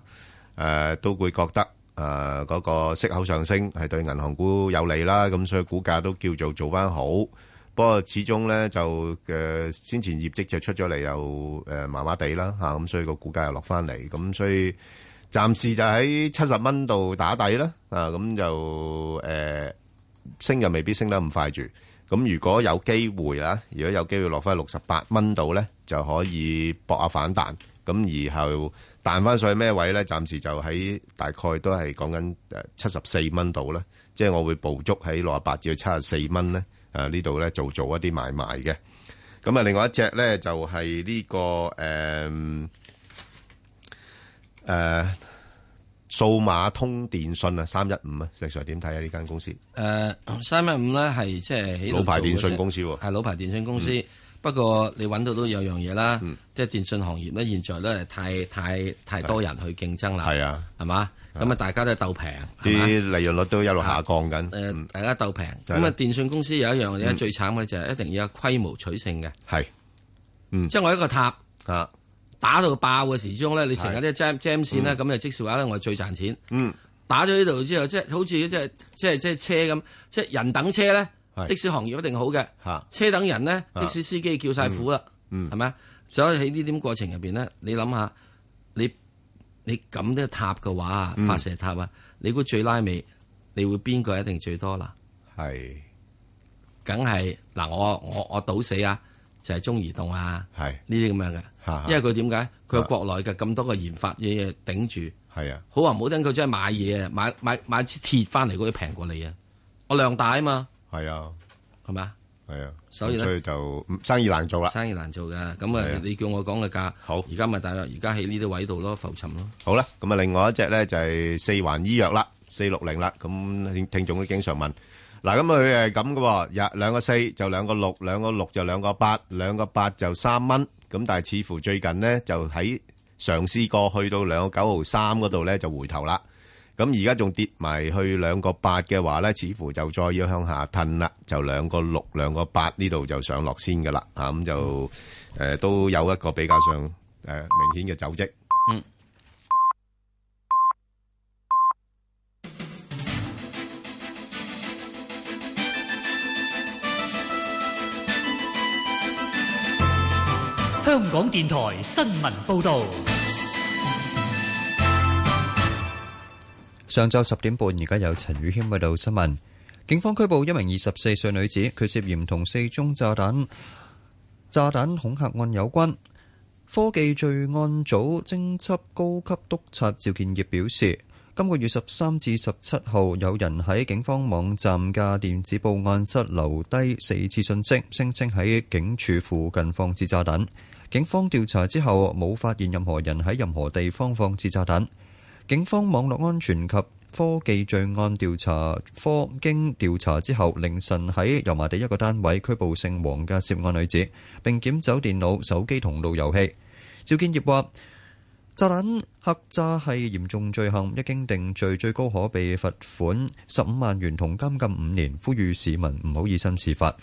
Speaker 8: 呃都會覺得誒嗰個息口上升係對銀行股有利啦，咁所以股價都叫做做翻好。不過始終咧就誒、呃先前業績就出咗嚟又誒麻麻地啦嚇，咁、所以個股價又落翻嚟，咁所以。暫時就喺七十蚊度打底啦，啊咁就誒、呃升又未必升得咁快住。咁如果有機會啦，如果有機會落翻六十八蚊度咧，就可以搏下反彈。咁然後彈翻上去咩位咧？暫時就喺大概都係講緊誒七十四蚊度啦。即係我會捕捉喺六十八至到七十四蚊咧，誒、呢度咧做做一啲買賣嘅。咁啊，另外一隻咧就係呢、個誒。誒、數碼通電訊啊，三一五啊，石 Sir 點睇啊？呢間公司
Speaker 9: 誒呃三一五咧係即係起
Speaker 8: 老牌電信公司喎
Speaker 9: 係老牌電信公司
Speaker 8: 嗯。
Speaker 9: 不過你揾到都有樣嘢啦，即係電信行業咧，現在咧太太太多人去競爭啦，
Speaker 8: 係啊，
Speaker 9: 係嘛？咁啊，大家都係鬥平，係嘛
Speaker 8: 啲利潤率都一路下降緊。嗯
Speaker 9: 誒，大家鬥平。
Speaker 8: 就係
Speaker 9: 咁
Speaker 8: 啦
Speaker 9: 啊，電信公司有一樣嘢
Speaker 8: 嗯
Speaker 9: 最慘嘅就係一定要有規模取勝嘅。
Speaker 8: 係，嗯
Speaker 9: 即係我一個塔
Speaker 8: 啊，
Speaker 9: 打到爆嘅時鐘咧，你成日
Speaker 8: 係
Speaker 9: 啲 jam jam 線咧，咁就即是話咧，我係最賺錢。
Speaker 8: 嗯，
Speaker 9: 打咗呢度之後，即係好似即係即係即係車咁，即係人等車咧，
Speaker 2: 係
Speaker 9: 的士行業一定好嘅。
Speaker 8: 嚇，
Speaker 9: 車等人咧，
Speaker 2: 啊
Speaker 9: 的士司機叫晒苦啦，
Speaker 2: 嗯
Speaker 9: 係咪啊？所以喺呢點過程入邊咧，你諗下，你你咁嘅塔嘅話，
Speaker 2: 嗯
Speaker 9: 發射塔啊，你估最拉尾，你會邊個一定最多啦？
Speaker 8: 係，
Speaker 9: 梗係嗱，我我我賭死啊，就係中移動啊，
Speaker 8: 係
Speaker 9: 呢啲咁樣嘅。
Speaker 8: 嚇
Speaker 9: 因為佢點解佢有
Speaker 8: 啊
Speaker 9: 國內嘅咁多個研發嘢嘢頂住，
Speaker 8: 係啊，
Speaker 9: 好話唔好聽，佢真係買嘢啊，買買買支鐵翻嚟嗰啲平過你啊，我量大啊嘛，
Speaker 8: 係啊，
Speaker 9: 係咪啊？
Speaker 8: 係啊，
Speaker 9: 所以呢
Speaker 8: 咁所以就嗯生意難做啦。
Speaker 9: 生意難做㗎，咁
Speaker 8: 係啊
Speaker 9: 啊，你叫我講嘅價，
Speaker 8: 好，
Speaker 9: 而家咪大約而家喺呢啲位度咯，浮沉咯。
Speaker 8: 好啦，咁啊，另外一隻咧就係四環醫藥啦，四六零啦，咁聽聽眾都經常問。嗱，咁佢係咁嘅喎，廿兩個四就兩個六，兩個六就兩個八，兩個八就三蚊。咁但係似乎最近呢，就喺嘗試過去到兩個九毫三嗰度咧就回頭啦。咁而家仲跌埋去兩個八嘅話咧，似乎就再要向下褪啦，就兩個六、兩個八呢度就上落先嘅啦。啊，咁就誒、呃都有一個比較上誒、呃明顯嘅走跡。
Speaker 9: 嗯。
Speaker 13: 香港电台新闻报道，
Speaker 12: 上晝十點半，而家有陳宇軒報道新聞。警方拘捕一名二十四歲女子，佢涉嫌同四宗炸彈炸彈恐嚇案有關。科技罪案組偵緝高級督察趙建業表示，今個月十三至十七號，有人喺警方網站嘅電子報案室留低四次信息，聲稱喺警署附近放置炸彈。警方調查之後，冇發現任何人喺任何地方放置炸彈。警方網絡安全及科技罪案調查科經調查之後，凌晨喺油麻地一個單位拘捕姓黃嘅涉案女子，並檢走電腦、手機同路由器。趙建業話：炸彈客炸係嚴重罪行，一經定罪，最高可被罰款十五萬元同監禁五年。呼籲市民唔好以身試法。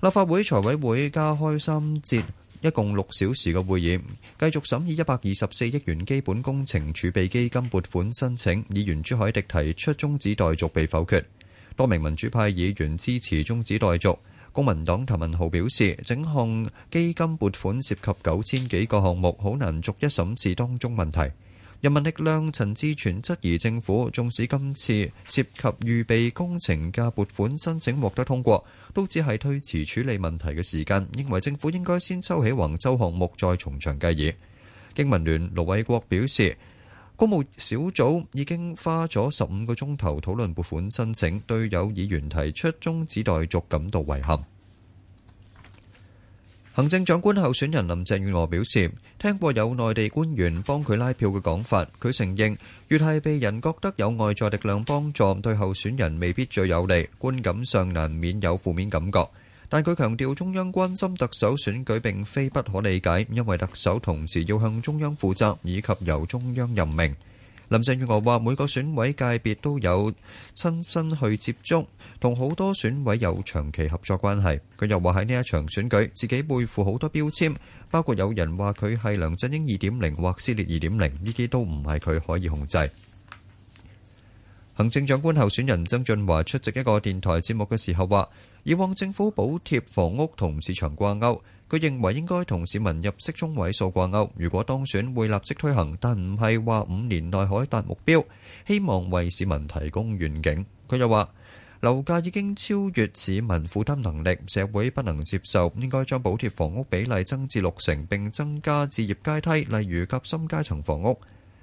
Speaker 12: 立法會財委會加開三節，一共六小時嘅會議，繼續審議一百二十四億元基本工程儲備基金撥款申請。議員朱海迪提出中止待續被否決，多名民主派議員支持中止待續。公民黨譚文豪表示，整項基金撥款涉及九千幾個項目，好難逐一審視當中問題。人民力量陳志全質疑政府，縱使今次涉及預備工程嘅撥款申請獲得通過，都只係推遲處理問題嘅時間，認為政府應該先抽起橫洲項目，再從長計議。經民聯盧偉國表示，公務小組已經花咗十五個鐘頭討論撥款申請，對有議員提出中止待續感到遺憾。行政長官候選人林鄭月娥表示，聽過有內地官員幫佢拉票嘅講法，佢承認越係被人覺得有外在力量幫助，對候選人未必最有利，觀感上難免有負面感覺。但佢強調中央關心特首選舉並非不可理解，因為特首同時要向中央負責，以及由中央任命。林鄭月娥話：每個選委界別都有親身去接觸，同好多選委有長期合作關係。佢又話喺呢一場選舉，自己背負好多標籤，包括有人話佢係梁振英二點零或撕裂二點零，呢啲都唔係佢可以控制。行政長官候選人曾俊華出席一個電台節目嘅時候話：以往政府補貼房屋同市場掛鈎，佢認為應該同市民入息中位數掛鈎。如果當選會立即推行，但唔係話五年內可以達目標，希望為市民提供願景。佢又話：樓價已經超越市民負擔能力，社會不能接受，應該將補貼房屋比例增至六成，並增加置業階梯，例如夾心階層房屋。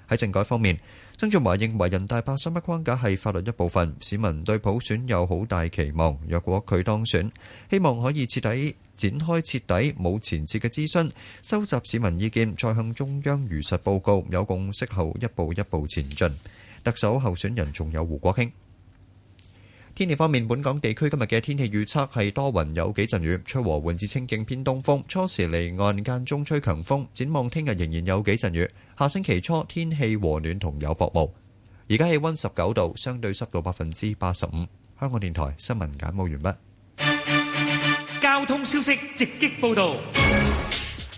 Speaker 12: 喺政改方面，曾俊華認為人大八三一框架係法律一部分，市民對普選有好大期望。若果佢當選，希望可以徹底展開徹底冇前置嘅諮詢，收集市民意見，再向中央如實報告。有共識後，一步一步前進。特首候選人仲有胡國興。天氣方面，本港地區今日嘅天氣預測係多雲有幾陣雨，吹和緩至清勁偏東風，初時離岸間中吹強風。展望聽日仍然有幾陣雨，下星期初天氣和暖同有薄霧。而家氣温十九度，相對濕度百分之八十五。香港電台新聞簡報完畢。
Speaker 11: 交通消息直擊報道。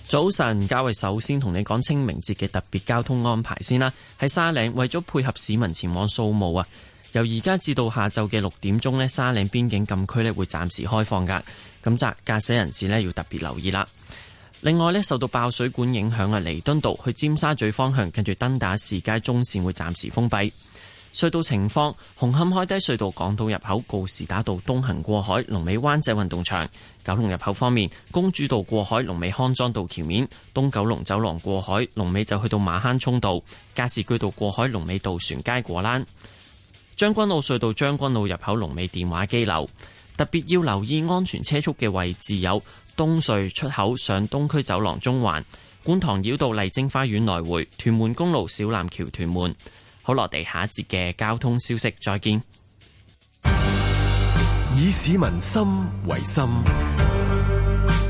Speaker 13: 早晨，家慧首先同你講清明節嘅特別交通安排先啦。喺沙嶺，為咗配合市民前往掃墓啊，由而家至到下晝嘅六點鐘呢，沙嶺邊境禁區呢會暫時開放㗎。咁駕駕駛人士呢要特別留意啦。另外呢，受到爆水管影響啊，彌敦道去尖沙咀方向，近住登打士街中線會暫時封閉。隧道情況：紅磡海底隧道港島入口告士打道東行過海，龍尾灣仔運動場；九龍入口方面，公主道過海，龍尾康莊道橋面；東九龍走廊過海，龍尾就去到馬坑涌道；加士居道過海，龍尾渡船街果欄；將軍澳隧道將軍澳入口，龍尾電話機樓。特別要留意安全車速嘅位置有東隧出口上東區走廊中環、觀塘繞道麗晶花園來回、屯門公路小欖橋屯門。好，落地下一節嘅交通消息，再見。
Speaker 39: 以市民心為心，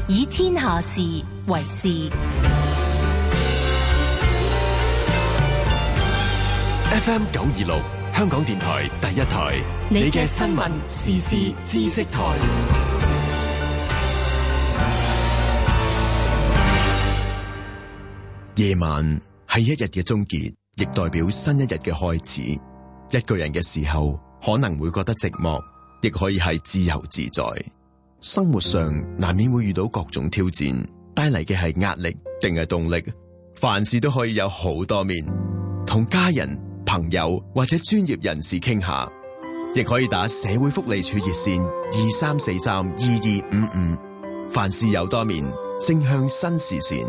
Speaker 14: 以天下事為事。
Speaker 39: FM 九二六，香港電台第一台，
Speaker 14: 你嘅新聞時事知識台。
Speaker 39: 夜晚係一日嘅終結。亦代表新一日嘅開始。一個人嘅時候，可能會覺得寂寞，亦可以係自由自在。生活上難免會遇到各種挑戰，帶嚟嘅係壓力定係動力。凡事都可以有好多面，同家人、朋友或者專業人士傾下，亦可以打社會福利署熱線二三四三二二五五。凡事有多面，正向新視線。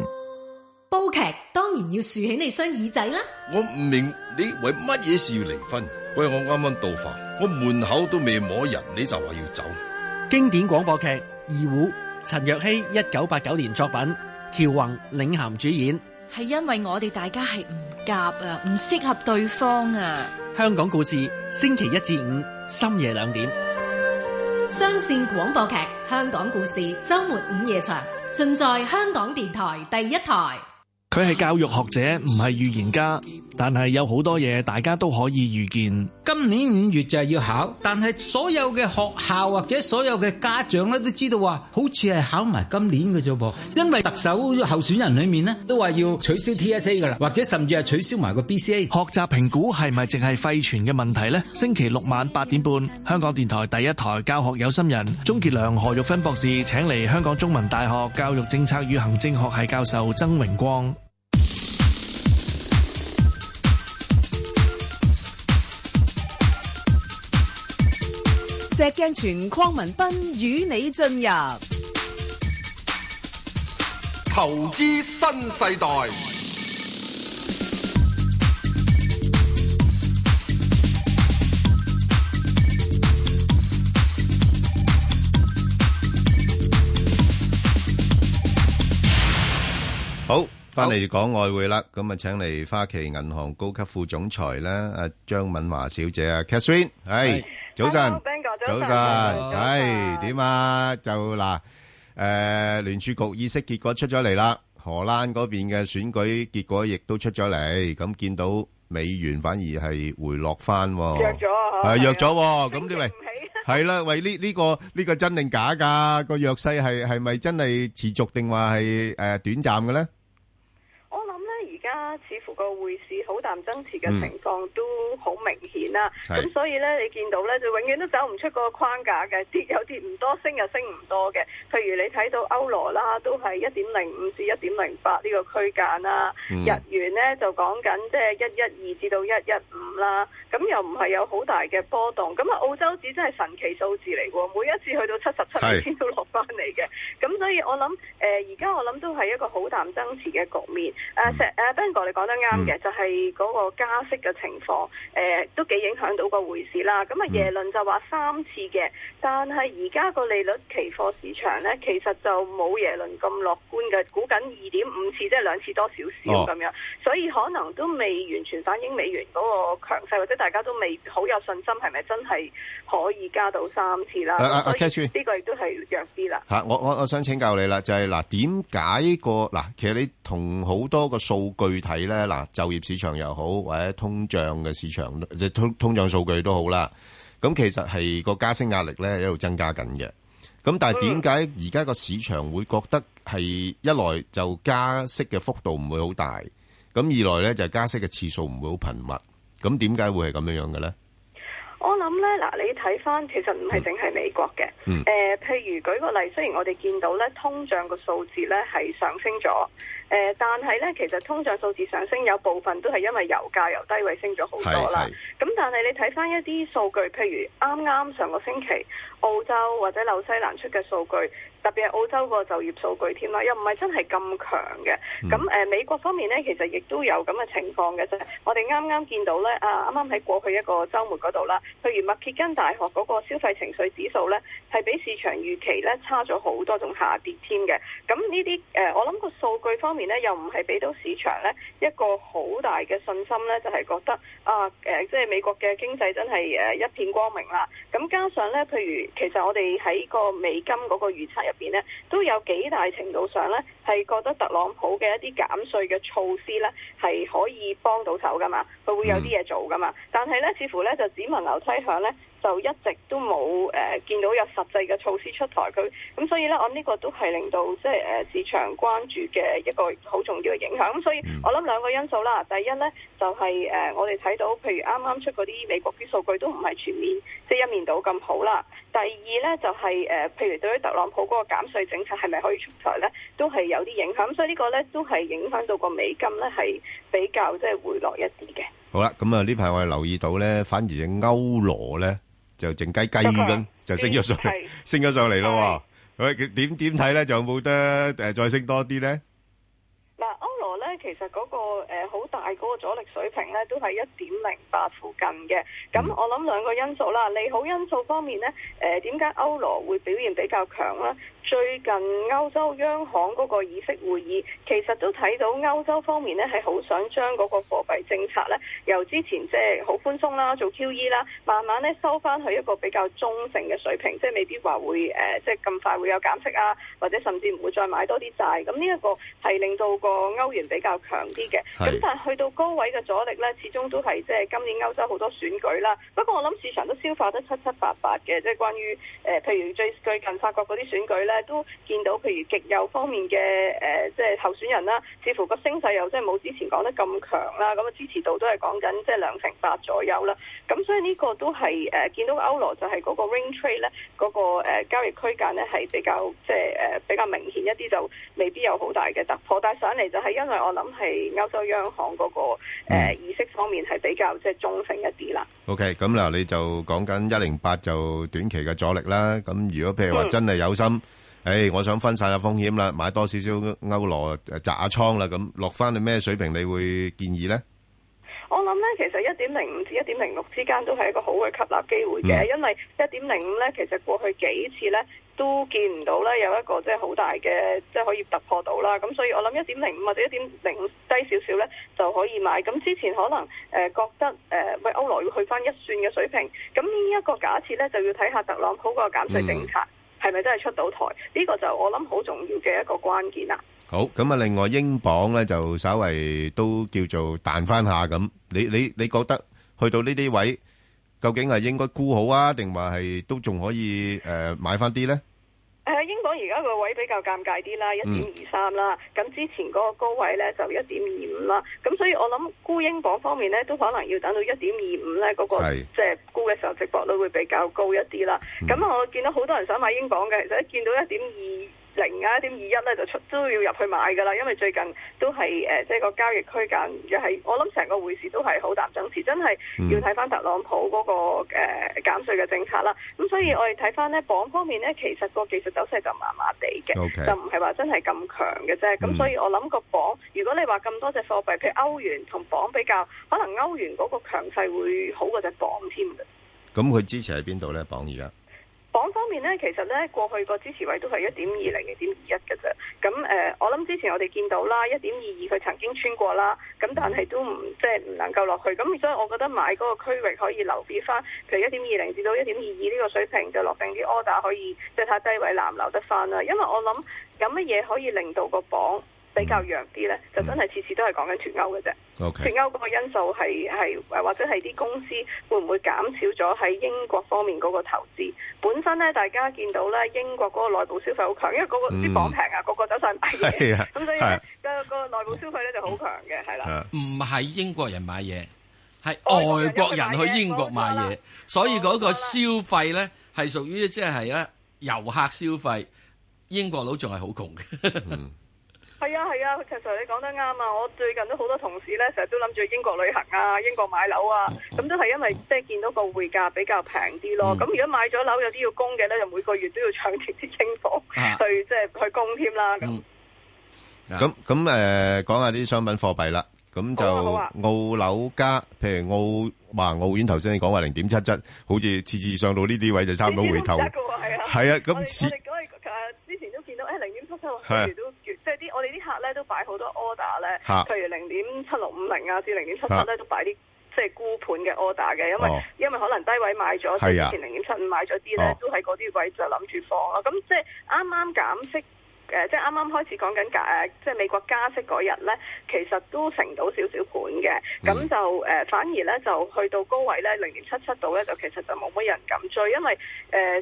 Speaker 17: 煲劇當然要豎起你雙耳仔啦！
Speaker 40: 我唔明你為乜嘢事要離婚？喂，我啱啱到飯，我門口都未摸人，你就話要走。
Speaker 41: 經典廣播劇《二胡》，陳若曦一九八九年作品，喬宏領銜主演。
Speaker 42: 係因為我哋大家係唔夾啊，唔適合對方啊。
Speaker 41: 香港故事，星期一至五深夜兩點。
Speaker 17: 雙線廣播劇《香港故事》周末午夜場，盡在香港電台第一台。
Speaker 43: 佢係教育學者，唔係預言家，但係有好多嘢大家都可以預見。
Speaker 20: 今年五月就係要考，但係所有嘅學校或者所有嘅家長咧都知道話，好似係考埋今年嘅啫噃。因為特首候選人裏面咧都話要取消 TSA 噶啦，或者甚至係取消埋個 BCA。
Speaker 43: 學習評估係咪淨係廢傳嘅問題呢？星期六晚八點半，香港電台第一台教學有心人鍾傑良、何玉芬博士請嚟香港中文大學教育政策與行政學系教授曾榮光。
Speaker 6: 石鏡泉鄺民彬與你進入
Speaker 7: 投資新世代。
Speaker 8: 好，翻嚟講外匯啦，咁啊，請嚟花旗銀行高級副總裁咧，阿張敏華小姐啊，Catherine，係。早晨，早晨，唉，點啊？就嗱，誒聯儲局議息結果出咗嚟啦，荷蘭嗰邊嘅選舉結果亦都出咗嚟，咁見到美元反而係回落翻，弱
Speaker 44: 咗，
Speaker 8: 係弱咗，咁你喂， *laughs* 係啦，喂呢呢個呢個真定假㗎？個弱勢係係咪真係持續定話係誒短暫嘅咧？
Speaker 44: 而家似乎個匯市好淡爭持嘅
Speaker 8: 嗯
Speaker 44: 情況都好明顯啦，咁、嗯、所以咧你見到咧就永遠都走唔出個框架嘅，跌又跌唔多，升又升唔多嘅。譬如你睇到歐羅啦，都係一點零五至一點零八呢個區間啦，
Speaker 45: 嗯
Speaker 44: 日元咧就講緊即係一一二至到一一五啦，咁又唔係有好大嘅波動。咁啊澳洲紙真係神奇數字嚟喎，每一次去到七十七美仙都落翻呃嚟嘅。咁所以我諗誒而家我諗都係一個好淡爭持嘅局面。誒、啊、石誒。阿丹哥你講得啱
Speaker 8: 嗯
Speaker 44: 嘅，就係嗰個加息嘅情況，誒都幾影響到個匯市啦。咁啊，
Speaker 8: 嗯
Speaker 44: 耶倫就話三次嘅，但係而家個利率期貨市場咧，其實就冇耶倫咁樂觀嘅，估緊二點五次，即係兩次多
Speaker 8: 哦
Speaker 44: 少少咁樣，所以可能都未完全反映美元嗰個強勢，或者大家都未好有信心係咪真係可以加到三次啦。
Speaker 8: 啊啊啊
Speaker 44: 咁所以
Speaker 8: Catherine
Speaker 44: 呢個亦都係弱啲啦。
Speaker 8: 吓，我我我想請教你啦，就係嗱，點解個嗱，其實你同好多個數據睇咧，嗱，就業市場又好，或者通脹嘅市場，即係通通脹數據都好啦。咁其實係個加息壓力咧一路增加緊嘅。咁但係點解而家個市場會覺得係一來就加息嘅幅度唔會好大，咁二來咧就加息嘅次數唔會好頻密。咁點解會係咁樣樣嘅咧？
Speaker 44: 我諗呢，嗱，你睇翻其實唔係淨係美國嘅，誒、
Speaker 8: 嗯
Speaker 44: 譬如舉個例，雖然我哋見到呢通脹個數字呢係上升咗，誒、但係呢其實通脹數字上升有部分都係因為油價由低位升咗好多啦。咁但係你睇翻一啲數據，譬如啱啱上個星期澳洲或者紐西蘭出嘅數據，特別係澳洲個就業數據添啦，又唔係真係咁強嘅。咁誒、呃美國方面呢，其實亦都有咁嘅情況嘅啫。我哋啱啱見到呢，啊啱啱喺過去一個週末嗰度啦，譬如麥歇根大學嗰個消費情緒指數呢，係比市場預期呢差咗好多，仲下跌添嘅。咁呢啲誒，我諗個數據方面呢，又唔係俾到市場呢一個好大嘅信心呢，就係、覺得啊誒、即係美國嘅經濟真係誒一片光明啦。咁加上呢，譬如其實我哋喺個美金嗰個預測入邊呢，都有幾大程度上呢，係覺得特朗普嘅一啲減稅嘅措施呢，係可以幫到手噶嘛，佢會有啲嘢做噶嘛。但係呢，似乎呢，就只聞樓梯響呢，就一直都冇誒、呃、見到有實際嘅措施出台佢。咁所以呢，我諗呢個都係令到即係誒市場關注嘅一個好重要嘅影響。咁所以我諗兩個因素啦，第一呢，就係、誒、我哋睇到譬如啱啱出嗰啲美國啲數據都唔係全面即係一面倒咁好啦。第二呢，就係、誒、譬如對於特朗普嗰個減稅政策係咪可以出台呢？都係有啲影響，所以呢個呢，都係影響到個美金呢，係比較即係回落一啲嘅。
Speaker 8: 好啦，咁啊呢排我哋留意到咧，反而只歐羅咧就靜雞雞咁就升咗上嚟，升咗上嚟咯喎。喂，佢點點睇咧？仲有冇得誒再升多啲咧？
Speaker 44: 嗱，歐羅咧其實嗰、個呃好、大嗰個阻力水平咧都係一點零八附近嘅。咁我諗兩個因素啦，利好因素方面咧，誒點解歐羅會表現比較強咧？最近歐洲央行嗰個議息會議，其實都睇到歐洲方面咧係好想將嗰個貨幣政策咧，由之前即係好寬鬆啦，做 E QE 啦，慢慢咧收翻去一個比較中性嘅水平，即係未必話會誒、呃即係咁快會有減息啊，或者甚至唔會再買多啲債。咁呢一個係令到個歐元比較強啲嘅。
Speaker 1: 係
Speaker 44: 咁但係去到高位嘅阻力咧，始終都係即係今年歐洲好多選舉啦。不過我諗市場都消化得七七八八嘅，即係關於誒、呃譬如最最近法國嗰啲選舉咧，都見到譬如極右方面嘅誒、呃即係候選人啦，似乎個升勢又即係冇之前講得咁強啦。咁啊支持度都係講緊即係兩成八左右啦。咁所以呢個都係誒、呃、見到歐羅就係嗰個 range trade 咧，嗰、個、呃、交易區間咧係比較即係誒、呃比較明顯一啲，就未必有好大嘅突破。但係上嚟就係因為我諗係歐洲央行嗰、個誒、呃意識方面係比較即係中性一啲啦。
Speaker 8: OK，咁嗱，你就講緊一零八就短期嘅阻力啦。咁如果譬如話真係有心，誒，我想分散下風險啦，買多少少歐羅誒砸下倉啦，咁落翻去咩水平，你會建議咧？
Speaker 44: 我諗咧，其實一點零五至一點零六之間都係一個好嘅吸納機會嘅，因為一點零五咧，其實過去幾次咧都見唔到咧有一個即係好大嘅即係可以突破到啦。咁所以我諗一點零五或者一點零五低少少咧就可以買。咁之前可能誒、呃、覺得誒、呃喂歐羅要去翻一算嘅水平，咁呢一個假設咧就要睇下特朗普個減稅政策係咪真係出到台？呢、個就我諗好重要嘅一個關鍵啦。
Speaker 8: 好，咁啊，另外英鎊咧就稍微都叫做彈翻下咁，你你你覺得去到呢啲位，究竟係應該沽好啊，定話係都仲可以誒、呃、買翻啲咧？
Speaker 44: 誒呃英鎊而家個位比較尷尬啲啦，一點二三啦，咁之前嗰個高位咧就一點二五啦，咁所以我諗沽英鎊方面咧都可能要等到一點二五咧嗰個
Speaker 29: 係
Speaker 44: 即係沽嘅時候，值博率會比較高一啲啦。咁、我見到好多人想買英鎊嘅，其實一見到一點二零啊、一點二一咧就出都要入去買㗎啦，因為最近都係誒、呃即係個交易區間又係我諗成個匯市都係好淡爭持，真係
Speaker 1: 嗯
Speaker 44: 要睇翻特朗普嗰、個誒、呃、減稅嘅政策啦。咁所以我哋睇翻咧榜方面咧，其實個技術走勢就麻麻地嘅
Speaker 1: OK
Speaker 44: 就唔係話真係咁強嘅啫。咁、
Speaker 1: 嗯
Speaker 44: 所以我諗個榜，如果你話咁多隻貨幣，譬如歐元同榜比較，可能歐元嗰個強勢會好過隻榜添嘅。
Speaker 8: 咁佢支持喺邊度咧？榜而家
Speaker 44: 榜方面咧，其實咧過去個支持位都係一點二零、一點二一嘅啫。咁誒、呃我諗之前我哋見到啦，一點二二佢曾經穿過啦，咁但係都唔即係唔能夠落去。咁所以我覺得買嗰個區域可以留意翻，譬如一點二零至到一點二二呢個水平就落定啲 order 可以即係睇下低位留唔留得翻啦。因為我諗有乜嘢可以令到個榜比較弱啲咧，就真係次次都係講緊脱歐嘅啫。
Speaker 8: OK
Speaker 44: 脱歐嗰個因素係係誒或者係啲公司會唔會減少咗喺英國方面嗰個投資？本身咧，大家見到咧英國嗰個內部消費好強，因為嗰個
Speaker 8: 嗯
Speaker 44: 啲磅平啊，個個走晒買
Speaker 9: 係
Speaker 44: 嘢
Speaker 9: 啊，
Speaker 44: 咁所以咧個
Speaker 9: 係
Speaker 44: 個內部消費咧就好強嘅，係
Speaker 8: 啊
Speaker 44: 啦。
Speaker 9: 唔係啊英國人買嘢，係外國人去哦英國買嘢，所以嗰個消費咧係屬於即係咧遊客消費。英國佬仲係好窮嘅，
Speaker 8: 嗯
Speaker 44: 係啊係啊，其實你講得啱啊！我最近都好多同事咧，成日都諗住英國旅行啊、英國買樓啊，咁都係因為即係見到個匯價比較平啲咯。咁、如果買咗樓有啲要供嘅咧，就每個月都要搶貼啲清房
Speaker 8: 啊
Speaker 44: 去即係去供添啦。咁、
Speaker 8: 咁咁誒，講下啲商品貨幣啦。咁就
Speaker 44: 好啊
Speaker 8: 澳樓加，譬如澳話澳元，頭先你講話零點七七，好似次次上到呢啲位就差唔多回頭。
Speaker 44: 呢啲都唔得㗎喎係啊，
Speaker 8: 係啊咁
Speaker 44: 我哋
Speaker 8: 似
Speaker 44: 我哋嗰日誒之前都見到誒哎零點七七，
Speaker 8: 係啊
Speaker 44: 譬如都即係啲我哋啲客咧都擺好多 order 咧，
Speaker 8: 嚇
Speaker 44: 譬如零點七六五零啊至零點七七
Speaker 8: 嚇
Speaker 44: 咧都擺啲。即係沽盤嘅 order 嘅，因為、
Speaker 8: 哦
Speaker 44: 因為可能低位買咗，即
Speaker 8: 係啊
Speaker 44: 係之前零點七五買咗啲咧
Speaker 8: 哦，
Speaker 44: 都喺嗰啲位就諗住放啦。咁即係啱啱減息。誒、即係啱啱開始講緊加誒，即係美國加息嗰日咧，其實都成到少少盤嘅，
Speaker 8: 嗯
Speaker 44: 咁就誒、反而咧就去到高位咧零點七七度咧，就其實就冇乜人敢追，因為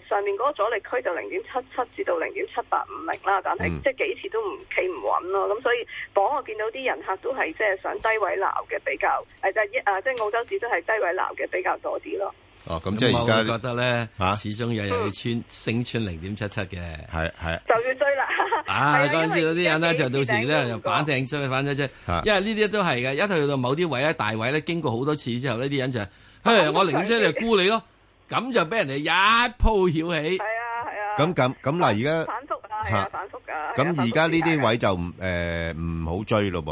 Speaker 44: 誒、上面嗰個阻力區就零點七七至到零點七八五零啦，但係、
Speaker 29: 嗯
Speaker 44: 即係幾次都唔企唔穩咯，咁所以榜我見到啲人客都係即係想低位鬧嘅比較，誒就係一啊即係澳洲紙都係低位鬧嘅比較多啲咯。
Speaker 8: 哦，咁即係而家嗯
Speaker 9: 我覺得咧，始終有有要穿升穿零點七七嘅，
Speaker 8: 係係。
Speaker 44: 就要追啦。
Speaker 9: 啊！
Speaker 44: 係
Speaker 9: 嗰陣時嗰啲人咧就到時
Speaker 44: 因為
Speaker 9: 咧就反艇出去，反艇出去，因為呢啲都係嘅。一去到某啲位咧，大位咧，經過好多次之後呢啲人就，嘿，我零點七就沽你咯，咁就俾人哋一鋪曉起。係
Speaker 44: 啊，係啊。
Speaker 8: 咁咁咁嗱，而家
Speaker 44: 反覆啊，係
Speaker 8: 嚇
Speaker 44: 啊，反覆啊。
Speaker 8: 咁
Speaker 44: 係啊
Speaker 8: 而家呢啲位就唔誒唔好追咯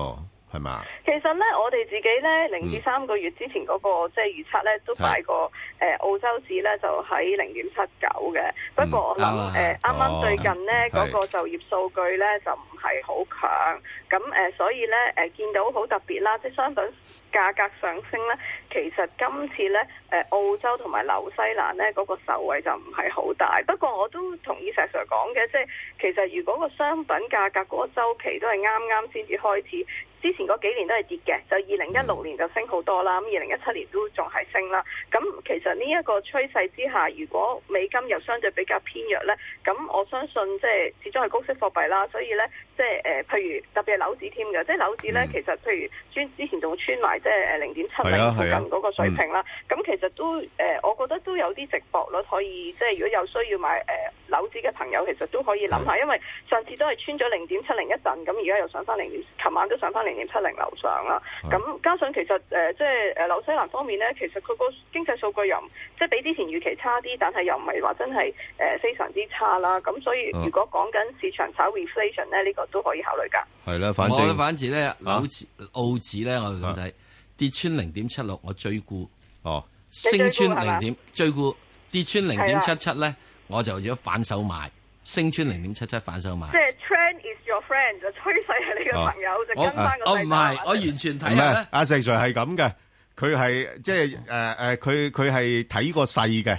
Speaker 8: 噃，係嘛？
Speaker 44: 其實咧，我哋自己
Speaker 29: 嗯
Speaker 44: 咧零至三個月之前嗰、個即係預測咧，都擺過誒、澳洲指咧就喺零點七九嘅。不過我
Speaker 29: 啱啊
Speaker 44: 諗誒啱啱最近咧
Speaker 29: 哦
Speaker 44: 嗰、
Speaker 29: 係
Speaker 44: 個就業數據咧就唔係好強，咁誒、呃所以咧誒、見到好特別啦，即係商品價格上升咧，其實今次咧誒、澳洲同埋紐西蘭咧嗰、個受惠就唔係好大。不過我都同意石 Sir 講嘅，即係其實如果個商品價格嗰個週期都係啱啱先至開始。之前嗰幾年都係跌嘅，就二零一
Speaker 29: 嗯
Speaker 44: 六年就升好多啦，咁二零一七年都仲係升啦。咁其實呢一個趨勢之下，如果美金又相對比較偏弱呢，咁我相信即係始終係高息貨幣啦，所以呢，即係誒，呃譬如特別係樓指添嘅，即係樓指呢，其實譬如穿之前仲穿埋即係誒呃零點七
Speaker 29: 嗯係啊
Speaker 44: 零附
Speaker 29: 係啊
Speaker 44: 近嗰個水平啦。咁其實都誒、我覺得都有啲值博率可以，即係如果有需要買誒、樓指嘅朋友，其實都可以諗下，因為上次都係穿咗零點七零一陣，咁而家又上翻零點，琴晚都上翻零點七零樓上啦。咁加上其實誒、呃即係誒紐西蘭方面咧，其實佢個經濟數據又唔即係比之前預期差啲，但係又唔係話真係誒、呃非常之差啦。咁所以
Speaker 8: 嗯
Speaker 44: 如果講緊市場炒 reflation 咧，呢、個都可以考慮㗎。
Speaker 8: 係啦，反
Speaker 9: 我覺得
Speaker 8: 正啊
Speaker 9: 反而咧，紐紙澳紙咧，我哋咁睇跌穿零點七六，我追沽。
Speaker 8: 哦，
Speaker 9: 升
Speaker 29: 你追沽係
Speaker 9: 穿
Speaker 29: 嘛
Speaker 9: 零點追沽，跌穿零點
Speaker 44: 係
Speaker 9: 七
Speaker 44: 啦
Speaker 9: 七咧，我就如果反手買，升穿零點七七反手買
Speaker 44: 即。係 trend is your friend，就趨勢係你嘅朋友，就
Speaker 9: 我
Speaker 44: 跟翻個
Speaker 9: 我
Speaker 44: 勢
Speaker 9: 唔係，我完全睇
Speaker 8: 唔
Speaker 9: 下
Speaker 8: 係
Speaker 9: 咧。
Speaker 8: 阿石 Sir 係咁嘅，佢係即係誒誒，佢佢係睇個勢嘅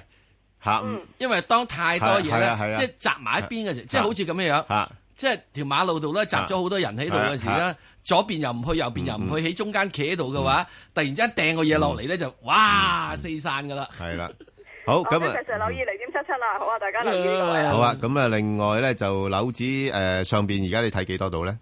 Speaker 8: 嚇，唔
Speaker 9: 因為當太多嘢
Speaker 8: 係啊係啊啊
Speaker 9: 咧，即係集埋一邊嘅時候，即係好似咁樣樣
Speaker 8: 嚇，
Speaker 9: 即係條馬路度咧集咗好多人喺度嘅時
Speaker 8: 係啊係
Speaker 9: 咧
Speaker 8: 啊，嗯
Speaker 9: 左邊又唔去，右邊又唔去，喺中間企喺度嘅話，突然之間掟個嘢落嚟咧，就哇四散噶啦。
Speaker 8: 嗯係啦。好咁啊，
Speaker 44: 就留意零點七七啦，好啊，大家留
Speaker 8: 嗯
Speaker 44: 意呢個位啊
Speaker 8: 好啊，咁啊，另外咧就樓指誒上邊而家你睇幾多度咧？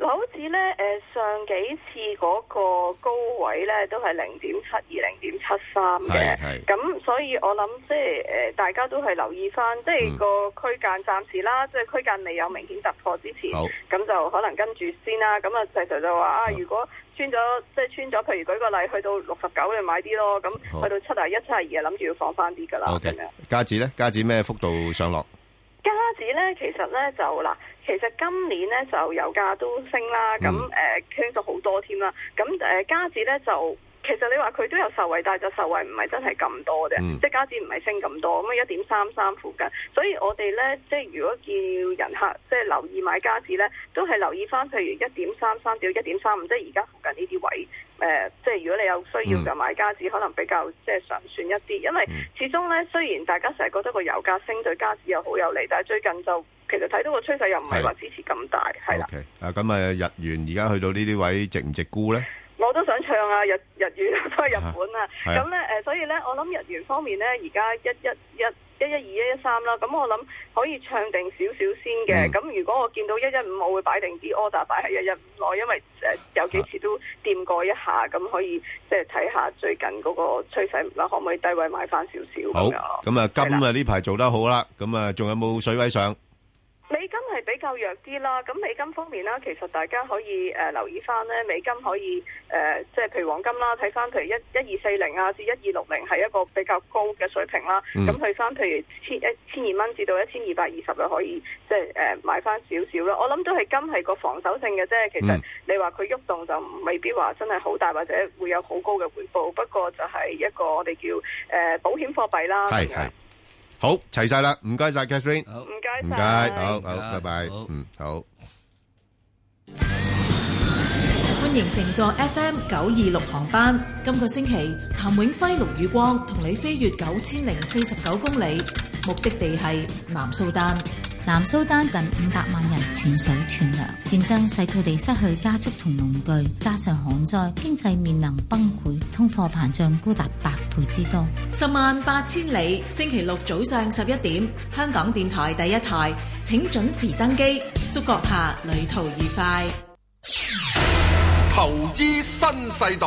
Speaker 44: 嗱，好似咧誒上幾次嗰個高位咧都係零點七二、零點七三嘅
Speaker 1: 係係，
Speaker 44: 咁所以我諗即係誒大家都係留意翻，即係
Speaker 8: 嗯
Speaker 44: 個區間暫時啦，即係區間未有明顯突破之
Speaker 37: 嗯
Speaker 8: 哦
Speaker 44: 前
Speaker 1: 好，
Speaker 44: 咁就可能跟住先啦。咁啊，石 Sir 就話啊，如果穿咗即係穿咗，譬如舉個例，去到六十九你買啲咯，咁
Speaker 8: 好
Speaker 44: 去到七啊一、七啊二啊諗住要放翻啲㗎啦，
Speaker 8: O
Speaker 44: 咁
Speaker 8: K，
Speaker 44: 樣。
Speaker 8: 加指咧，加指咩幅度上落？
Speaker 44: 加指咧，其實咧就嗱，其實今年咧就油價都升啦，咁
Speaker 8: 嗯
Speaker 44: 誒傾咗好多添啦，咁誒加指咧就。其實你話佢都有受惠，但係就受惠唔係真係咁多嘅，
Speaker 1: 嗯
Speaker 44: 即係加指唔係升咁多，咁啊一點三三附近。所以我哋咧，即係如果叫人客即係留意買加指咧，都係留意翻譬如一點三三至一點三五，即係而家附近呢啲位。誒、即係如果你有需要就買加指，可能比較即係上算一啲，因為始終咧，雖然大家成日覺得個油價升對加指又好有利，但係最近就其實睇到個趨勢又唔係話支持咁大，係啦
Speaker 8: O。K，啊咁啊，日元而家去到呢啲位，值唔值沽咧？
Speaker 44: 我都想唱啊，日日語 *laughs* 都係日本啊。
Speaker 8: 係啊
Speaker 44: 咁咧誒，所以咧，我諗日元方面咧，而家一一一一一二一一三啦，咁我諗可以唱定少少先嘅。
Speaker 8: 嗯
Speaker 44: 咁、如果我見到一一五，我會擺定啲 order 擺喺一一五內，因為誒、有幾次都掂過一下，咁可以即係睇下最近嗰個趨勢啦，可唔可以低位買翻少少咁
Speaker 8: 好，
Speaker 44: 樣咯
Speaker 8: 咁啊，金啊呢排做得好啦，咁啊，仲有冇水位上？
Speaker 44: 美金係比較弱啲啦，咁美金方面啦，其實大家可以誒、呃留意翻咧，美金可以誒、呃即係譬如黃金啦，睇翻譬如一一二四零啊至一二六零係一個比較高嘅水平啦，
Speaker 1: 嗯
Speaker 44: 咁去翻譬如千一千二蚊至到一千二百二十就可以即係誒、呃、買翻少少啦。我諗都係金係個防守性嘅啫，其實
Speaker 1: 嗯
Speaker 44: 你話佢喐動就未必話真係好大或者會有好高嘅回報，不過就係一個我哋叫誒、呃保險貨幣啦。
Speaker 8: 係係，好齊晒啦，唔該晒 Catherine，
Speaker 44: 唔該晒
Speaker 8: 唔該，好好，
Speaker 44: 唔該
Speaker 8: 拜拜，嗯，好。
Speaker 26: 歡迎乘坐 FM 九二六航班。今個星期，譚永輝、陸宇光同你飛越九千零四十九公里，目的地係南蘇丹。
Speaker 29: 南蘇丹近五百萬人斷水斷糧，戰爭使佢哋失去家畜同農具，加上旱災，經濟面臨崩潰，通貨膨脹高達百倍之多。
Speaker 26: 十萬八千里，星期六早上十一點，香港電台第一台，請準時登機。祝閣下旅途愉快。
Speaker 7: 投資新世代，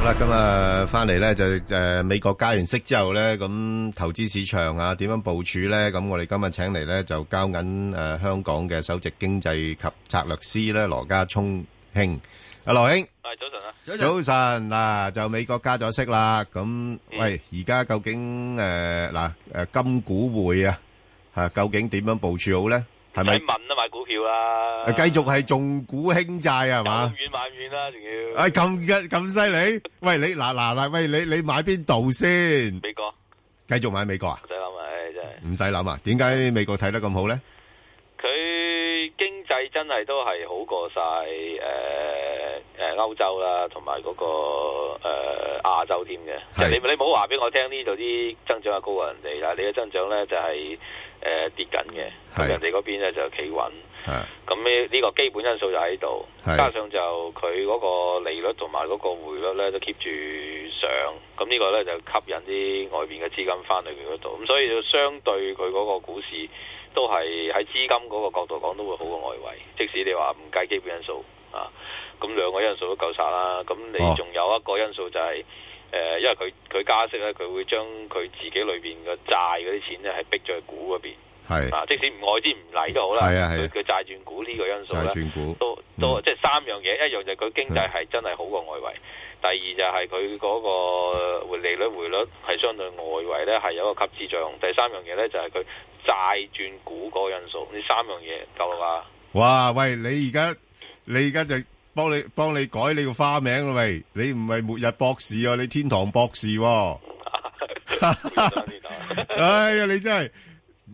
Speaker 8: 好啦，咁啊，翻嚟咧就誒美國加完息之後咧，咁投資市場啊點樣部署咧？咁我哋今日請嚟咧就交銀誒香港嘅首席經濟及策略師咧羅家聰兄，阿羅兄，
Speaker 22: 係早晨啊，
Speaker 8: 早晨嗱，就美國加咗息啦，咁喂，而家究竟誒嗱誒金股匯啊嚇，究竟點樣部署好咧？係咪
Speaker 22: 唔使問啊，買股票啦，
Speaker 8: 繼續係重股輕債啊？係嘛？
Speaker 22: 遠買遠啦，仲要
Speaker 8: 啊，咁嘅咁犀利？喂，你嗱嗱嗱，喂，你你買邊度先？
Speaker 22: 美國
Speaker 8: 繼續買美國啊
Speaker 22: 唔？使諗啊，唉真係，
Speaker 8: 唔使諗啊？點解美國睇得咁好咧？
Speaker 22: 佢經濟真係都係好過晒誒誒歐洲啦，同埋嗰個誒、呃、亞洲添嘅。即係你你唔好話俾我聽呢度啲增長係啊高過人哋啦，你嘅增長咧就係、誒、跌緊嘅，咁人哋嗰邊咧就企穩。咁呢呢個基本因素就喺度，
Speaker 8: 係
Speaker 22: 加上就佢嗰個利率同埋嗰個匯率咧都 keep 住上，咁呢個咧就吸引啲外邊嘅資金翻去佢嗰度，咁所以就相對佢嗰個股市都係喺資金嗰個角度講都會好過外圍，即使你話唔計基本因素啊，咁兩個因素都夠晒啦，咁你
Speaker 1: 哦
Speaker 22: 仲有一個因素就係、誒、因為佢佢加息咧，佢會將佢自己裏邊嘅債嗰啲錢咧係逼咗去股嗰邊。
Speaker 8: 係
Speaker 22: 啊，即使唔外資唔嚟都好啦，
Speaker 8: 係啊係啊
Speaker 22: 佢佢債轉股呢個因素
Speaker 8: 債
Speaker 22: 咧，
Speaker 8: 轉股
Speaker 22: 都都即係三樣嘢，一樣就係佢經濟係真係好過外圍，第二就係佢嗰個利率匯率係相對外圍咧係有一個吸資作用，第三樣嘢咧就係佢債轉股嗰個因素，呢三樣嘢夠啦。
Speaker 8: 哇！喂，你而家你而家就幫你幫你改你個花名啦，喂！你唔係末日博士啊，你天堂博士喎！ *laughs* 哎呀，你真係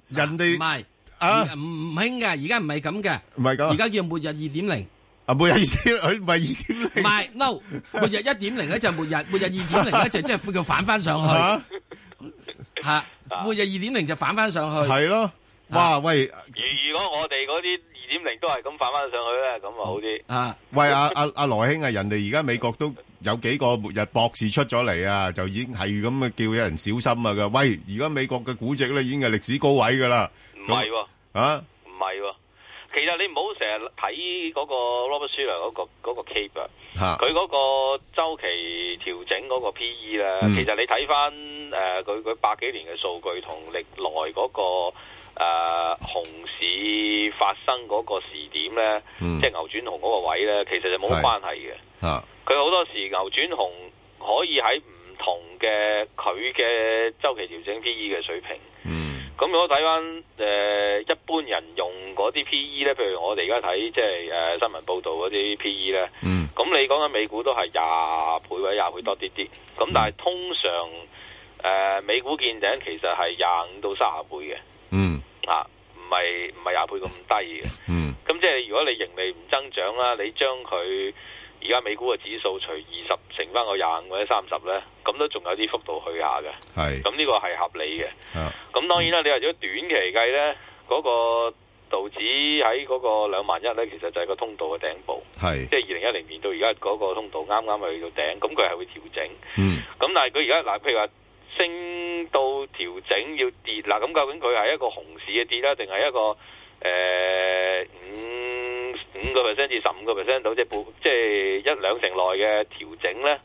Speaker 8: 人哋
Speaker 9: 唔係
Speaker 8: 啊，
Speaker 9: 唔唔興嘅，而家唔係咁嘅，
Speaker 8: 唔係咁啊
Speaker 9: 而家叫末日二點零。
Speaker 8: 啊，冇意思，佢唔係二點零，
Speaker 9: 唔係，no，末日一點零咧就係末日，末日二點零咧就即係叫反翻上去，吓，末日二點零就反翻上去，
Speaker 8: 係咯，哇喂！
Speaker 22: 如如果我哋嗰啲二點零都係咁反翻上去咧，咁啊好啲。
Speaker 9: 啊，
Speaker 8: 喂，阿阿阿羅兄啊，人哋而家美國都有幾個末日博士出咗嚟啊，就已經係咁啊叫有人小心啊！噶，喂，而家美國嘅估值咧已經係歷史高位噶啦，
Speaker 22: 唔係喎，
Speaker 8: 啊，
Speaker 22: 唔係喎。其實你唔好成日睇嗰個 Robert Shiller 嗰、個嗰、個 Cape 啊。
Speaker 8: 嚇
Speaker 22: 佢嗰個週期調整嗰個 P/E 咧，
Speaker 8: 嗯
Speaker 22: 其實你睇翻誒佢佢百幾年嘅數據同歷來嗰、個誒熊市發生嗰個時點咧，
Speaker 8: 嗯
Speaker 22: 即係牛轉熊嗰個位咧，其實就冇乜
Speaker 8: 係
Speaker 22: 關係嘅。
Speaker 8: 啊，
Speaker 22: 佢好多時牛轉熊可以喺唔同嘅佢嘅周期調整 P/E 嘅水平。
Speaker 8: 嗯，
Speaker 22: 咁如果睇翻誒一般人用嗰啲 P/E 咧，譬如我哋而家睇即係誒、呃新聞報道嗰啲 P/E 咧，
Speaker 8: 嗯，
Speaker 22: 咁你講緊美股都係廿倍或者廿倍多啲啲，咁但係
Speaker 8: 嗯
Speaker 22: 通常誒、呃美股見頂其實係廿五到三十倍嘅，
Speaker 8: 嗯，
Speaker 22: 啊，唔係唔係廿倍咁低嘅，
Speaker 8: 嗯，
Speaker 22: 咁即係如果你盈利唔增長啦，你將佢而家美股嘅指數除二十乘翻個廿五或者三十咧，咁都仲有啲幅度去下嘅，
Speaker 8: 係
Speaker 22: 咁呢個係合理嘅。
Speaker 8: 啊，
Speaker 22: 咁當然啦，你話如果短期計呢，嗰、個道指喺嗰個兩萬一呢，其實就係個通道嘅頂部，
Speaker 8: 係
Speaker 22: 即係二零一零年到而家嗰個通道啱啱去到頂，咁佢係會調整。
Speaker 8: 嗯，
Speaker 22: 咁但係佢而家嗱，譬如話升到調整要跌啦，咁究竟佢係一個熊市嘅跌啦，定係一個誒五五個 percent 至十五個 percent 到，即係半即係一兩成內嘅調整呢？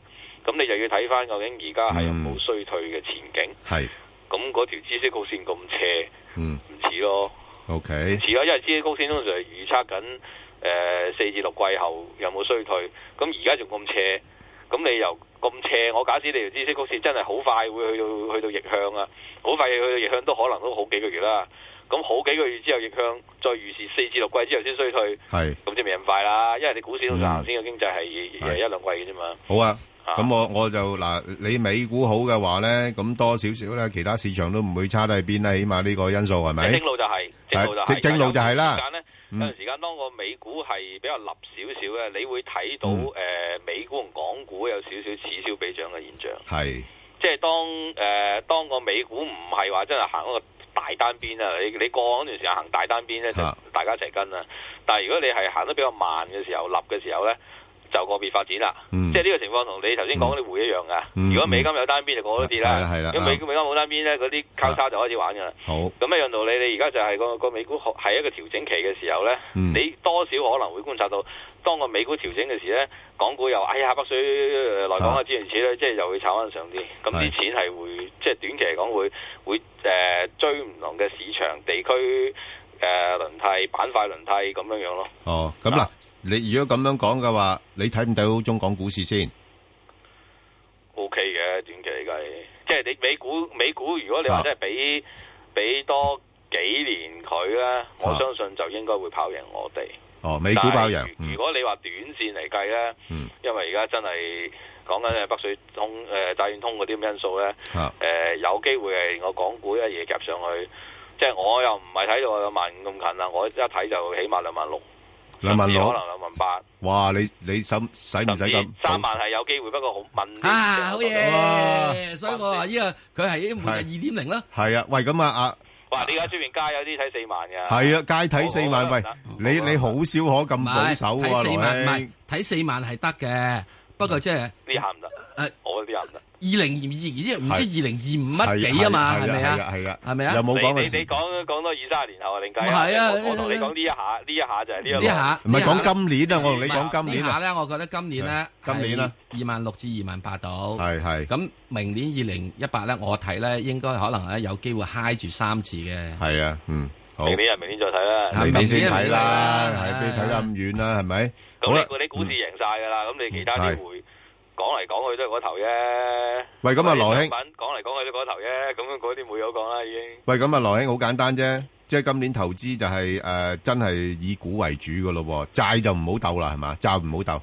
Speaker 22: 咁你就要睇翻究竟而家係有冇衰退嘅前景。
Speaker 8: 嗯係
Speaker 22: 咁嗰條知識曲線咁斜，
Speaker 8: 嗯
Speaker 22: 唔似咯，
Speaker 8: ，OK，
Speaker 22: 似啊咯，因為知識曲線通常係預測緊誒四至六季後有冇衰退，咁而家仲咁斜，咁你由咁斜，我假使你條知識曲線真係好快會去到去到逆向啊，好快去到逆向都可能都好幾個月啦，咁好幾個月之後逆向，再預示四至六季之後先衰退，
Speaker 8: 係。
Speaker 22: 咁即係未咁快啦，因為你股市通常行
Speaker 8: 嗯
Speaker 22: 先嘅經濟係誒
Speaker 8: 係
Speaker 22: 一兩季嘅啫嘛，
Speaker 8: 好啊，咁我我就嗱，你美股好嘅話咧，咁多少少咧，其他市場都唔會差得去邊啦，起碼呢個因素係咪？
Speaker 22: 正路就係、正路就係、
Speaker 8: 係正路就係啦
Speaker 22: 有陣時間咧，
Speaker 8: 嗯
Speaker 22: 有陣時間當個美股係比較立少少咧，你會睇到
Speaker 8: 嗯
Speaker 22: 誒、呃美股同港股有少少此消彼長嘅現象。
Speaker 8: 係
Speaker 22: 即係當誒、呃、當個美股唔係話真係行一個大單邊啊，你你過往嗰段時間行大單邊咧，就
Speaker 8: 啊
Speaker 22: 大家一齊跟啦。但係如果你係行得比較慢嘅時候，立嘅時候咧，就個別發展啦。
Speaker 8: 嗯
Speaker 22: 即係呢個情況同你頭先講嗰啲匯一樣噶。
Speaker 8: 嗯
Speaker 22: 如果美金有單邊就個個都跌啦，
Speaker 8: 係啦係啦
Speaker 22: 如果
Speaker 8: 啱
Speaker 22: 美美金冇單邊咧，嗰啲交叉就開始玩噶啦。
Speaker 8: 好，
Speaker 22: 咁一樣道理，你而家就係個個美股學係一個調整期嘅時候呢，
Speaker 8: 嗯
Speaker 22: 你多少可能會觀察到，當個美股調整嘅時呢，港股又哎呀北水呃來港啊
Speaker 8: 啊
Speaker 22: 諸如此類，即係又會炒翻上啲，咁
Speaker 8: 係
Speaker 22: 啲錢係會即係短期嚟講會會誒、呃追唔同嘅市場地區誒、呃、輪替板塊輪替咁樣樣咯。
Speaker 8: 哦，咁嗱，你如果咁樣講嘅話，你睇唔睇好中港股市先？
Speaker 22: O K 嘅，短期嚟計，即係你美股美股，如果你話
Speaker 8: 啊
Speaker 22: 真係俾俾多幾年佢
Speaker 8: 啊
Speaker 22: 咧，我相信就應該會跑贏我哋。
Speaker 8: 哦，美股包
Speaker 22: 但
Speaker 8: 贏
Speaker 22: 係，如
Speaker 8: 嗯
Speaker 22: 如果你話短線嚟計咧，
Speaker 8: 嗯
Speaker 22: 因為而家真係講緊係北水通誒債券通嗰啲咁因素咧，誒、
Speaker 8: 啊
Speaker 22: 有機會係我港股一嘢夾上去，即係我又唔係睇到兩萬五咁近啦，我一睇就起碼兩萬六，
Speaker 8: 兩萬六
Speaker 22: 可，能兩萬八，
Speaker 8: 哇！你你使使唔使咁？
Speaker 22: 三萬係有機會，不過好問啲。
Speaker 9: 啊，好嘢！
Speaker 8: 哇
Speaker 9: 所以我話呢個佢係每日二點零啦。
Speaker 8: 係啊，喂，咁啊啊，
Speaker 22: 哇！你而家出面街有啲睇四萬㗎，
Speaker 8: 係啊，街睇四萬，喂
Speaker 22: 好，
Speaker 8: 你你好少可咁
Speaker 9: 唔
Speaker 8: 保
Speaker 9: 係
Speaker 8: 守
Speaker 9: 睇
Speaker 8: 喎，
Speaker 9: 四萬，唔
Speaker 8: 羅
Speaker 9: 係睇四萬係得嘅，不過即係二
Speaker 22: 呢下唔得，
Speaker 9: 誒
Speaker 22: 我呢下唔得。
Speaker 9: 零二二，即係唔
Speaker 8: 係
Speaker 9: 知二零二五乜幾啊嘛，係咪
Speaker 8: 係啊
Speaker 9: 啊？
Speaker 8: 係啊，
Speaker 9: 係咪啊
Speaker 8: 有冇講
Speaker 22: 你
Speaker 8: 過
Speaker 22: 你你
Speaker 8: 時？
Speaker 22: 講講多二三十年後啊，另計
Speaker 9: 唔係啊
Speaker 22: 我我同你講呢一下，呢一下就係呢一個
Speaker 9: 呢下
Speaker 8: 唔係
Speaker 9: 呢下
Speaker 8: 講今年啊，我同你講今年
Speaker 9: 呢下
Speaker 8: 啊，
Speaker 9: 咧，我覺得今年咧，
Speaker 8: 係今年啦，
Speaker 9: 二萬六至二萬八度。
Speaker 8: 係係
Speaker 9: 咁明年二零一八咧，我睇咧應該可能咧有機會嗨住三次嘅。
Speaker 8: 係啊，嗯，好，
Speaker 22: 明年啊，明年再睇啦。
Speaker 8: 明年先
Speaker 9: 明年
Speaker 8: 睇啦，
Speaker 9: 明年啦
Speaker 8: 係俾你睇得咁遠啦，係咪？好啦
Speaker 22: 咁，你你股市贏晒㗎啦，咁你其他啲
Speaker 8: 係
Speaker 22: 回講嚟講去都係嗰頭啫。
Speaker 8: 喂咁啊羅兄
Speaker 22: 商品講嚟講去都嗰頭啫，咁嗰啲冇有講啦已經。
Speaker 8: 喂，咁啊，羅兄好簡單啫，即係今年投資就係、誒、真係以股為主噶咯喎，債就唔好鬥啦，係嘛？債唔好鬥，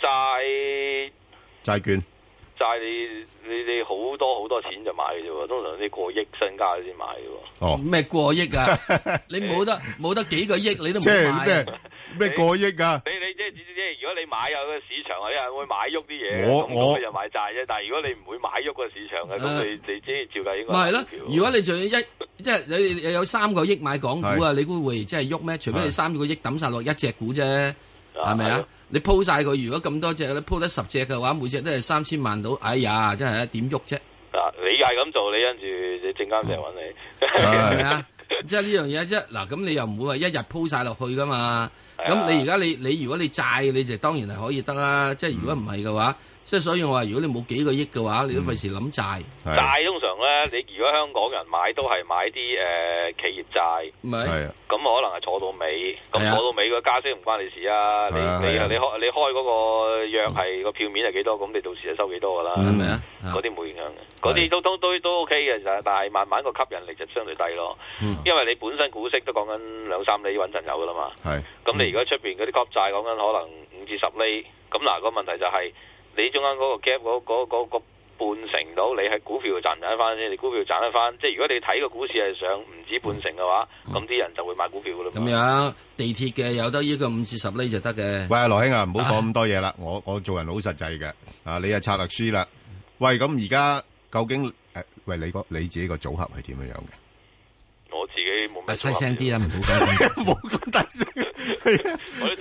Speaker 22: 債
Speaker 8: 債券
Speaker 22: 債你你你好多好多錢就買嘅啫喎，通常啲過億身家先買嘅喎。
Speaker 8: 哦，
Speaker 9: 咩過億
Speaker 8: *laughs*
Speaker 9: 啊？你冇得冇得幾個億你都
Speaker 8: 即
Speaker 9: 冇
Speaker 8: 係
Speaker 9: 買
Speaker 8: 咩
Speaker 9: 啊。
Speaker 8: 咩過億啊？
Speaker 22: 你你即係即係如果你買有個市場啊，有人會買喐啲嘢，
Speaker 8: 我
Speaker 22: 咁
Speaker 8: 我
Speaker 22: 咁你就買債啫。但係如果你唔會買喐個市場嘅，咁
Speaker 9: 誒
Speaker 22: 你你即係照計應該
Speaker 9: 咪係咯
Speaker 22: 買股票，
Speaker 9: 如果你仲要一即係你你有三個億買港股啊，你估會即係喐咩？除非你
Speaker 8: 係
Speaker 9: 三個億抌晒落一隻股啫，係咪啊？你鋪晒佢，如果咁多隻，你鋪得十隻嘅話，每隻都係三千萬到，哎呀，真係啊點喐啫，
Speaker 22: 嗱，你又係咁做，你跟住你證監成日揾你。
Speaker 9: 係咪啊？即係呢樣嘢啫。嗱，咁你又唔會話一日鋪晒落去噶嘛？咁你而家你你如果你債，你就當然係可以得啦。即係如果唔係嘅話，即係所以我話，如果你冇幾個億嘅話，你都費事諗債。
Speaker 22: *laughs* 債通常咧，你如果香港人買都係買啲誒、呃企業債，
Speaker 9: 咪係啊
Speaker 22: 咁可能係坐到尾，咁
Speaker 9: 係
Speaker 22: 坐
Speaker 9: 啊
Speaker 22: 到尾個加息唔關你事啊！你
Speaker 9: 係啊
Speaker 22: 你
Speaker 9: 係啊
Speaker 22: 你開你開嗰個約係個票面係幾多，咁你到時就收幾多噶啦，
Speaker 9: 係咪啊？
Speaker 22: 嗰啲冇影響嘅，嗰啲都都都都 OK 嘅，其實但係慢慢個吸引力就相對低咯，
Speaker 9: 嗯
Speaker 22: 因為你本身股息都講緊兩三厘穩陣有噶啦嘛。
Speaker 8: 係
Speaker 22: 咁你如果出邊嗰啲 c 債講緊可能五至十厘，咁嗱個問題就係、你中間嗰個 gap 嗰、嗰嗰嗰半成到，你喺股票賺唔賺得翻先？你股票賺得翻，即係如果你睇個股市係上唔止半成嘅話，
Speaker 9: 嗯
Speaker 22: 咁啲人就會買股票噶啦嘛。
Speaker 9: 咁樣地鐵嘅有得呢個五至十厘就得嘅。
Speaker 8: 喂，羅兄啊，唔好講咁多嘢啦，我我做人好實際嘅，啊，你係策略師啦。喂，咁而家究竟诶，喂，你個你自己個組合係點樣樣嘅？
Speaker 22: 我自己冇咩。
Speaker 9: 啊細聲啲啦，唔
Speaker 8: *laughs*
Speaker 9: 好講 *laughs* 咁。
Speaker 8: 冇咁大聲。
Speaker 22: 我啲組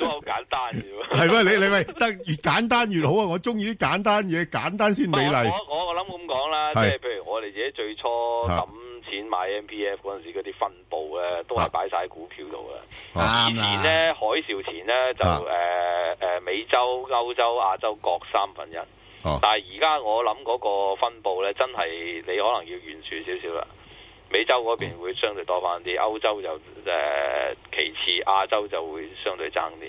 Speaker 22: 合好簡單嘅啫喎。
Speaker 8: 係喂，你你喂，得越簡單越好啊！我中意啲簡單嘢，簡單先美麗。
Speaker 22: 我 *laughs* 我我諗咁講啦，即
Speaker 8: 係
Speaker 22: 係譬如我哋自己最初
Speaker 8: 啊
Speaker 22: 抌錢買 M P F 嗰陣時，嗰啲分佈咧都係擺晒喺股票度嘅。以
Speaker 9: 啱
Speaker 22: 前
Speaker 9: 啦。
Speaker 22: 咧海嘯前咧就誒
Speaker 8: 啊
Speaker 22: 誒、呃呃美洲、歐洲、亞洲各三分一。
Speaker 8: 哦
Speaker 22: 但係而家我諗嗰個分佈咧，真係你可能要懸殊少少啦。美洲嗰
Speaker 8: 嗯
Speaker 22: 邊會相對多翻啲，歐洲就誒、呃其次，亞洲就會相對爭啲。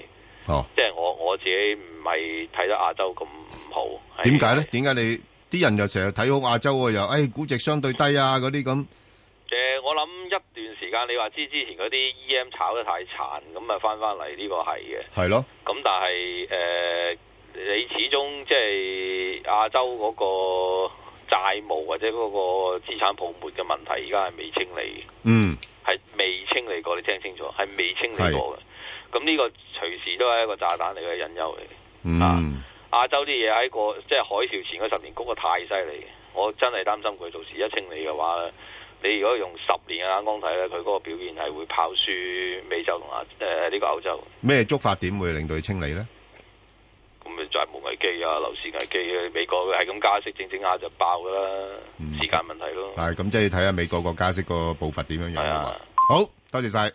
Speaker 8: 哦，
Speaker 22: 即係我我自己唔係睇得亞洲咁好。係
Speaker 8: 點解咧？點解你啲人又成日睇好亞洲喎？又诶，估值相對低啊，嗰啲咁。
Speaker 22: 誒、我諗一段時間，你話知之前嗰啲 EM 炒得太殘，咁啊翻翻嚟呢個係嘅。
Speaker 8: 係咯。
Speaker 22: 咁但係誒、呃你始終即係亞洲嗰個債務或者嗰個資產泡沫嘅問題，而家係未清理，
Speaker 8: 嗯，
Speaker 22: 係未清理過。你聽清楚，係未清理過嘅。咁呢個隨時都係一個炸彈嚟嘅隱憂嚟嘅。啊
Speaker 8: 嗯，
Speaker 22: 亞洲啲嘢喺個即係海嘯前嗰十年谷得太犀利，我真係擔心佢到時一清理嘅話咧，你如果用十年嘅眼光睇咧，佢嗰個表現係會跑輸美洲同亞誒呢個歐洲，
Speaker 8: 咩觸發點會令到佢清理咧？
Speaker 22: 咁咪債務危機啊、樓市危機啊，美國係咁加息，整整下就爆㗎啦，時間問題咯。
Speaker 8: 但係咁即係睇下美國個加息個步伐點樣樣啦嘛。好多謝晒。